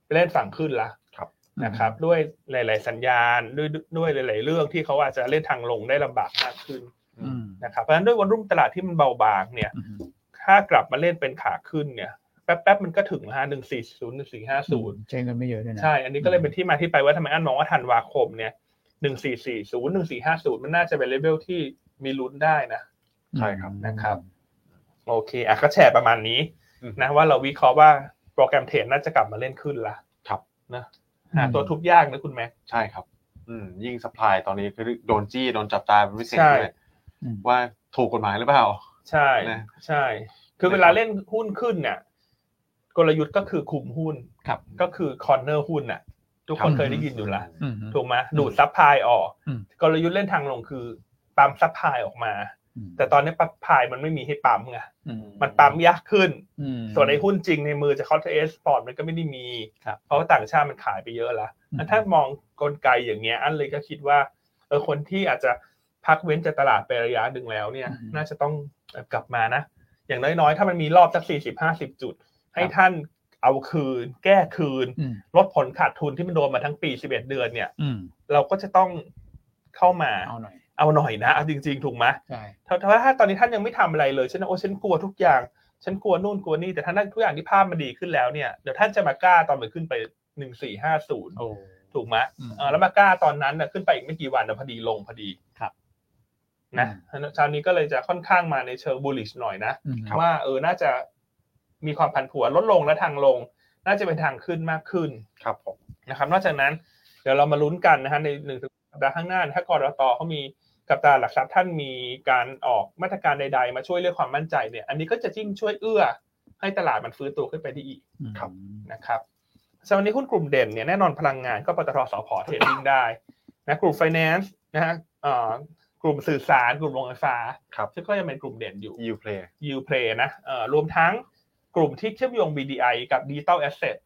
S1: ไปเล่นฝั่งขึ้นละนะครับ ด้วยหลาย ๆ สัญญาณด้วยด้วยหลาย ๆ เรื่องที่เขาอาจจะเล่นทางลงได้ลำบากมากขึ้น
S2: อืม
S1: นะครับเพราะฉะนั้นด้วยวันรุ่งตลาดที่มันเบาบางเนี่ย
S2: อืม
S1: ถ้ากลับมาเล่นเป็นขาขึ้นเนี่ยแป๊บๆมันก็ถึงฮะหนึ่งสี่ศูนย์หนึ่งสี่ห้าศูนย์
S2: ใช้เงินไม่เยอะด้วยนะ
S1: ใช่ อันนี้ก็เลยเป็นที่มาที่ไปว่าทำไมอันมองว่าธันวาคมเนี่ยหนึ่งสี่สี่ศูนย์หนึ่งสี่ห้าศูนย์มันน่าจะเป็นเลเวลที่มีลุ้นได้นะ
S3: ใช่ครับ
S1: นะครับ โอเค อ่ะก็แชร์ประมาณนี้
S3: อืม
S1: นะว่าเราวิเคราะห์ว่าโปรแกรมเทรดน่าจะกลับมาเล่นขึ้นละ
S3: ครับ
S1: นะ หาตัวทุบยากนะคุณแม็ก
S3: ใช่ครับ อืมยิ่งสปายตอนนี้คือโดนจี้ โดนจับตาเป็นพิเศษ
S1: ใช่
S3: ด้วย
S2: อืม
S3: ว่าถูกกฎหมายหรือเปล่า
S1: ใช่
S3: นะ
S1: ใช่ คือเวลาเล่นหุ้นขึ้นเนี่ยกลยุทธ์ก็คือคุมหุ้น
S2: ครับ
S1: ก็คือคอนเนอร์หุ้นน่ะ ทุกคนเคยได้ยินอยู่ละ
S2: อืม
S1: ถูกไหมดูดซัพพลายออก
S2: อืม
S1: กลยุทธ์เล่นทางลงคือปั๊มซัพพลายออกมา แต่ตอนนี้ปั๊มพายมันไม่มีให้ปั๊มไง
S2: อื
S1: มันปั๊มยากขึ้น
S2: อืม
S1: ส่วนในหุ้นจริงในมือจะคอร์เทสปอร์ตมันก็ไม่ได้มี
S2: ครับ
S1: เพราะว่าต่างชาติมันขายไปเยอะแล้ว
S2: อืม
S1: ถ้ามองกลไกอย่างเงี้ย อันเลยก็คิดว่าเออคนที่อาจจะพักเว้นจากตลาดไประยะหนึ่งแล้วเนี่ย น่าจะต้องเอ่อกลับมานะ อย่างน้อยๆ ถ้ามันมีรอบสักสี่สิบห้าสิบจุด ให้ท่านเอาคืน แก้คืน
S2: อืม
S1: ลดผลขาดทุนที่มันโดนมาทั้งปีสิบเอ็ดเดือนเนี่ย
S2: อืม
S1: เราก็จะต้องเข้ามา
S2: เอาหน่อย
S1: เอาหน่อยนะเอาจริง ๆ ถูกไหม
S2: ใช่
S1: ถ้าถ้าถ้าตอนนี้ท่านยังไม่ทำอะไรเลยฉันโอ้ฉันกลัวทุกอย่าง ฉันกลัวนู่นกลัวนี่แต่ท่านั่นทุกอย่างที่ภาพมันดีขึ้นแล้วเนี่ยเดี๋ยวท่านจะมากล้าตอนมันขึ้นไปหนึ่งสี่ห้าศูนย์
S2: โอ้
S1: ถูกไหม
S2: อืม
S1: เออแล้วมากล้าตอนนั้นน่ะขึ้นไปอีกไม่กี่วันนะพอดีลงพอดี
S2: ครับ
S1: นะเช้านี้ก็เลยจะค่อนข้างมาในเชิงบูลลิชหน่อยนะว่าเออน่าจะมีความผันผวนลดลงและทางลง น่าจะเป็นทางขึ้นมากขึ้น
S3: ครับผม
S1: นะครับนอกจากนั้นเดี๋ยวเรามาลุ้นกันนะฮะในหนึ่งสัปดาห์ข้างหน้าถ้ากรตเขามีกับตลาดหลักทรัพย์ท่านมีการออกมาตรการใด ๆ มาช่วยเรื่องความมั่นใจเนี่ย อันนี้ก็จะจิ้มช่วยเอื้อ ให้ตลาดมันฟื้นตัวขึ้นไปได้อีกนะครับสำหรับวันนี้หุ้นกลุ่มเด่นเนี่ยแน่นอนพลังงานก็ปตทสพเทรดดิ้งได้นะกลุ่มไฟแนนซ์นะฮะเอ่อกลุ่มสื่อสารกลุ่มโรงไฟฟ้า
S3: ครับ
S1: ซึ่งก็ยังเป็นกลุ่มเด่นอยู่
S3: ยูเพลย์
S1: ยูเพลนะเอ่อรวมทั้งกลุ่มที่เชื่อมโยง BDI กับ Digital Asset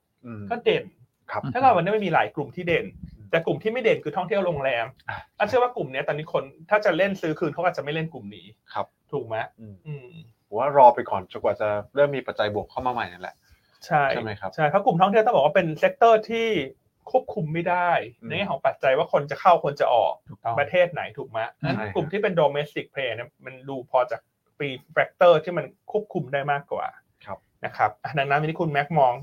S1: ก็เด่น
S3: ครับ
S1: ถ้าเราวันนี้ไม่มีหลายกลุ่มที่เด่น
S3: อืม
S1: แต่กลุ่มที่ไม่เด่นคือท่องเที่ยวโรงแรม
S3: อ่ะ
S1: อาเชื่อว่ากลุ่มเนี้ยตอนนี้คนถ้าจะเล่นซื้อคืนเขาอาจจะไม่เล่นกลุ่มนี้
S3: ครับ
S1: ถูกไหม
S3: อืม
S1: อืม
S3: ผมว่ารอไปก่อนจนกว่าจะเริ่มมีปัจจัยบวกเข้ามาใหม่นั่นแหละ
S1: ใช่
S3: ใช่ไหมครับ
S1: ใช่เพราะกลุ่มท่องเที่ยวต้องบอกว่าเป็นเซกเตอร์ที่ควบคุมไม่ได้
S3: อืม
S1: ในแง่ของปัจจัยว่าคนจะเข้าคนจะออก
S2: ถูกต้อง
S1: ประเทศไหนถูกไหม
S2: ใช่
S1: งั้นกลุ่มที่เป็นโดเมสติกเพลย์เนี่ยมันดูพอจากปีแฟกเตอร์ที่มันควบคุมได้มากกว่า
S3: ครับ
S1: นะครับอ่ะดังนั้นวันนี้คุณแม็กมอง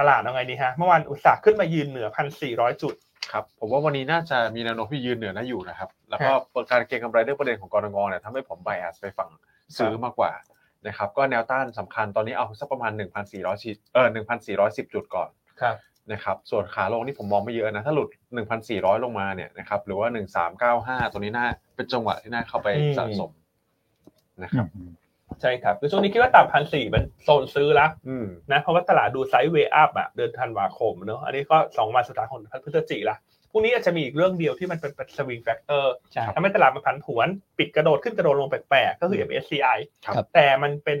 S1: ตลาดเอาไงดีฮะเมื่อวานอุตสาห์ขึ้นมายืนเหนือพันสี่ร้อยจุด
S3: ครับผมว่าวันนี้น่าจะมีแนวโน้มที่ยืนเหนือน่าอยู่นะครับ แล้วก็
S1: ครับ
S3: การเก็งกำไรเรื่องประเด็นของกรงเนี่ยทำให้ผม b i แอสไปฝั่งซื้อมากกว่านะครับก็แนวต้านสำคัญตอนนี้เอาสักประมาณ 1,400ชิดเออ1,410 จุดก่อน
S1: ครับ
S3: นะครับส่วนขาลงนี่ผมมองไม่เยอะนะ ถ้าหลุด 1,400 ลงมาเนี่ยนะครับหรือว่า 1,395 ตัวนี้น่าเป็นจังหวะที่น่าเข้าไปสะสมนะครับ
S1: ใช่ครับคือช่วงนี้คิดว่าต่ำพันสี่มันโซนซื้อละ
S3: อืม
S1: นะเพราะว่าตลาดดูไซด์เวย์อัพอะเดือนธันวาคมเนอะอันนี้ก็สองวันสุดท้ายของพฤศจิกละพรุ่งนี้อาจจะมีอีกเรื่องเดียวที่มันเป็นสวิงแฟกเตอร์
S2: ใช่
S1: ทำให้ตลาดมันผันผวน ปิดกระโดดขึ้นกระโดดลงแปลกๆ ก็คือ MSCI
S2: ครับ
S1: แต่มันเป็น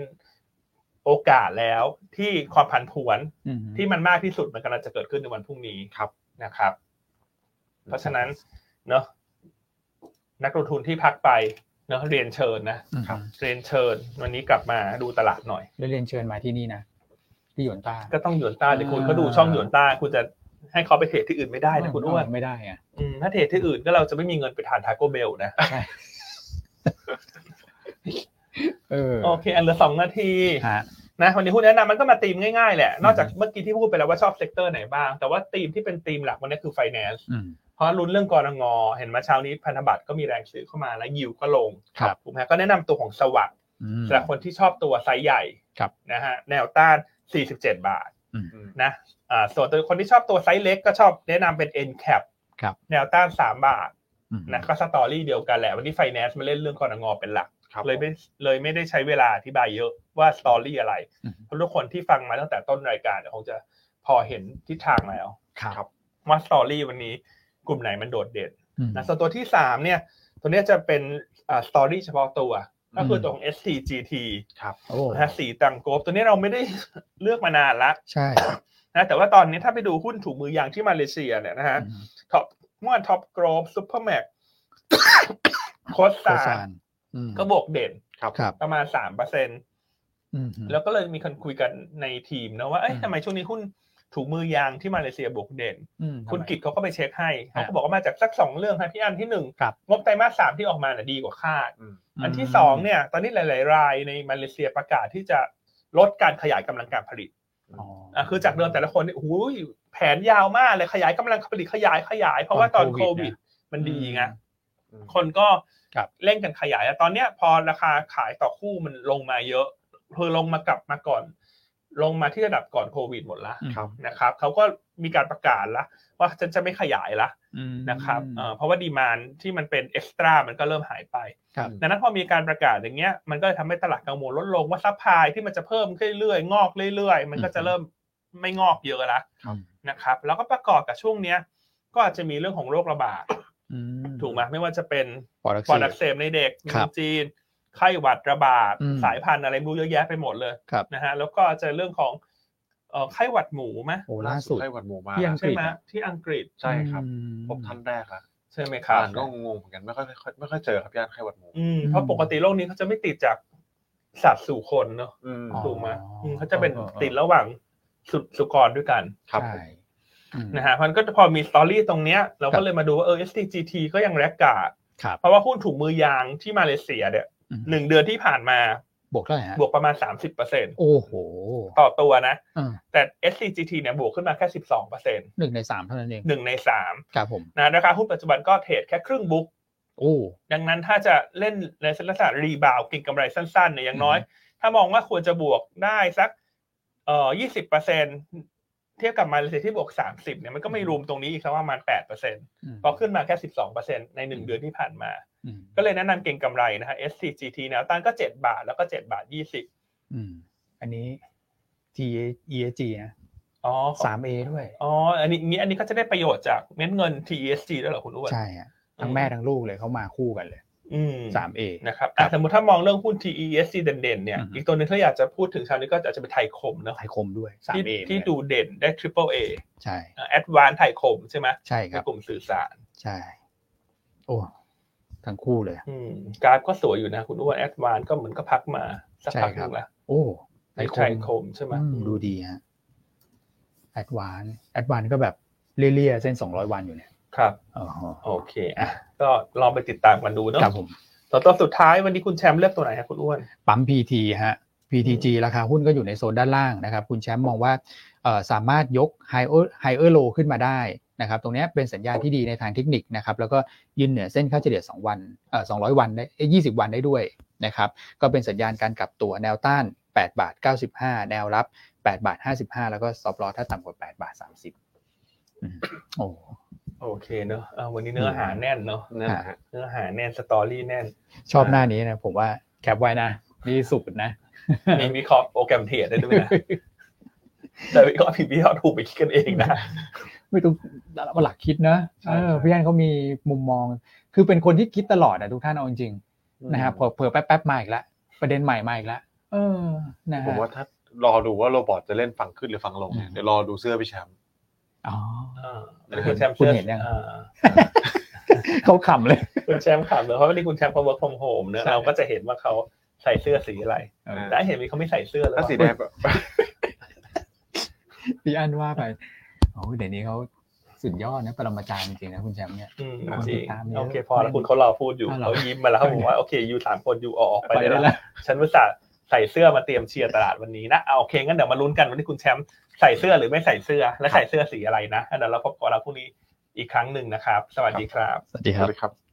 S1: โอกาสแล้วที่ความผันผวน
S2: อืม
S1: ที่มันมากที่สุดมันกำลังจะเกิดขึ้นในวันพรุ่งนี้
S3: ครับ
S1: นะครับ เพราะฉะนั้นเนอะนักลงทุนที่พักไปเนอะเรียนเชิญนะ
S2: อืม
S1: เรียนเชิญวันนี้กลับมาดูตลาดหน่อย
S2: แล้วเรียนเชิญมาที่นี่นะที่หยวนต้า
S1: ก็ต้องหยวนต้าเดี๋ยวคุณ
S2: อ่า
S1: ก็ดูช่องหยวนต้าคุณจะให้เขาไปเทรดที่อื่นไม่ได้นะคุณอ้วน
S2: ไม่ได้อะ
S1: อืมถ้าเทรดที่อื่นก็เราจะไม่มีเงินไปทานทาโก้เบลนะ
S2: ใช่ เออ
S1: โอเค อันเหลือสองนาที
S2: ฮะ
S1: นะวันนี้หุ้นแนะนำมันก็มาตีมง่ายๆแหละนอกจาก
S2: อืม
S1: เมื่อกี้ที่พูดไปแล้วว่าชอบเซกเตอร์ไหนบ้าง แต่ว่าตีมที่เป็นตีมหลักวันนี้คือไฟแนนซ์
S2: อืม
S1: เพราะลุ้นเรื่องกรงอ เห็นไหมาเช้านี้พันธบัตรก็มีแรงซื้อเข้ามาแล้วยิวก็ลง
S2: ครับ
S1: ถูกไหมก็แนะนำตัวของสวัสด์
S2: อืม
S1: สำหรับคนที่ชอบตัวไซส์ใหญ่
S2: ครับ
S1: นะฮะแนวต้าน 47 บาท
S3: อืม
S1: นะอ่าส่วนตัวคนที่ชอบตัวไซส์เล็กก็ชอบแนะนำเป็น N cap
S2: ครับ
S1: แนวต้านสามบาท
S2: อืม
S1: นะก็สตอรี่เดียวกันแหละ วันนี้ไฟแนนซ์มาเล่นเรื่องกรงอเป็นหลัก
S3: ครับ
S1: เลยไม่เลยไม่ได้ใช้เวลาอธิบายเยอะว่าสตอรี่อะไร
S2: อืม
S1: เพราะทุกคนที่ฟังมาตั้งแต่ต้นรายการเนี่ยคงจะพอเห็นทิศทางแล้ว
S2: ครับ
S1: ว่าสตอรี่วันนี้กลุ่มไหนมันโดดเด่น
S2: อืม
S1: นะส่วนตัวที่สามเนี่ย ตัวเนี้ยจะเป็นอ่าสตอรี่เฉพาะตัว ก็คือ
S2: ม
S1: ตัวของ STGT
S2: โอ้
S1: นะฮะสีตังโกบตัวนี้เราไม่ได้เลือกมานานละ
S2: ใช่
S1: นะแต่ว่าตอนนี้ถ้าไปดูหุ้นถุงมือยางที่มาเลเซียเนี่ยนะฮะ
S2: อืม
S1: ท็อปเมื่อวานท็อปกรอบซุปเปอร์แม็ก โคส
S2: โค
S1: ซา
S2: ซานอืม
S1: ก็บวกเด่น
S3: ครับ
S2: ครับ
S1: ประมาณสามเปอร์เซ็น
S2: อืม
S1: แล้วก็เลยมีคนคุยกันในทีมนะว่าเอ๊ะ
S2: อืม
S1: ทำไมช่วงนี้หุ้นถุงมือยางที่มาเลเซียบวกเด่น
S2: อืม
S1: คุณ
S2: ทำไม
S1: กิจเขาก็ไปเช็คให้
S2: ฮะ
S1: เขาก็บอกว่ามาจากสักสองเรื่องครับพี่อันที่หนึ่ง
S2: ครับ
S1: งบไตรมาสสามที่ออกมาน่ะดีกว่าคาด
S3: อืม
S1: อันที่สองเนี่ย ตอนนี้หลาย ๆ รายในมาเลเซียประกาศที่จะลดการขยายกำลังการผลิต
S2: อ๋อ
S1: อ่ะคือจากเดิมแต่ละคนเนี่ยโอ้โหแผนยาวมากเลยขยายกำลังผลิตขยายขยาย เพราะว่าตอนโควิด มันดีไง
S3: อืม
S1: คนก็
S2: ครับ
S1: เร่งกันขยายอ่ะตอนเนี้ยพอราคาขายต่อคู่มันลงมาเยอะคือลงมากลับมาก่อน ลงมาที่ระดับก่อนโควิดหมดละ
S2: อืม
S3: ครับ
S1: นะครับเขาก็มีการประกาศละว่าจะจะไม่ขยายละ
S2: อืม
S1: นะครับเอ่อเพราะว่าดีมานที่มันเป็นเอ็กซ์ตร้ามันก็เริ่มหายไป
S2: ครับ
S1: ดังนั้นพอมีการประกาศอย่างเงี้ยมันก็เลยทำให้ตลาดกังวลลดลงว่าซัพพลายที่มันจะเพิ่มขึ้นเรื่อยๆงอกเรื่อยๆ มันก็จะเริ่มไม่งอกเยอะละ
S2: ครับ
S1: นะครับแล้วก็ประกอบกับช่วงเนี้ยก็อาจจะมีเรื่องของโรคระบาด
S2: อื
S1: ถูกไหมไม่ว่าจะเป็น
S2: ปอดอัก
S1: ปอดอัก
S2: เสบ
S1: เสบในเด็กมี
S2: ครับ
S1: จีน ไข้หวัดระบาด
S2: อืม
S1: สายพันธุ์อะไรไม่รู้เยอะแยะไปหมดเลย
S2: ครับ
S1: นะฮะแล้วก็อาจจะเรื่องของเอ่อไข้หวัดหมูไหม
S2: โอ้ล่าสุด
S3: ไข้หวัดหมูมา
S2: เที่ยง
S1: ใช่ไหมที่อังกฤษ
S3: ใช่ครับ
S2: อืม
S3: พบท่านแรกละ
S1: ใช่ไหมครับ
S3: อ่านก็งงๆเหมือนกันไม่ค่อยไม่ค่อยไม่ค่อยเจอครับย่านไข้หวัดหมู
S1: อืม
S2: อืม
S1: เพราะปกติโรคนี้เขาจะไม่ติดจากสัตว์สู่คนเนอะ
S3: อืม
S2: อ๋อ
S1: ถูกไหมอืมเขาจะเป็นติดระหว่างสุสุกรด้วยกัน
S3: ครับ
S2: ใช่อืม
S1: นะฮะมันก็พอมีสตอรี่ตรงเนี้ยเรา
S2: ครั
S1: ก็
S2: บ
S1: เลยมาดูว่าเออ STGT ก็ยังแรกกาด
S2: ครับ
S1: เพราะว่าหุ้นถุงมือยางที่มาเลเซียเนี่ย
S2: อืม
S1: หนึ่งเดือนที่ผ่านมา
S2: บวกเท่าไหร่ฮะ
S1: บวกประมาณ 30เปอร์เซ็น
S2: โอ้โห
S1: ต่อตัวนะ
S2: อ่า
S1: แต่ SCGT เนี่ยบวกขึ้นมาแค่ 12เปอร์เซ็น
S2: หนึ่งในสามเท่านั้นเอง
S1: หนึ่งในสาม
S2: ครับผม
S1: นะราคาหุ้นปัจจุบันก็เทรดแค่ครึ่งบุ๊ก
S2: โอ้
S1: ดังนั้นถ้าจะเล่นในลักษณะรีบาวกินกำไรสั้นๆเนี่ยอย่างน้อย ถ้ามองว่าควรจะบวกได้สักเอ่อ20เปอร์เซ็นเทียบกับมาเลเซียที่บวก 30เนี่ยมันก็ไม่
S2: อืม
S1: รวมตรงนี้อีกสักประมาณ8เปอร์เซ็น
S2: อืม
S1: ก็ขึ้นมาแค่ 12%ใน 1 เดือนที่ผ่านมา
S2: อืม
S1: ก็เลยแนะนำเก่งกำไรนะฮะ SCGT แนวต้านก็ 7 บาท แล้วก็ 7 บาท 20
S2: อืมอันนี้ T E A G นะ
S1: อ๋อ
S2: สาม A ด้วย
S1: อ๋อ อันนี้อันนี้ก็จะได้ประโยชน์จากเม็ดเงิน TESG ด้วยเหรอคุณอ้วน
S2: ใช่ฮะทั้งแม่ทั้งลูกเลยเขามาคู่กันเลย
S1: อืม
S2: สาม A
S1: นะครับอ่ะสมมติถ้ามองเรื่องหุ้น TESG เด่นๆ เนี่ย
S2: อือฮึ
S1: อีกตัวหนึงถ้าอยากจะพูดถึงเชาวนี้ก็อาจจะเป็นไทยคมเนอะ
S2: ไทยคมด้วยสาม
S1: ที่
S2: A
S1: ที่ดูเด่นได้ Triple A
S2: ใช่
S1: แอดวานไทยคมใช่ไหม
S2: ใช่ค
S1: ใน
S2: รับ
S1: กลุ่มสื่อสาร
S2: ใช่ โอ้ทั้งคู่เลย
S1: อืมกราฟก็สวยอยู่นะคุณอ้วนแอดวานก็เหมือนก็พักมาสักพักห
S2: ใช่ครั
S1: นึ
S2: บ
S1: งละ
S2: โอ้ไท
S1: ใน
S2: ยค
S1: ไทย
S2: ม
S1: คมใช่ไหม
S2: อืมดูดีฮะแอดวานแอดวานก็แบบเลี่ยๆเส้นสองร้อยวันอยู่เนี่ย
S1: ครับ
S2: อ๋อ
S1: โอเคอ่ะก็ลองไปติดตามกันดูเนาะ
S2: ครับผม
S1: ตัวตัวสุดท้ายวันนี้คุณแชมป์เลือกตัวไหนครับคุณอ้วน
S2: ปั๊ม PT ฮะ PTG ราคาหุ้นก็อยู่ในโซนด้านล่างนะครับ คุณแชมป์มองว่าเอ่อสามารถยก higher higher low ขึ้นมาได้นะครับ ตรงเนี้ยเป็นสัญญาณที่ดีในทางเทคนิคนะครับ แล้วก็ยืนเหนือเส้นค่าเฉลี่ย 2 วันเอ่อ200 วันได้เอ้ย20 วันได้ด้วยนะครับ ก็เป็นสัญญาณการกลับตัวแนวต้าน 8 บาท 95 แนวรับ 8 บาท 55 แล้วก็ซอฟลอถ้าต่ำกว่า 8 บาท 30อืมโอ้
S1: โอเคเนาะอ่ะวันนี้เนื้อหาแน่นเนาะ
S3: นั่นแหละฮะ
S1: เนื้อหาแน่นสตอรี่ แน่น
S2: ชอบหน้านี้นะ ผมว่าแคปไว้นะ นี่สุดนะ
S1: มีวิเคราะห์โปรแกรมเทรดได้ด้วยนะ แต่วิเคราะห์ผิดวิเคราะห์ถูกไปคิดกันเองนะ
S2: ไม่ต้องหลักคิดนะ
S1: ใช่
S2: เออพี่แอนเขามีมุมมอง คือเป็นคนที่คิดตลอดนะทุกท่านเอาจริงๆนะครับเผลอเผลอแป๊บๆมาอีกละประเด็นใหม่มาอีกละเออนะ
S3: ผม
S2: ฮะ
S3: ว่าถ้ารอดูว่าโรบอทจะเล่นฝั่งขึ้นหรือฝั่งลงเนี่ย
S2: อืม
S3: เดี๋ยวรอดูเสื้อพี่แชมป์
S2: อ๋อ
S1: อ่าคุณแชมป์
S2: คุณ
S1: ชื่อ
S2: เห็นยัง
S1: อ่า
S2: เขาขำเลย
S1: คุณแชมป์ขำเนอะเพราะวันนี้คุณแชมป์เขา work from home เนอะ
S3: ใช่
S1: เราก็จะเห็นว่าเขาใส่เสื้อสีอะไร
S2: เออ
S1: แต่เห็นมีเขาไม่ใส่เสื้อเลย
S3: ถ้าสีแดงแบบ
S2: พี่อันว่าไปโอ้ยเดี๋ยวนี้เขาสุดยอดนะปรมาจารย์จริงๆนะคุณแชมป์เนี่ย
S1: อืม
S3: อ่ะ
S1: จริง
S2: ติดตามเยอะ
S1: โอเค พอแล้วคุณเขารอพูดอยู่
S2: อ่ะเหรอ
S1: เขายิ้มมาแล้วเขาบอกว่าโอเคยูสามคนยูออกไปได้แล้ว
S2: ละ
S1: ฉันอุตส่าห์ใส่เสื้อมาเตรียมเชียร์ตลาดวันนี้นะเอาโอเคงั้นเดี๋ยวมาลุ้นกันวันนี้คุณแชมป์ใส่เสื้อหรือไม่ใส่เสื้อ และใส่เสื้อสีอะไรนะเดี๋ยวเราพบกันเราพรุ่งนี้อีกครั้งหนึ่งนะครับ สวัสดีครับ
S2: สวัสดี
S3: ส
S2: ครั
S3: วั
S2: บ
S3: สดีครับ